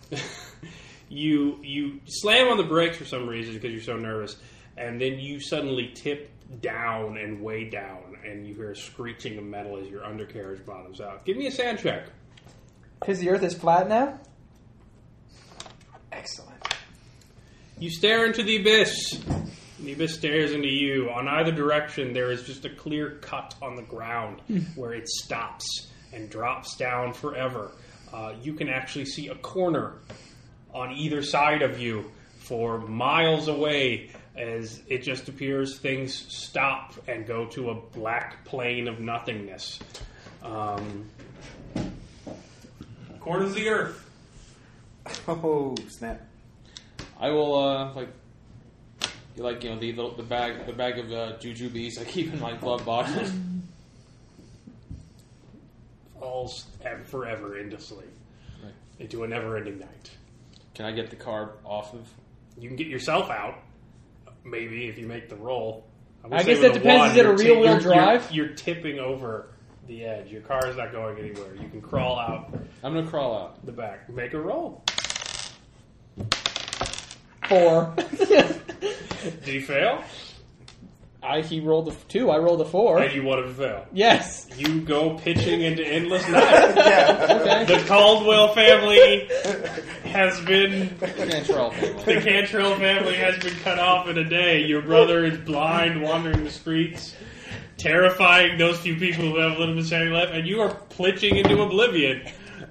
S6: you you slam on the brakes for some reason because you're so nervous, and then you suddenly tip down and way down, and you hear a screeching of metal as your undercarriage bottoms out. Give me a sand check.
S3: Because the Earth is flat now. Excellent.
S6: You stare into the abyss. The abyss stares into you. On either direction, there is just a clear cut on the ground where it stops and drops down forever. Uh, you can actually see a corner on either side of you for miles away as it just appears things stop and go to a black plane of nothingness. Um, Corners of the earth.
S2: Oh snap!
S4: I will uh, like, you like you know the the, the bag the bag of uh, jujubes I keep in my glove box.
S6: falls ev- forever into sleep,
S4: Right.
S6: into a never-ending night.
S4: Can I get the car off of?
S6: You can get yourself out, maybe if you make the roll. would
S3: I
S6: say
S3: guess
S6: with
S3: that
S6: a
S3: depends, is it a
S6: you're
S3: rear-wheel
S6: you're-
S3: drive?
S6: You're, you're tipping over the edge. Your car is not going anywhere. You can crawl out
S4: I'm gonna crawl out.
S6: the back. Make a roll.
S3: Four.
S6: Did you fail?
S3: I he rolled a f- two. I rolled a four.
S6: And you wanted to fail.
S3: Yes.
S6: You go pitching into endless night.
S4: Okay.
S6: The Caldwell family has been
S4: Can't troll family.
S6: the Cantrell family has been cut off in a day. Your brother is blind, wandering the streets, terrifying those few people who have lived in the Saturday life, and you are plitching into oblivion.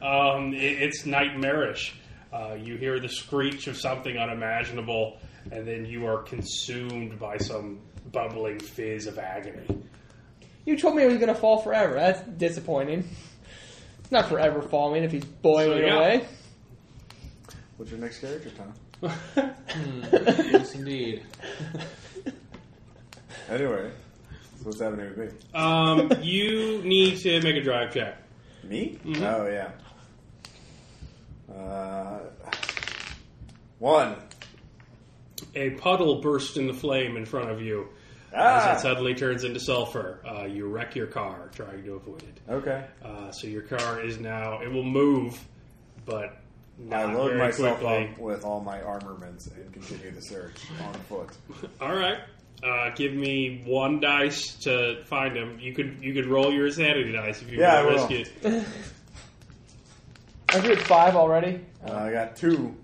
S6: Um, it, it's nightmarish. Uh, you hear the screech of something unimaginable, and then you are consumed by some bubbling fizz of agony.
S3: You told me I was gonna fall forever. That's disappointing. Not forever falling if he's boiling
S6: So, yeah.
S3: away.
S2: What's your next character, Tom?
S3: Hmm.
S4: Yes, indeed.
S2: Anyway, so what's happening with me?
S6: Um, you need to make a drive check.
S2: Me?
S6: Mm-hmm.
S2: Oh yeah. Uh, one.
S6: A puddle bursts into flame in front of you. As it
S2: Ah.
S6: suddenly turns into sulfur, uh, you wreck your car trying to avoid it.
S2: Okay.
S6: Uh, so your car is now it will move, but not
S2: I load
S6: very
S2: myself
S6: quickly.
S2: up with all my armaments and continue the search on foot.
S6: All right, uh, give me one dice to find him. You could you could roll your insanity dice if you
S2: Yeah,
S6: want to
S2: I
S6: risk
S2: will.
S6: it.
S3: I drew five already.
S2: Uh, I got two.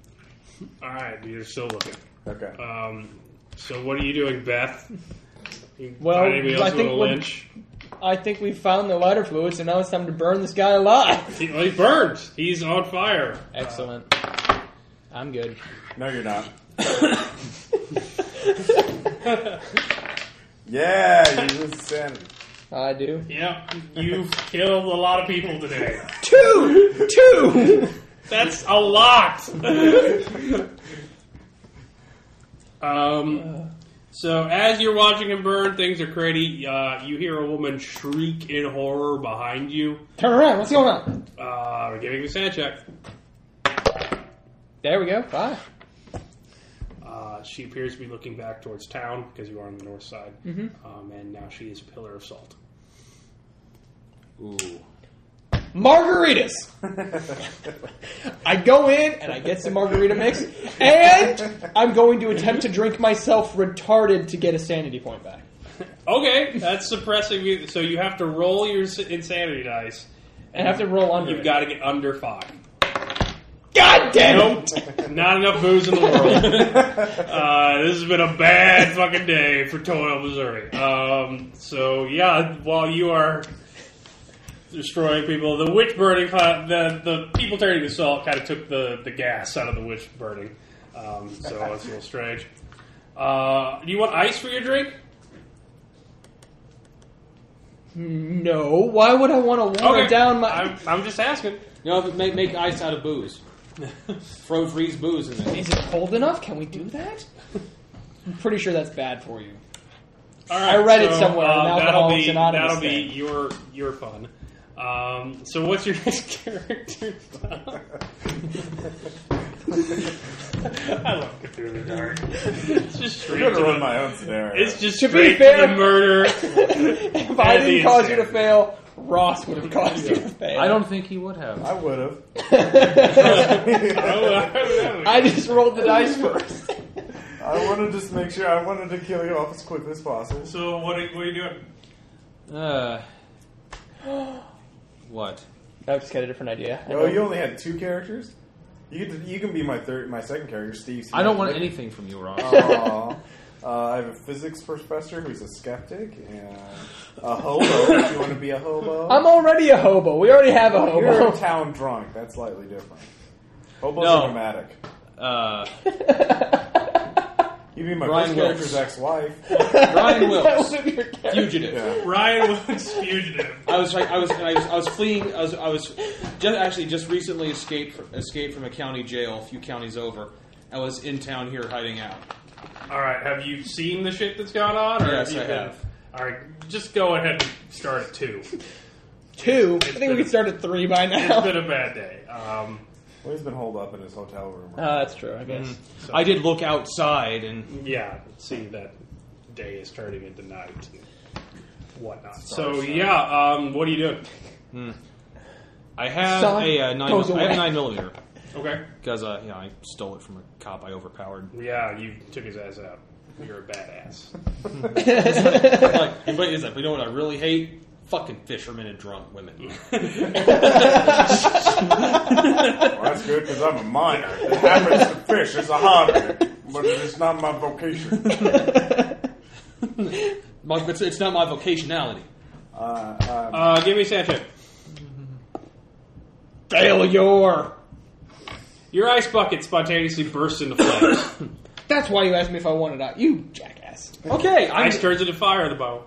S6: All right, you're still looking.
S2: Okay.
S6: Um, so what are you doing, Beth? You
S3: Well,
S6: find anybody else
S3: I
S6: with
S3: think
S6: a
S3: we're-
S6: lynch?
S3: I think we found the lighter fluid, so now it's time to burn this guy alive.
S6: He, well, he burned. He's on fire.
S3: Excellent. I'm good.
S2: No, you're not. yeah, you lose sanity.
S3: I do.
S6: Yep, you've killed a lot of people today.
S3: Two! Two!
S6: That's a lot. um, so as you're watching him burn, things are crazy. Uh, you hear a woman shriek in horror behind you.
S3: Turn around, what's going on?
S6: Uh, giving a sand check.
S3: There we go, five.
S6: Uh, she appears to be looking back towards town because you are on the north side, um, and now she is a pillar of salt.
S4: Ooh.
S3: Margaritas! I go in and I get some margarita mix, and I'm going to attempt to drink myself retarded to get a sanity point back.
S6: Okay, that's suppressing you. So you have to roll your s- insanity dice.
S3: I have to roll under.
S6: You've
S3: it.
S6: got to get under five.
S3: God damn! it!
S6: Nope. Not enough booze in the world. Uh, this has been a bad fucking day for Toil, Missouri. Um, so, yeah, while you are destroying people, the witch burning, pot- the, the people turning to salt kind of took the, the gas out of the witch burning. Um, so it's a little strange. Uh, do you want ice for your drink?
S3: No, why would I want to water down my.
S6: I'm, I'm just asking.
S4: No, but make, make ice out of booze. Throw freeze booze in there.
S3: Is it cold enough? Can we do that? I'm pretty sure that's bad for you.
S6: All right,
S3: I read it
S6: so,
S3: somewhere in
S6: Um, that'll
S3: Alcoholics
S6: be
S3: Anonymous
S6: that'll be
S3: thing.
S6: your your fun. Um, so what's your next character? Tom? I love Cthulhu Dark. It's just
S2: I'm
S6: straight
S2: gonna
S6: to
S2: run
S6: the,
S2: my own scenario.
S6: It's just
S3: To be
S6: straight
S3: fair-
S6: to the murder.
S3: If I
S6: And the
S3: didn't cause you to
S6: insanity.
S3: fail, Ross would have caused you to fail.
S4: I don't think he would have.
S2: I would have.
S6: Oh, I don't know.
S3: I just rolled the dice first.
S2: I wanted to just make sure. I wanted to kill you off as quickly as possible.
S6: so what are, what are you doing?
S4: Uh. What?
S3: I just got a different idea.
S2: Oh, you only had two characters. You get to, you can be my third, my second character, Steve.
S4: I don't want anything from you, Ross.
S2: Aw. Uh, I have a physics professor who's a skeptic and a hobo. if you want to be a hobo,
S3: I'm already a hobo. We already have a
S2: you're a
S3: hobo.
S2: town drunk. That's slightly different. Hobo's
S4: No.
S2: are dramatic.
S4: Uh,
S2: You mean my
S4: Brian
S2: first
S4: Wilkes.
S2: character's ex-wife?
S4: Brian Wilkes,
S3: That would be your character.
S4: fugitive.
S2: Yeah.
S6: Ryan Woods fugitive.
S4: I was like, I was, I was, I was fleeing. I was, I was just actually just recently escaped from, escaped from a county jail, a few counties over. I was in town here hiding out.
S6: All right, have you seen the shit that's gone on? Or
S4: Yes,
S6: you
S4: I
S6: been-
S4: have.
S6: All right, just go ahead and start at two.
S3: Two. I
S6: been-
S3: think we can start at three by
S6: It's
S3: now.
S6: been a bad day. Um,
S2: Well, he's been holed up in his hotel room.
S3: Uh, that's true, I
S4: Mm.
S3: guess.
S6: so-
S4: I did look outside, and
S6: Yeah, see that day is turning into night. whatnot. So yeah, um, what are you doing?
S4: I have
S3: Son
S4: a uh, nine.
S3: goes
S4: I have
S3: away.
S4: a nine millimeter
S6: Okay.
S4: because uh, you know I stole it from a cop. I overpowered.
S6: Yeah, you took his ass out. You're a badass.
S4: like, but is that? You know what I really hate? Fucking fishermen and drunk women.
S2: Well, that's good because I'm a miner. It happens to fish. It's a hobby, but it's not my vocation.
S4: My, it's, it's not my vocationality.
S2: Uh, uh,
S6: Uh, give me a sand check.
S3: Failure.
S6: Your ice bucket spontaneously bursts into flames.
S3: That's why you asked me if I wanted out. You jackass.
S4: Okay, I'm,
S6: ice turns into fire. The bow.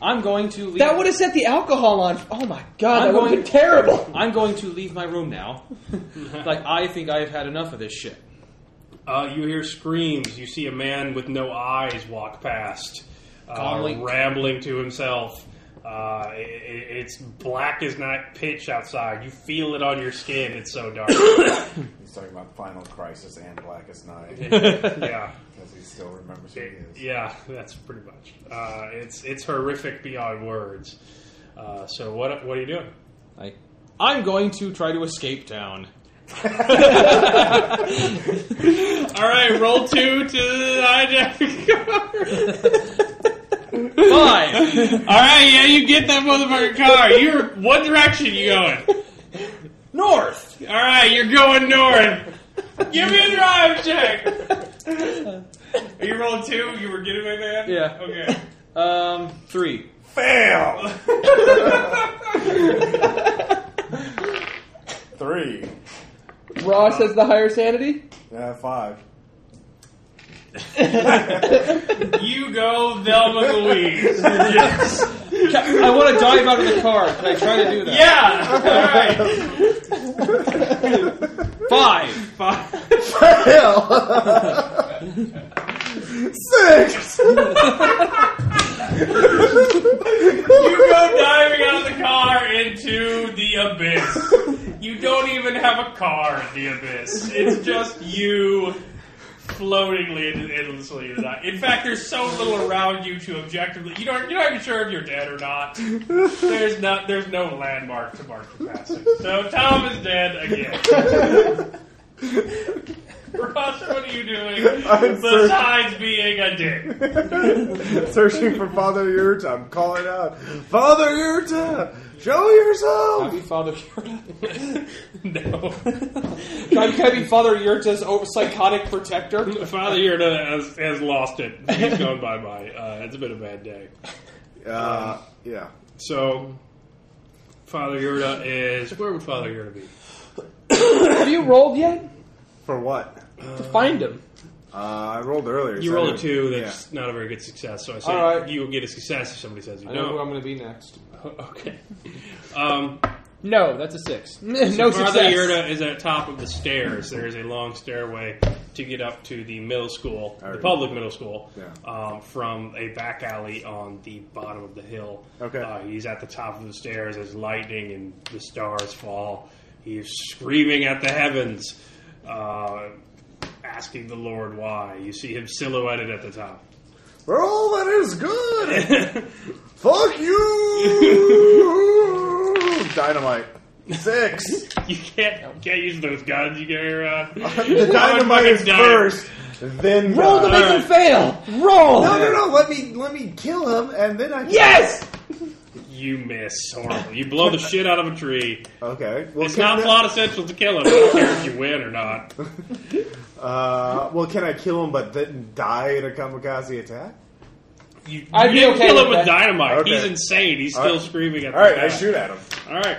S4: I'm going to leave.
S3: That would have set the alcohol on. Oh my god,
S4: I'm
S3: that would have
S4: going-
S3: been terrible.
S4: I'm going to leave my room now. like I think I have had enough of this shit.
S6: Uh, you hear screams. You see a man with no eyes walk past, uh,
S4: Calmly.
S6: rambling to himself. Uh, i i it's black as night pitch outside. You feel it on your skin. It's so dark.
S2: he's talking about Final Crisis and Blackest Night
S6: yeah,
S2: because he still remembers who he
S6: It-
S2: is.
S6: yeah, that's pretty much. Uh, it's it's horrific beyond words. Uh, so what what are you doing?
S4: Like I'm going to try to escape town.
S6: All right, roll two to the hijack.
S4: Five.
S6: All right, yeah, you get that motherfucking car. You're what direction you going?
S4: North.
S6: All right, you're going north. Give me a drive check. Are you rolling two? You were getting my man.
S4: Yeah.
S6: Okay.
S4: Um, three.
S2: Fail. Three.
S3: Ross has the higher sanity.
S2: Yeah, five.
S6: You go, Velma Louise. yes.
S4: Ca- I want to dive out of the car. Can I try to do that?
S6: Yeah. All right.
S4: Five.
S6: Fine.
S2: Six.
S6: You go diving out of the car into the abyss. You don't even have a car in the abyss. It's just you floatingly and endlessly. in that. In fact, there's so little around you to objectively. You don't. You're not even sure if you're dead or not. There's not. There's no landmark to mark your passing. So Tom is dead again. Ross, what are you doing
S2: I'm
S6: besides being a dick?
S2: Searching for Father Yurta. I'm calling out, Father Yurta, show yourself.
S4: Happy Father Yurta.
S6: No.
S4: Can I be Father Yurta's o- psychotic protector?
S6: Father Yurta has, has lost it. He's gone bye bye. Uh, it's been a bad day.
S2: Uh, yeah.
S6: So, Father Yurta is. Where would Father Yurta be?
S3: Have you rolled yet?
S2: For what?
S3: to find him.
S2: Uh, I rolled earlier.
S6: You
S2: so
S6: roll
S2: I
S6: a two,
S2: didn't-
S6: that's not a very good success. So I say
S4: All right.
S6: you will get a success if somebody says you
S4: I know who
S6: don't.
S4: I'm going to be next.
S6: Okay. Um,
S3: No, that's a six. no
S6: Father
S3: success.
S6: Yurta is at top of the stairs. There is a long stairway to get up to the middle school, the
S2: Alright.
S6: public middle school,
S2: Yeah.
S6: um, from a back alley on the bottom of the hill.
S2: Okay.
S6: Uh, he's at the top of the stairs as lightning and the stars fall. He is screaming at the heavens, uh, asking the Lord why. You see him silhouetted at the top.
S2: We're all that is good. Fuck you. Dynamite. Six.
S6: You can't you can't use those guns. You get your uh,
S2: The dynamite is
S6: Dynamite.
S2: first. Then
S3: Roll to
S2: God.
S3: make him fail. Roll.
S2: No, no, no. Let me let me kill him, and then I.
S3: Yes.
S6: you miss horrible. You blow the shit out of a tree.
S2: Okay. Well,
S6: It's
S2: can
S6: not
S2: I-
S6: plot essential to kill him. I don't care if you win or not.
S2: Uh, well, can I kill him, but then die in a kamikaze attack?
S6: You,
S3: I'd
S6: you
S3: be
S6: didn't
S3: okay
S6: kill
S3: with
S6: him with
S3: that.
S6: dynamite.
S2: Okay.
S6: He's insane. He's
S2: All
S6: still
S2: right.
S6: screaming at
S2: All right,
S6: the
S2: I
S6: guy.
S2: shoot at him.
S6: All right.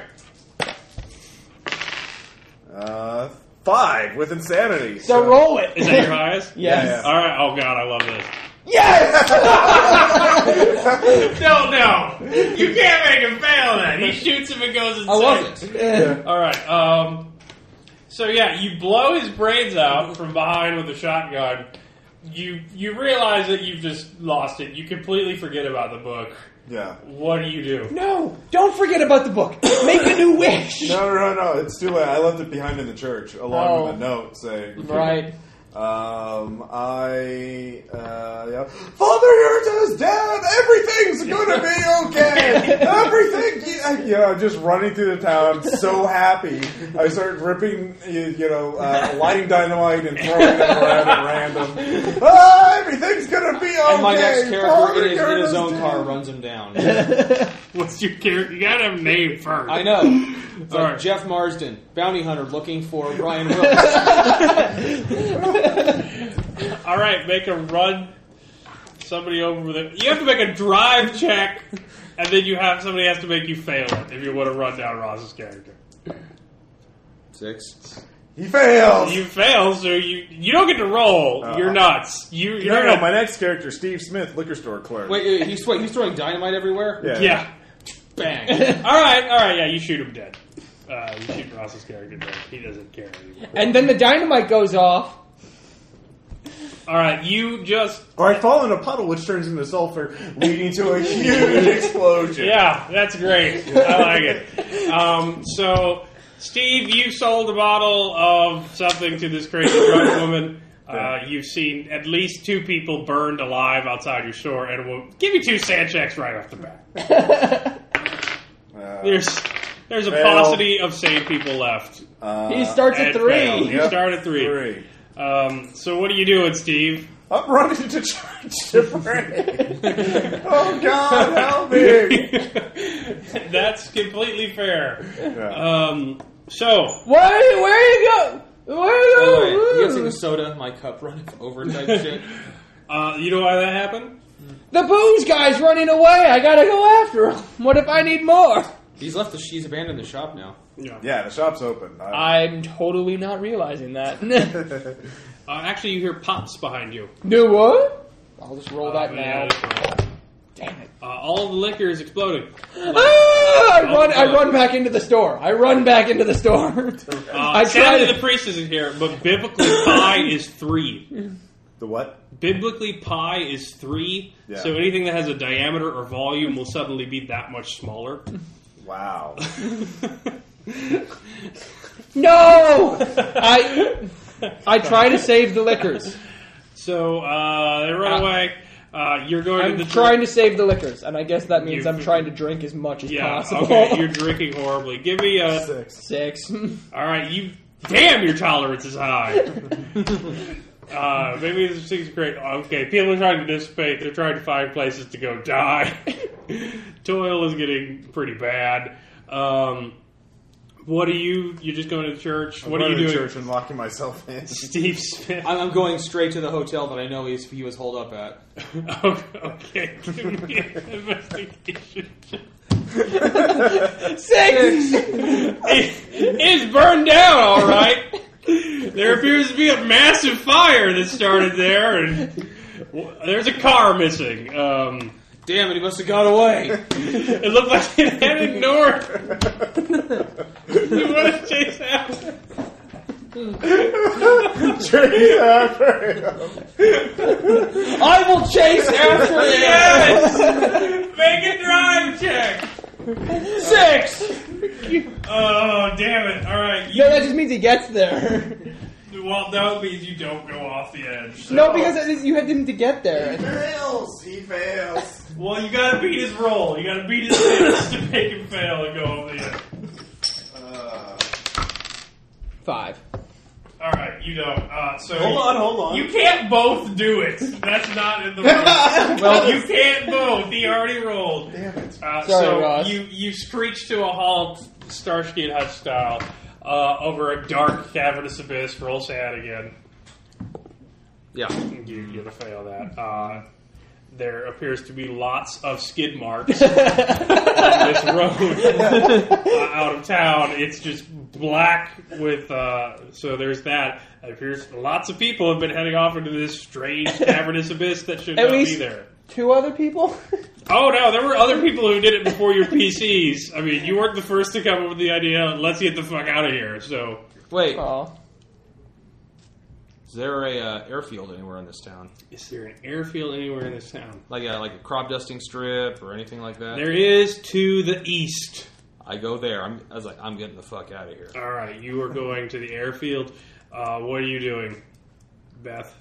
S2: Uh, five with insanity.
S3: So roll it.
S6: Is that your highest?
S3: Yes.
S6: All right. Oh god, I love this.
S3: Yes.
S6: No, no, you can't make him fail. That he shoots him and goes insane.
S4: I was it.
S6: All right. Um, so yeah, you blow his brains out from behind with a shotgun. You you realize that you've just lost it. You completely forget about the book.
S2: Yeah.
S6: What do you do?
S3: No. Don't forget about the book. Make a new wish.
S2: No, no, no, no. It's too late. I left it behind in the church along
S3: Oh.
S2: with a note saying,
S3: Right.
S2: Um, I, uh, yeah. Father Heritage, Dad, everything's gonna be okay. Everything, you, I- you know, I'm just running through the town, so happy. I start ripping, you, you know, uh, lighting dynamite and throwing it around at random. Ah, everything's gonna be okay.
S4: And my next character
S2: Father
S4: in his, in his
S2: Heritage,
S4: own
S2: Dad."
S4: car runs him down.
S6: What's your character? You gotta have a name first.
S4: I know. It's like
S6: Alright.
S4: Jeff Marsden, bounty hunter looking for Brian Wilson.
S6: All right, make a run. Somebody over there. You have to make a drive check, and then you have somebody has to make you fail it if you want to run down Ross's character.
S4: Six.
S2: He fails.
S6: You fail, so you you don't get to roll.
S2: Oh.
S6: you're nuts. You you're
S2: no, no,
S6: gonna-
S2: my next character, Steve Smith, liquor store clerk.
S4: Wait, wait, he's wait, he's throwing dynamite everywhere.
S6: yeah.
S4: Bang.
S6: All right, all right, yeah. You shoot him dead. Uh, you shoot Ross's character dead. He doesn't care anymore.
S3: And then the dynamite goes off.
S6: All right, you just
S2: Or I fall in a puddle, which turns into sulfur, leading to a huge explosion.
S6: Yeah, that's great. I like it. Um, so, Steve, you sold a bottle of something to this crazy drunk woman. Uh, you've seen at least two people burned alive outside your store, and we'll give you two sand checks right off the bat.
S2: Uh,
S6: There's there's a
S2: Fail.
S6: paucity of sane people left.
S2: uh,
S3: He starts
S6: And
S3: at three.
S6: failed. You
S2: Yep.
S6: start at three.
S2: three.
S6: Um, so what are you doing, Steve?
S2: I'm running to church to pray. oh God, help me!
S6: That's completely fair.
S2: Yeah.
S6: Um, so
S3: Where, where you go? Where
S4: By
S3: you
S4: the way,
S3: go?
S4: he gets in the soda, my cup running over type shit.
S6: uh, you know why that happened?
S3: the booze guy's running away. I gotta go after him. What if I need more?
S4: He's left the she's abandoned the shop now.
S2: yeah, the shop's open. I,
S3: I'm totally not realizing that.
S6: Uh, actually, you hear pops behind you.
S3: Do what? I'll just roll that
S6: Uh,
S3: now.
S6: yeah, that's fine.
S3: Damn it.
S6: Uh, all the liquor is exploding.
S3: Ah, I
S6: Oh,
S3: run! I
S6: God.
S3: run back into the store. I run back into the store.
S6: Uh,
S3: I
S6: sadly,
S3: tried-
S6: the priest isn't here, but biblically pi is three.
S2: the what?
S6: Biblically pi is three,
S2: Yeah.
S6: so anything that has a diameter or volume will suddenly be that much smaller.
S2: Wow.
S3: No, I. I try to save the liquors.
S6: So uh, they run
S3: Uh,
S6: away. Uh, you're going
S3: I'm
S6: to the
S3: trying to save the liquors, and I guess that means
S6: You-
S3: I'm trying to drink as much as
S6: Yeah,
S3: possible.
S6: okay. You're drinking horribly. Give me a.
S2: Six.
S3: Six.
S6: All right, you. Damn, your tolerance is high. uh, maybe this thing's great. Okay, people are trying to dissipate. They're trying to find places to go die. Toil is getting pretty bad. Um, what are you? You're just going to church. what are
S2: I'm
S6: you
S2: running
S6: doing,
S2: to Church and locking myself in.
S6: Steve Smith?
S4: I'm, I'm going straight to the hotel that I know he's, he was holed up at.
S6: okay, give me an investigation.
S3: Six.
S6: It- it's burned down, all right. There appears to be a massive fire that started there, and w- there's a car missing. Um,
S4: Damn it, he must have got away.
S6: it looked like it headed north. we want to chase after.
S2: Chase after
S3: I will chase after him.
S6: Yes, make a drive check.
S3: Six.
S6: Oh damn it! All right, you,
S3: No, that just means he gets there.
S6: well, that means you don't go off the edge. so-
S3: No, because it is- you had him to get there.
S2: fails. He fails.
S6: well, you gotta beat his roll. You gotta beat his hits to make him fail and go over the edge.
S2: Uh,
S3: Five.
S6: All right, you don't. Uh, so
S2: hold on, hold on.
S6: You can't both do it. That's not in the rules. well, you can't both. He already rolled.
S2: Damn it.
S3: Sorry,
S6: Uh, so
S3: Ross.
S6: you you screech to a halt, Starsky and Hutch style, uh, over a dark cavernous abyss. Roll sad again.
S4: Yeah.
S6: You, you're gonna fail that. Uh, there appears to be lots of skid marks on this road uh, out of town. It's just black with. Uh, so there's that. It appears lots of people have been heading off into this strange cavernous abyss that should
S3: At
S6: not
S3: least-
S6: be there.
S3: Two other people.
S6: Oh no, there were other people who did it before your PCs. I mean, you weren't the first to come up with the idea. Let's get the fuck out of here. So
S4: Wait,
S3: Oh.
S4: is there a uh, airfield anywhere in this town?
S6: is there an airfield anywhere in this town?
S4: Like a like a crop dusting strip or anything like that?
S6: There is to the east.
S4: I go there. I'm, I was like, I'm getting the fuck out of here.
S6: All right, you are going to the airfield. Uh, what are you doing? Beth?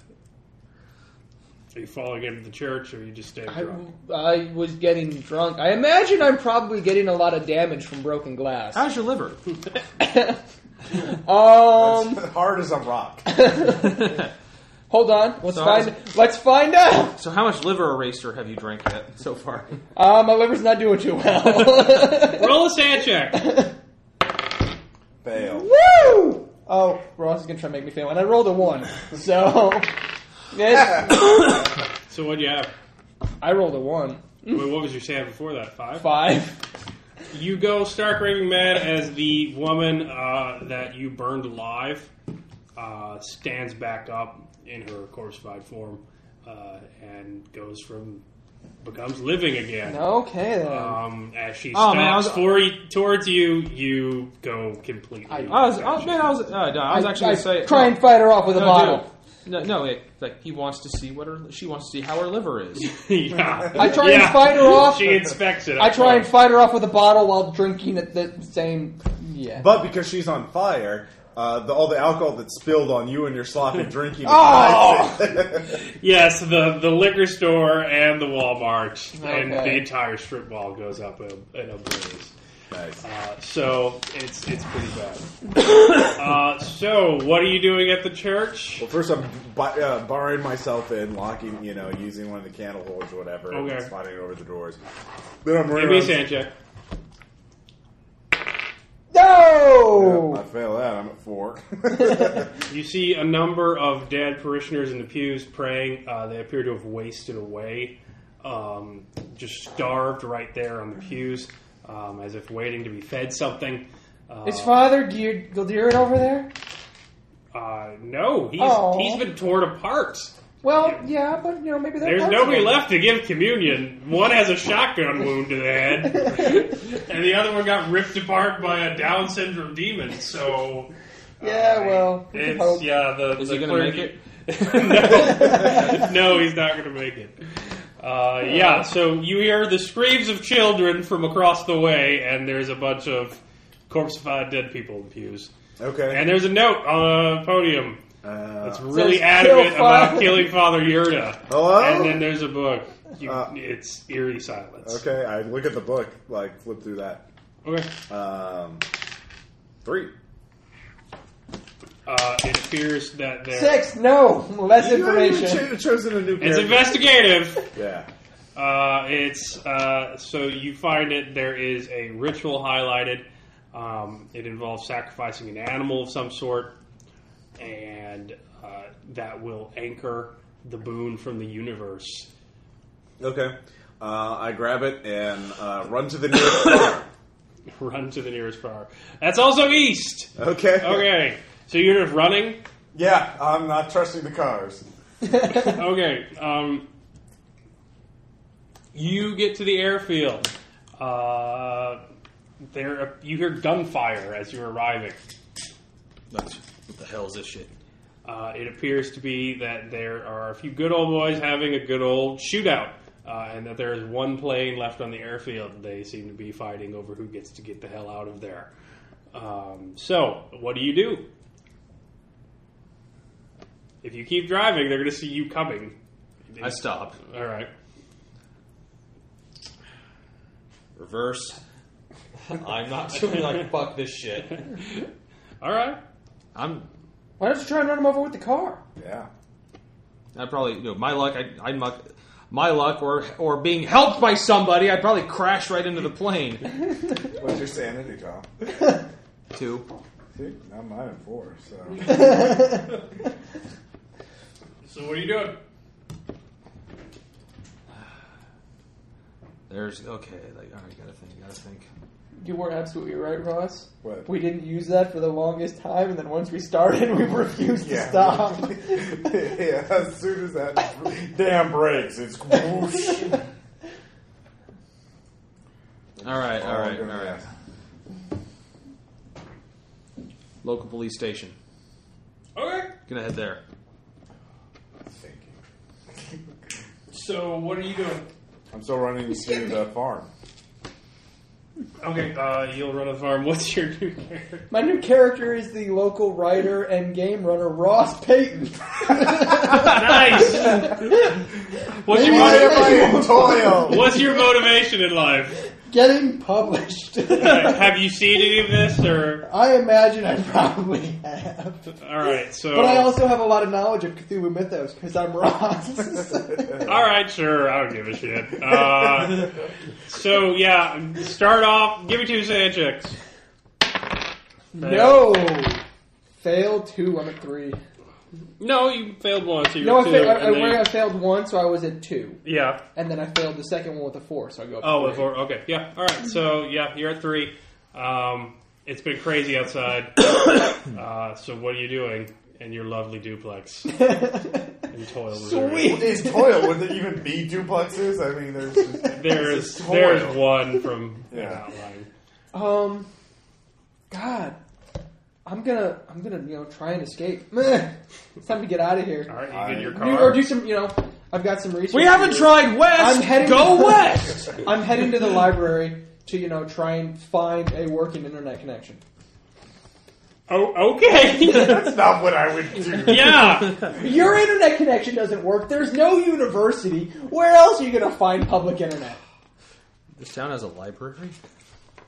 S6: Are you following him to the church, or are you just staying
S3: I,
S6: drunk?
S3: I was getting drunk. I imagine I'm probably getting a lot of damage from broken glass.
S4: How's your liver?
S3: Um,
S2: That's hard as a rock.
S3: hold on. Let's
S4: So how's-
S3: find. Let's find out.
S4: So how much liver eraser have you drank yet so far?
S3: Uh, my liver's not doing too well.
S6: Roll a sand check.
S2: Fail.
S3: Woo! Oh, Ross is gonna try to make me fail, and I rolled a one. So, yes,
S6: So what do you have?
S3: I rolled a one.
S6: Wait, what was your sand before that? Five.
S3: Five.
S6: You go stark raving mad as the woman uh, that you burned alive uh, stands back up in her corpseified form uh, and goes from becomes living again.
S3: Okay then.
S6: Um, as she
S4: Oh,
S6: stops
S4: man, I was-
S6: for you, towards you, you go completely.
S4: I was,
S3: oh,
S4: I was man, I was, uh, no, I was actually
S3: I,
S4: gonna say
S3: try and fight her off with a
S4: no,
S3: bottle.
S4: dude. no, no, it, like he wants to see what her, she wants to see how her liver is.
S6: yeah.
S3: I try and
S6: Yeah.
S3: fight her off.
S6: She inspects it.
S3: I try and
S6: fight.
S3: fight her off with a bottle while drinking at the same. Yeah.
S2: But because she's on fire, uh, the, all the alcohol that's spilled on you and your sloppy drinking.
S3: Oh!
S6: Yes, the, the liquor store and the Walmart and
S3: Okay.
S6: the entire strip mall goes up in a, in a blaze.
S2: nice.
S6: Uh, so it's it's pretty bad. uh, so what are you doing at the church?
S2: Well, first I'm bu- uh, barring myself in, locking, you know, using one of the candle holders or whatever,
S6: Okay.
S2: and sliding over the doors. Then I'm
S6: Give me a
S2: running. around-
S6: sand check.
S3: No.
S2: Yeah, I fail that. I'm at four.
S6: You see a number of dead parishioners in the pews praying. Uh, they appear to have wasted away, um, just starved right there on the pews, um, as if waiting to be fed something. Uh,
S3: Is Father Gear- Gilderin over there?
S6: uh, no, he's
S3: Aw.
S6: he's been torn apart.
S3: Well, yeah, but you know maybe they're
S6: There's
S3: friends
S6: nobody
S3: again.
S6: left to give communion. One has a shotgun wound to the head, and the other one got ripped apart by a Down syndrome demon. So,
S3: Yeah, well, we can hope.
S6: it's yeah. The
S4: Is
S6: the
S4: he gonna make
S6: clergy-
S4: it?
S6: no, he's not going to make it. Uh, yeah, so you hear the screams of children from across the way, and there's a bunch of corpseified dead people in the pews.
S2: okay.
S6: And there's a note on the podium
S2: Uh,
S6: that's really
S3: Says,
S6: adamant
S3: "Kill
S6: about
S3: Father."
S6: killing Father Yurda.
S2: Hello?
S6: And then there's a book. You,
S2: Uh,
S6: it's eerie silence.
S2: okay. I look at the book, like flip through that.
S6: Okay.
S2: Um, three.
S6: Uh, it appears that there.
S3: Six. No, less
S2: You haven't even
S3: information.
S2: cho- chosen a new.
S6: It's
S2: character.
S6: investigative.
S2: Yeah.
S6: Uh, it's uh, so you find it. There is a ritual highlighted. Um, it involves sacrificing an animal of some sort, and uh, that will anchor the boon from the universe.
S2: Okay. Uh, I grab it and uh, run to the nearest bar.
S6: Run to the nearest bar. That's also east.
S2: Okay.
S6: Okay, so you're just running.
S2: Yeah, I'm not trusting the cars.
S6: Okay, um, you get to the airfield. Uh, there, you hear gunfire as you're arriving.
S4: That's, what the hell is this shit?
S6: Uh, it appears to be that there are a few good old boys having a good old shootout, uh, and that there is one plane left on the airfield. They seem to be fighting over who gets to get the hell out of there. Um, so, what do you do? If you keep driving, they're going to see you coming.
S4: I stop.
S6: All right.
S4: Reverse. I'm not doing like fuck this shit.
S6: All right.
S4: I'm.
S3: Why don't you try and run him over with the car?
S2: Yeah.
S4: I probably you know my luck. I I luck. My luck, or or being helped by somebody, I'd probably crash right into the plane.
S2: What's your sanity, Tom?
S4: Two.
S2: Dude, I'm mine at four, so.
S6: So, what are you doing?
S4: There's okay. Like all right, gotta think, gotta think.
S3: You were absolutely right, Ross.
S2: What?
S3: We didn't use that for the longest time, and then once we started, we refused
S2: Yeah.
S3: to stop.
S2: yeah, as soon as that damn breaks, it's whoosh.
S4: All
S2: Oh,
S4: right, all right, all
S2: gonna
S4: right.
S2: ask.
S4: Local police station.
S6: Okay.
S4: Gonna head there.
S2: Thinking.
S6: So, what are you doing?
S2: I'm still running to the farm.
S6: Okay, uh, you'll run to the farm. What's your new character?
S3: My new character is the local writer and game runner Ross Payton.
S6: Nice. What's your motiv-
S2: Everybody toil.
S6: What's your motivation in life?
S3: Getting published.
S6: Uh, have you seen any of this, or
S3: I imagine I probably have.
S6: all right? So,
S3: But I also have a lot of knowledge of Cthulhu mythos because I'm Ross.
S6: all right, sure. I don't give a shit. Uh, so yeah, start off. Give me two sand checks.
S3: no! Failed two, I'm at three.
S6: No, you failed once. So you're
S3: No, I,
S6: two,
S3: failed, I,
S6: and
S3: I,
S6: then-
S3: where I failed one, so I was at two.
S6: yeah.
S3: And then I failed the second one with a four, so I go up
S6: Oh, with
S3: four.
S6: four. Okay, yeah. All right. So yeah, you're at three. Um, it's been crazy outside. uh, so what are you doing in your lovely duplex? in toil. Sweet.
S2: Is toil? Would there even be duplexes? I mean, there's just,
S6: There's
S2: Toil.
S6: there's one from the
S2: Yeah.
S6: outline.
S3: Um, God, I'm gonna, I'm gonna, you know, try and escape. Meh. It's time to get out of
S6: All
S3: here.
S6: right, you get your
S2: I-
S3: Do-
S6: car.
S3: or do some, you know, I've got some research.
S4: We haven't
S3: to do.
S4: tried West.
S3: I'm heading
S4: Go West.
S3: I'm heading to the library to, you know, try and find a working internet connection.
S6: oh, okay.
S2: that's not what I would do.
S6: yeah.
S3: Your internet connection doesn't work. There's no university. Where else are you gonna find public internet?
S4: This town has a library.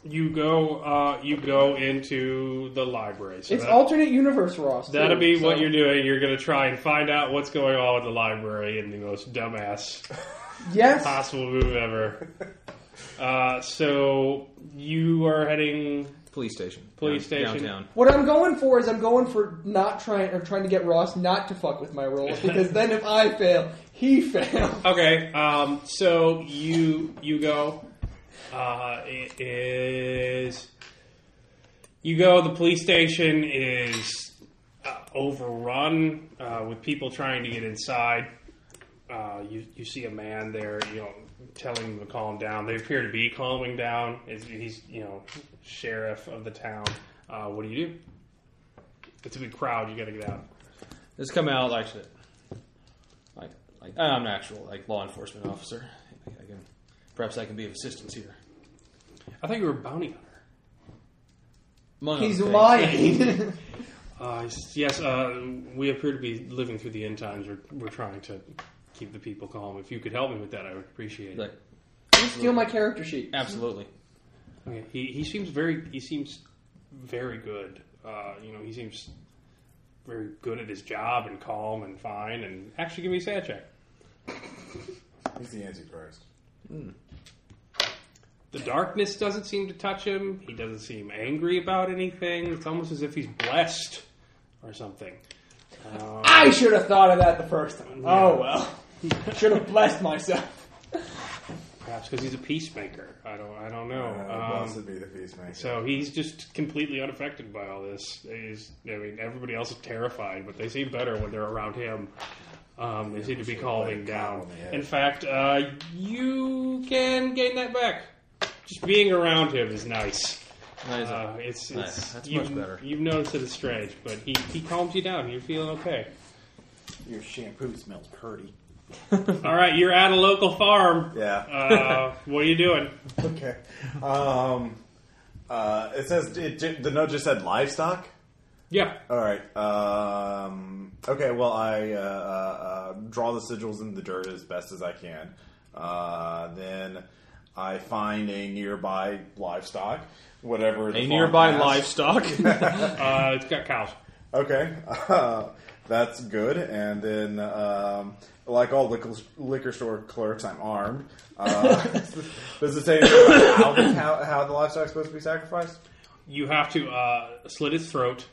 S6: You go. Uh, you go into the library. So
S3: It's
S6: that-
S3: alternate universe, Ross. too,
S6: That'll be
S3: so-
S6: what you're doing. You're going to try and find out what's going on with the library in the most dumbass
S3: Yes.
S6: possible move ever. Uh, so you are heading.
S4: Police station.
S6: Police
S4: Down-
S6: station.
S4: Downtown.
S3: What I'm going for is I'm going for not trying. I'm trying to get Ross not to fuck with my roles because then if I fail, he fails.
S6: Okay. Um, so you you go. Uh, it is. You go. The police station is uh, overrun uh, with people trying to get inside. Uh, you you see a man there, you know, telling them to calm down. They appear to be calming down. It's- He's you know sheriff of the town. Uh, what do you do? It's a big crowd. You got to get out.
S4: Let's come out like shit. Like, like I'm an actual like law enforcement officer. I, I can, perhaps I can be of assistance here.
S6: I thought you were a bounty hunter.
S4: Among
S3: He's
S4: other things.
S3: lying.
S6: Uh, yes, uh, we appear to be living through the end times. We're, we're trying to keep the people calm. If you could help me with that, I would appreciate it.
S4: Like,
S3: Steal my character
S4: Oh.
S3: sheet.
S4: absolutely.
S6: Okay, He, he seems very he seems very good. Uh, you know, he seems very good at his job and calm and fine. And actually, give me a sad check.
S2: He's the Antichrist.
S6: The darkness doesn't seem to touch him. He doesn't seem angry about anything. It's almost as if he's blessed or something.
S3: I should have thought of that the first time. Oh well. should have blessed myself.
S6: Perhaps because he's a peacemaker. I don't I don't know.
S2: Uh,
S6: Um,
S2: blessed be the peacemaker.
S6: So he's just completely unaffected by all this. He's, I mean, everybody else is terrified, but they seem better when they're around him. Um, they seem to be calming down. In fact, uh, you can gain that back. Just being around him is nice.
S4: Nice.
S6: Uh, it's,
S4: Nice.
S6: it's
S4: That's
S6: you've,
S4: much better.
S6: You've noticed that it's strange, but he, he calms you down. You're feeling okay.
S2: Your shampoo smells pretty.
S6: All right, you're at a local farm.
S2: Yeah.
S6: Uh, what are you doing?
S2: Okay. Um, uh, it says it, di- the note just said livestock.
S6: Yeah.
S2: All right. Um, okay. Well, I uh, uh, uh, draw the sigils in the dirt as best as I can. Uh, then I find a nearby livestock, whatever the
S4: a
S2: farm
S4: nearby
S2: has.
S4: livestock.
S6: Uh, it's got cows.
S2: Okay, that's good. And then, um, like all liquor, liquor store clerks, I'm armed. Uh, does it say anything about how, the, how, how the livestock's supposed to be sacrificed?
S6: You have to uh, slit his throat,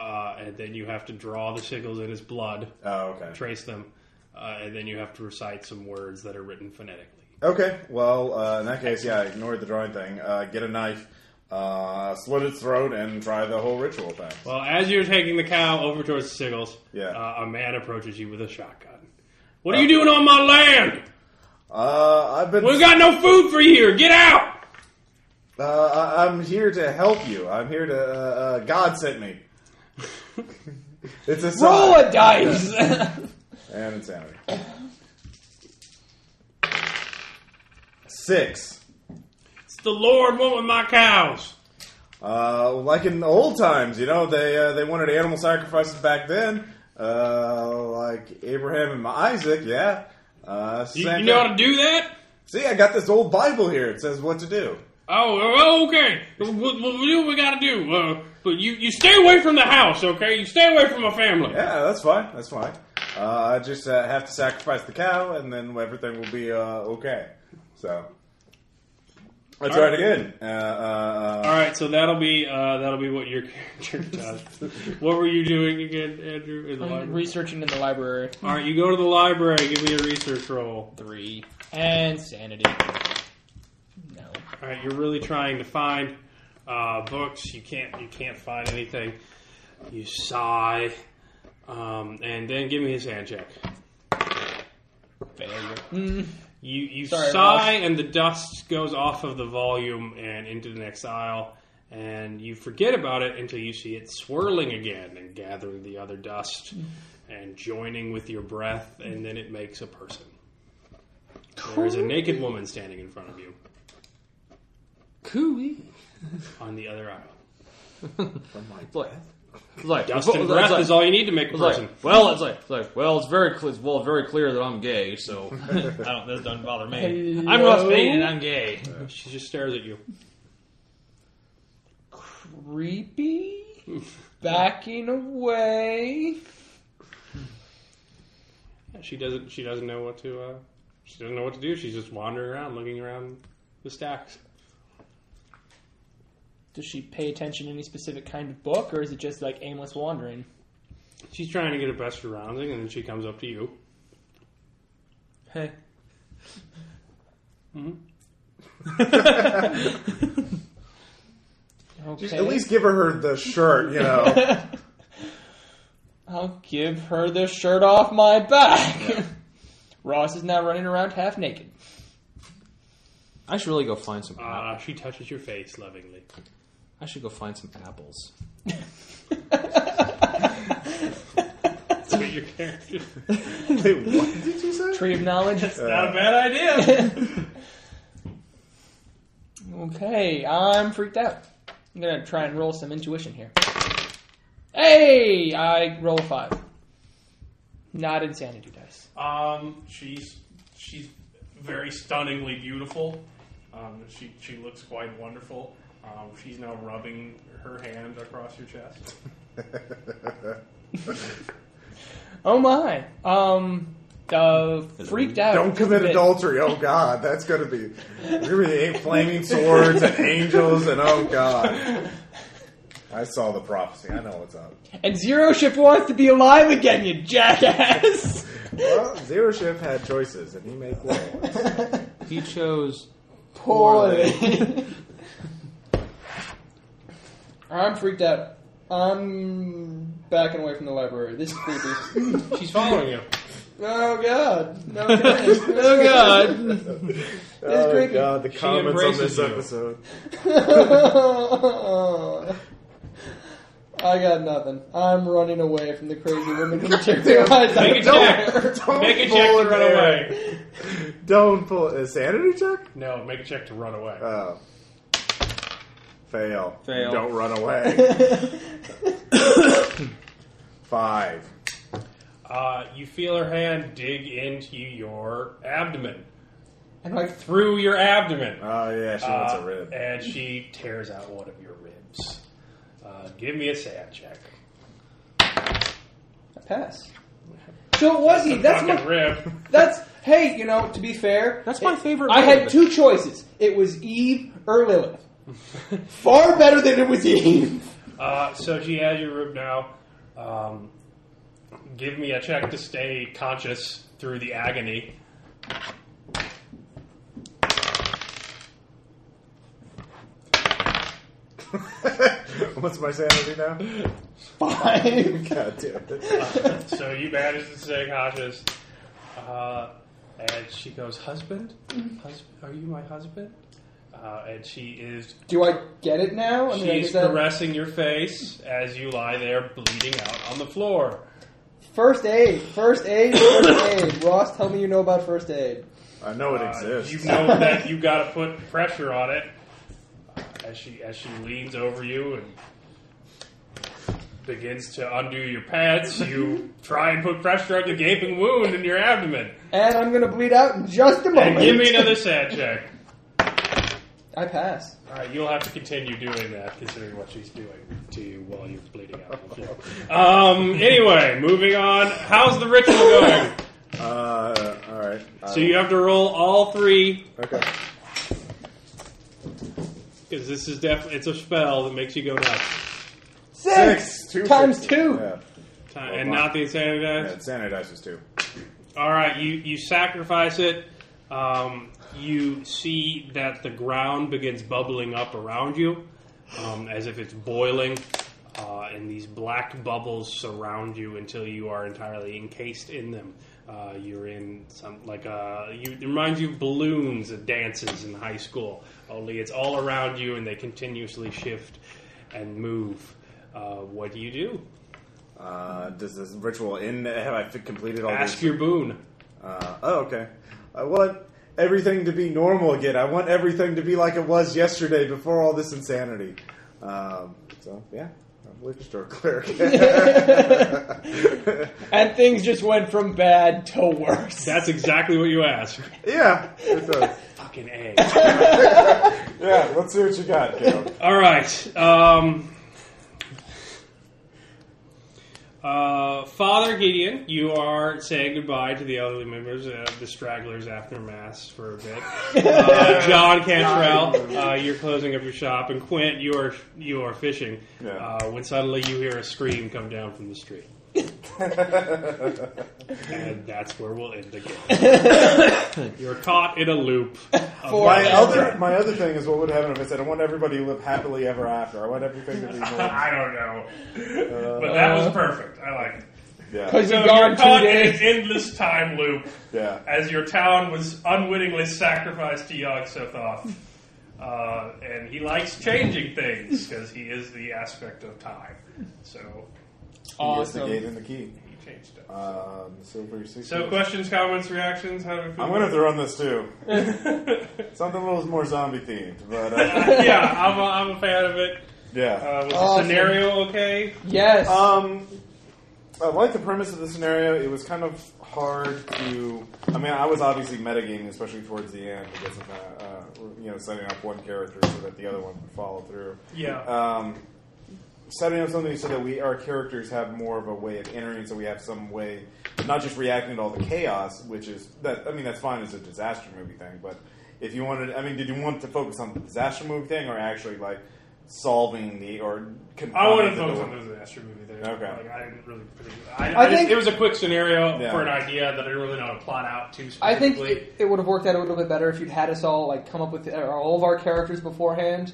S6: uh, and then you have to draw the sigils in his blood,
S2: Oh, okay.
S6: trace them, uh, and then you have to recite some words that are written phonetically.
S2: Okay, well, uh, in that case, yeah, ignore the drawing thing. Uh, get a knife, uh, slit its throat, and try the whole ritual thing.
S6: Well, as you're taking the cow over towards the sigils,
S2: Yeah.
S6: uh, a man approaches you with a shotgun. What are you doing on my land?
S2: Uh, I've been.
S6: We've got no food for you here. Get out!
S2: Uh, I- I'm here to help you. I'm here to. Uh, uh, God sent me. it's a sign.
S3: Roll a dice.
S2: And insanity. Six.
S6: the Lord went with my cows.
S2: Uh, like in the old times, you know, they uh, they wanted animal sacrifices back then, uh, like Abraham and Isaac. Yeah. Uh,
S6: You,
S2: same
S6: you know
S2: thing.
S6: how to do that?
S2: See, I got this old Bible here. It says what to do.
S6: Oh, oh, okay. What, what, we do what we got to do? Uh, but you, you stay away from the house, okay? You stay away from my family.
S2: Yeah, that's fine. That's fine. Uh, I just uh, have to sacrifice the cow, and then everything will be uh, okay. So I tried again. Uh, uh,
S6: All
S2: uh,
S6: right, so that'll be uh, that'll be what your character does. what were you doing again, Andrew?
S3: Oh,
S6: In the
S7: I'm
S6: library.
S7: researching in the library.
S6: All right, you go to the library. Give me a research roll.
S7: Three. And sanity. No.
S6: All right, you're really trying to find uh, books. You can't you can't find anything. You sigh, um, and then give me his hand check.
S7: Failure.
S3: Mm.
S6: You you
S7: Sorry,
S6: sigh, and the dust goes off of the volume and into the next aisle, and you forget about it until you see it swirling again and gathering the other dust
S4: Mm-hmm.
S6: and joining with your breath, and then it makes a person. There is a naked woman standing in front of you
S7: Cooey.
S6: on the other aisle.
S4: Like, like
S6: Dust and
S4: it's
S6: breath
S4: like-
S6: is all you need to make a
S4: it's
S6: person.
S4: like, well, it's like, it's like, well, it's very, cl- it's well, very clear that I'm gay, so I don't. That doesn't bother me. I'm
S7: Hello?
S4: Russ Bain, and I'm gay.
S6: She just stares at you.
S3: Creepy. Backing away.
S6: She doesn't. She doesn't know what to. Uh, she doesn't know what to do. She's just wandering around, looking around the stacks.
S7: Does she pay attention to any specific kind of book, or is it just like aimless wandering?
S6: She's trying to get her best surrounding, and then she comes up to you.
S7: Hey.
S2: oh
S7: okay.
S2: At least give her the shirt, you know.
S7: I'll give her the shirt off my back. Ross is now running around half naked.
S4: I should really go find some. app-
S6: Uh, she touches your face lovingly.
S4: I should go find some apples.
S6: That's what your character.
S2: Wait, what did you say? Uh,
S7: Tree of knowledge.
S6: Not a bad idea.
S7: Okay, I'm freaked out. I'm gonna try and roll some intuition here. Hey, I roll a five. Not insanity dice.
S6: um, she's she's very stunningly beautiful. Um, she she looks quite wonderful. Um, she's now rubbing her hand across your chest.
S7: Oh my. Um, uh, freaked out.
S2: Don't commit
S7: bit.
S2: adultery. Oh God, that's gonna be you're gonna be flaming swords and angels and oh God. I saw the prophecy. I know what's up.
S7: And Zero Shift wants to be alive again, you jackass.
S2: Well, Zero Shift had choices, and he made one.
S4: He chose.
S7: Poorly. I'm freaked out. I'm backing away from the library. This is creepy.
S6: She's following you.
S7: oh god. No. kidding.
S4: Oh God!
S2: Oh
S7: creepy.
S2: God, the comments on
S6: embraces
S2: this
S6: you.
S2: episode.
S7: I got nothing. I'm running away from the crazy woman who terrifies
S6: Make a
S7: out
S6: check.
S2: Don't
S6: Make a
S2: pull
S6: check
S2: it
S6: to run
S2: there.
S6: away.
S2: Don't pull a sanity check.
S6: No, make a check to run away.
S2: Oh. Fail.
S4: Fail.
S2: Don't run away. Five.
S6: Uh, you feel her hand dig into your abdomen,
S7: And like,
S6: through your abdomen.
S2: Oh yeah, she wants a
S6: Uh,
S2: rib.
S6: And she tears out one of your ribs. Uh, give me a sad check.
S7: pass.
S3: So it was he. That's
S6: Fucking
S3: my.
S6: rib.
S3: That's hey. You know, to be fair,
S4: That's my favorite.
S3: I
S4: word.
S3: had two choices. It was Eve or Lilith. Far better than it was Eve.
S6: Uh, so she has your rib now. Um, give me a check to stay conscious through the agony.
S2: What's my sanity now?
S3: Fine.
S2: God damn it.
S6: So you manage to stay conscious. Uh, and she goes, "Husband,
S3: Mm-hmm.
S6: husband, are you my husband?" Uh, and she is
S3: Do I get it now? I mean, I
S6: She's
S3: get that-
S6: caressing your face as you lie there bleeding out on the floor.
S3: First aid. First aid. First aid. Ross, tell me you know about first aid.
S2: I know it
S6: Uh,
S2: exists.
S6: you know that you got to put pressure on it. as she as she leans over you and begins to undo your pads. You try and put pressure on the gaping wound in your abdomen.
S3: And I'm gonna bleed out in just a moment.
S6: And give me another sad check.
S3: I pass.
S6: All right, you'll have to continue doing that, considering what she's doing to you while you're bleeding out. on the floor. Um. Anyway, moving on. How's the ritual going?
S2: Uh, all right. Uh,
S6: So you have to roll all three
S2: okay.
S6: because this is definitely it's a spell that makes you go nuts,
S3: Six, times two.
S2: Yeah.
S6: Ti- and not the insanity
S2: yeah,
S6: dice.
S2: Sanity dice was two.
S6: All right, you you sacrifice it. Um, you see that the ground begins bubbling up around you, um, as if it's boiling, uh, and these black bubbles surround you until you are entirely encased in them. Uh, you're in some like uh, you, it reminds you of balloons at dances in high school. Only it's all around you, and they continuously shift and move. Uh, what do you do?
S2: Uh, does this ritual end? Have I fi- completed all
S6: Ask
S2: these?
S6: your boon.
S2: Uh, oh, okay. I want everything to be normal again. I want everything to be like it was yesterday before all this insanity. Um, so, yeah. I'm a liquor store clerk.
S3: And things just went from bad to worse.
S6: That's exactly what you ask.
S2: yeah. It does.
S6: Fucking A.
S2: Yeah, let's see what you got, Caleb.
S6: All right. Um, uh, Father Gideon, you are saying goodbye to the elderly members of the Stragglers after Mass for a bit. Uh, John Cantrell, uh, you're closing up your shop, and Quint, you are you are fishing.
S2: Yeah.
S6: Uh, when suddenly you hear a scream come down from the street, and that's where we'll end the game. you're caught in a loop. of
S2: My
S6: madness.
S2: other, my other thing is what would happen if I said, I want everybody to live happily ever after. I want everything to be normal.
S6: I don't know. but that was perfect. I like it.
S2: Yeah.
S6: So you're caught in an endless time loop
S2: Yeah.
S6: as your town was unwittingly sacrificed to Yog Sothoth. Uh, and he likes changing things because he is the aspect of time. So
S2: He
S7: Awesome.
S2: is the gate and the key.
S6: he changed it.
S2: Um, so for your six
S6: So questions, comments, reactions? How do we feel?
S2: I'm gonna throw in this too. Something a little more zombie themed, but uh,
S6: yeah, I'm a, I'm a fan of it.
S2: yeah.
S6: Uh, was
S3: Awesome.
S6: the scenario okay?
S3: Yes.
S6: Uh,
S2: Um, I like the premise of the scenario. It was kind of hard to. I mean, I was obviously metagaming, especially towards the end, because of, uh, uh, you know setting up one character so that the other one would follow through.
S6: Yeah.
S2: Um, setting up something so that we our characters have more of a way of entering, so we have some way, not just reacting to all the chaos, which is that. I mean, that's fine as a disaster movie thing, but if you wanted, I mean, did you want to focus on the disaster movie thing, or actually like solving the or
S6: I
S2: confining
S6: would have
S2: the
S6: focused
S2: door?
S6: on the disaster movie there.
S2: Okay.
S6: Like, I didn't really. I,
S3: I
S6: I just-
S3: think-
S6: it was a quick scenario
S2: Yeah.
S6: for an idea that I didn't really know how to plot out too
S3: I think
S6: specifically.
S3: it, it would have worked out a little bit better if you'd had us all like come up with uh, all of our characters beforehand,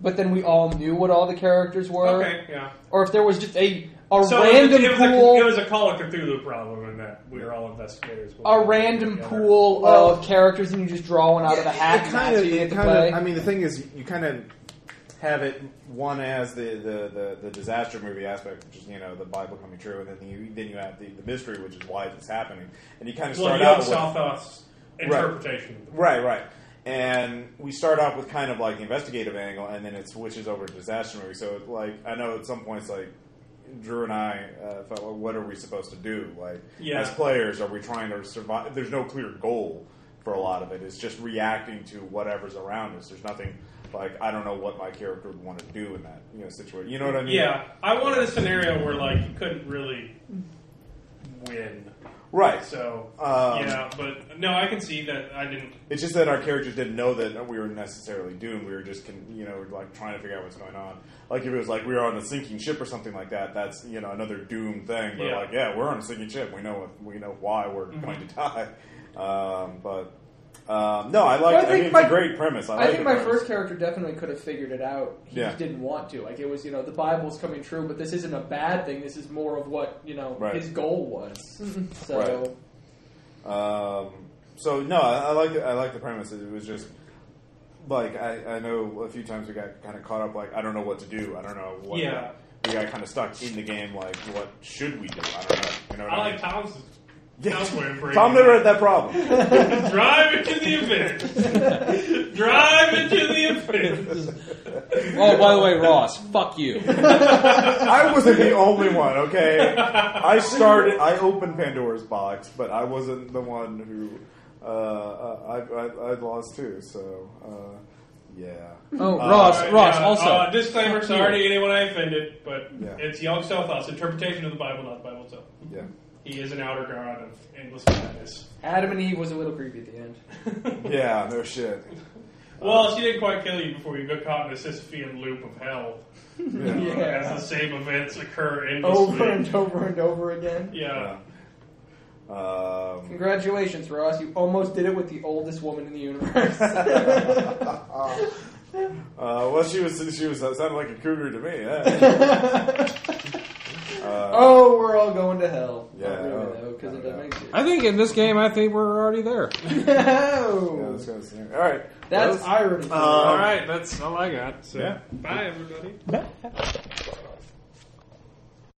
S3: but then we all knew what all the characters were,
S6: okay, yeah.
S3: or if there was just a a
S6: So it was,
S3: random
S6: a, it, was
S3: pool,
S6: a, it was a Call of Cthulhu problem in that we were all investigators.
S3: a random pool of characters, and you just draw one out of a hat.
S2: It
S3: and
S2: kind
S3: that's
S2: of,
S3: who you
S2: it
S3: get to
S2: kind
S3: play.
S2: of. I mean, the thing is, you kind of have it one as the, the, the, the disaster movie aspect, which is you know the Bible coming true, and then you then you have the, the mystery, which is why it's happening, and you kind of
S6: Well,
S2: start
S6: you
S2: out
S6: have
S2: with
S6: Southough's interpretation. of the
S2: right, right, and we start off with kind of like the investigative angle, and then it switches over to disaster movie. So it's like I know at some points like. Drew and I uh, thought, well, what are we supposed to do? Like,
S6: Yeah.
S2: as players, are we trying to survive? There's no clear goal for a lot of it. It's just reacting to whatever's around us. There's nothing like I don't know what my character would want to do in that you know situation. You know what I mean?
S6: Yeah, I wanted a scenario where like you couldn't really win.
S2: Right.
S6: So
S2: Um,
S6: yeah, but no, I can see that I didn't.
S2: It's just that our characters didn't know that we were necessarily doomed. We were just, con- you know, like trying to figure out what's going on. Like if it was like we were on a sinking ship or something like that, that's you know another doomed thing. But
S6: Yeah.
S2: like, yeah, we're on a sinking ship. We know what, we know why we're going to die. Um, but um, no, I like.
S3: I
S2: I,
S3: think
S2: mean,
S3: my-
S2: it's a great premise. I,
S3: I
S2: like
S3: think
S2: the
S3: my
S2: premise.
S3: first character definitely could have figured it out. He
S2: Yeah.
S3: just didn't want to. Like it was, you know, the Bible's coming true, but this isn't a bad thing. This is more of what you know
S2: Right.
S3: his goal was. So
S2: Right. Um, so no, I, I like the, I like the premise. It was just like I, I know a few times we got kind of caught up. Like I don't know what to do. I don't know. what
S6: Yeah.
S2: We got kind of stuck in the game. Like what should we do? I don't know. You know what
S6: I
S2: I, mean?
S6: like Tom's. Tom's way of
S2: Yeah.
S6: bringing
S2: Tom
S6: it.
S2: never had that problem.
S6: Drive into the abyss. Drive into the
S4: Oh, by the way, Ross, fuck you.
S2: I wasn't the only one, okay? I started, I opened Pandora's box, but I wasn't the one who, uh, uh, I, I, I lost too, so, uh, yeah.
S4: Oh, Ross,
S6: Alright,
S4: Ross,
S6: yeah,
S4: also.
S6: uh, disclaimer. Sorry to anyone I offended, but
S2: Yeah.
S6: it's Young Self Thoughts interpretation of the Bible, not the Bible itself.
S2: Yeah.
S6: He is an outer god of endless madness.
S3: Adam and Eve was a little creepy at the end.
S2: Yeah, no shit.
S6: Well, she didn't quite kill you before you got caught in a Sisyphean loop of hell.
S2: Yeah.
S6: As the same events occur endlessly.
S3: Over and over and over again.
S6: Yeah.
S2: Yeah. Um,
S3: Congratulations, Ross. You almost did it with the oldest woman in the universe.
S2: uh, well, she was, she was, that sounded like a cougar to me, yeah. Uh,
S3: oh, we're all going to hell.
S2: Yeah,
S3: Not really,
S2: oh,
S3: though, because
S2: I don't
S3: it doesn't make sense.
S4: I think in this game, I think we're already there.
S2: yeah
S3: No!
S2: that's kind of scary. All right.
S3: That's irony.
S2: Uh,
S6: Alright, that's all I got. So.
S2: Yeah.
S6: Bye, everybody.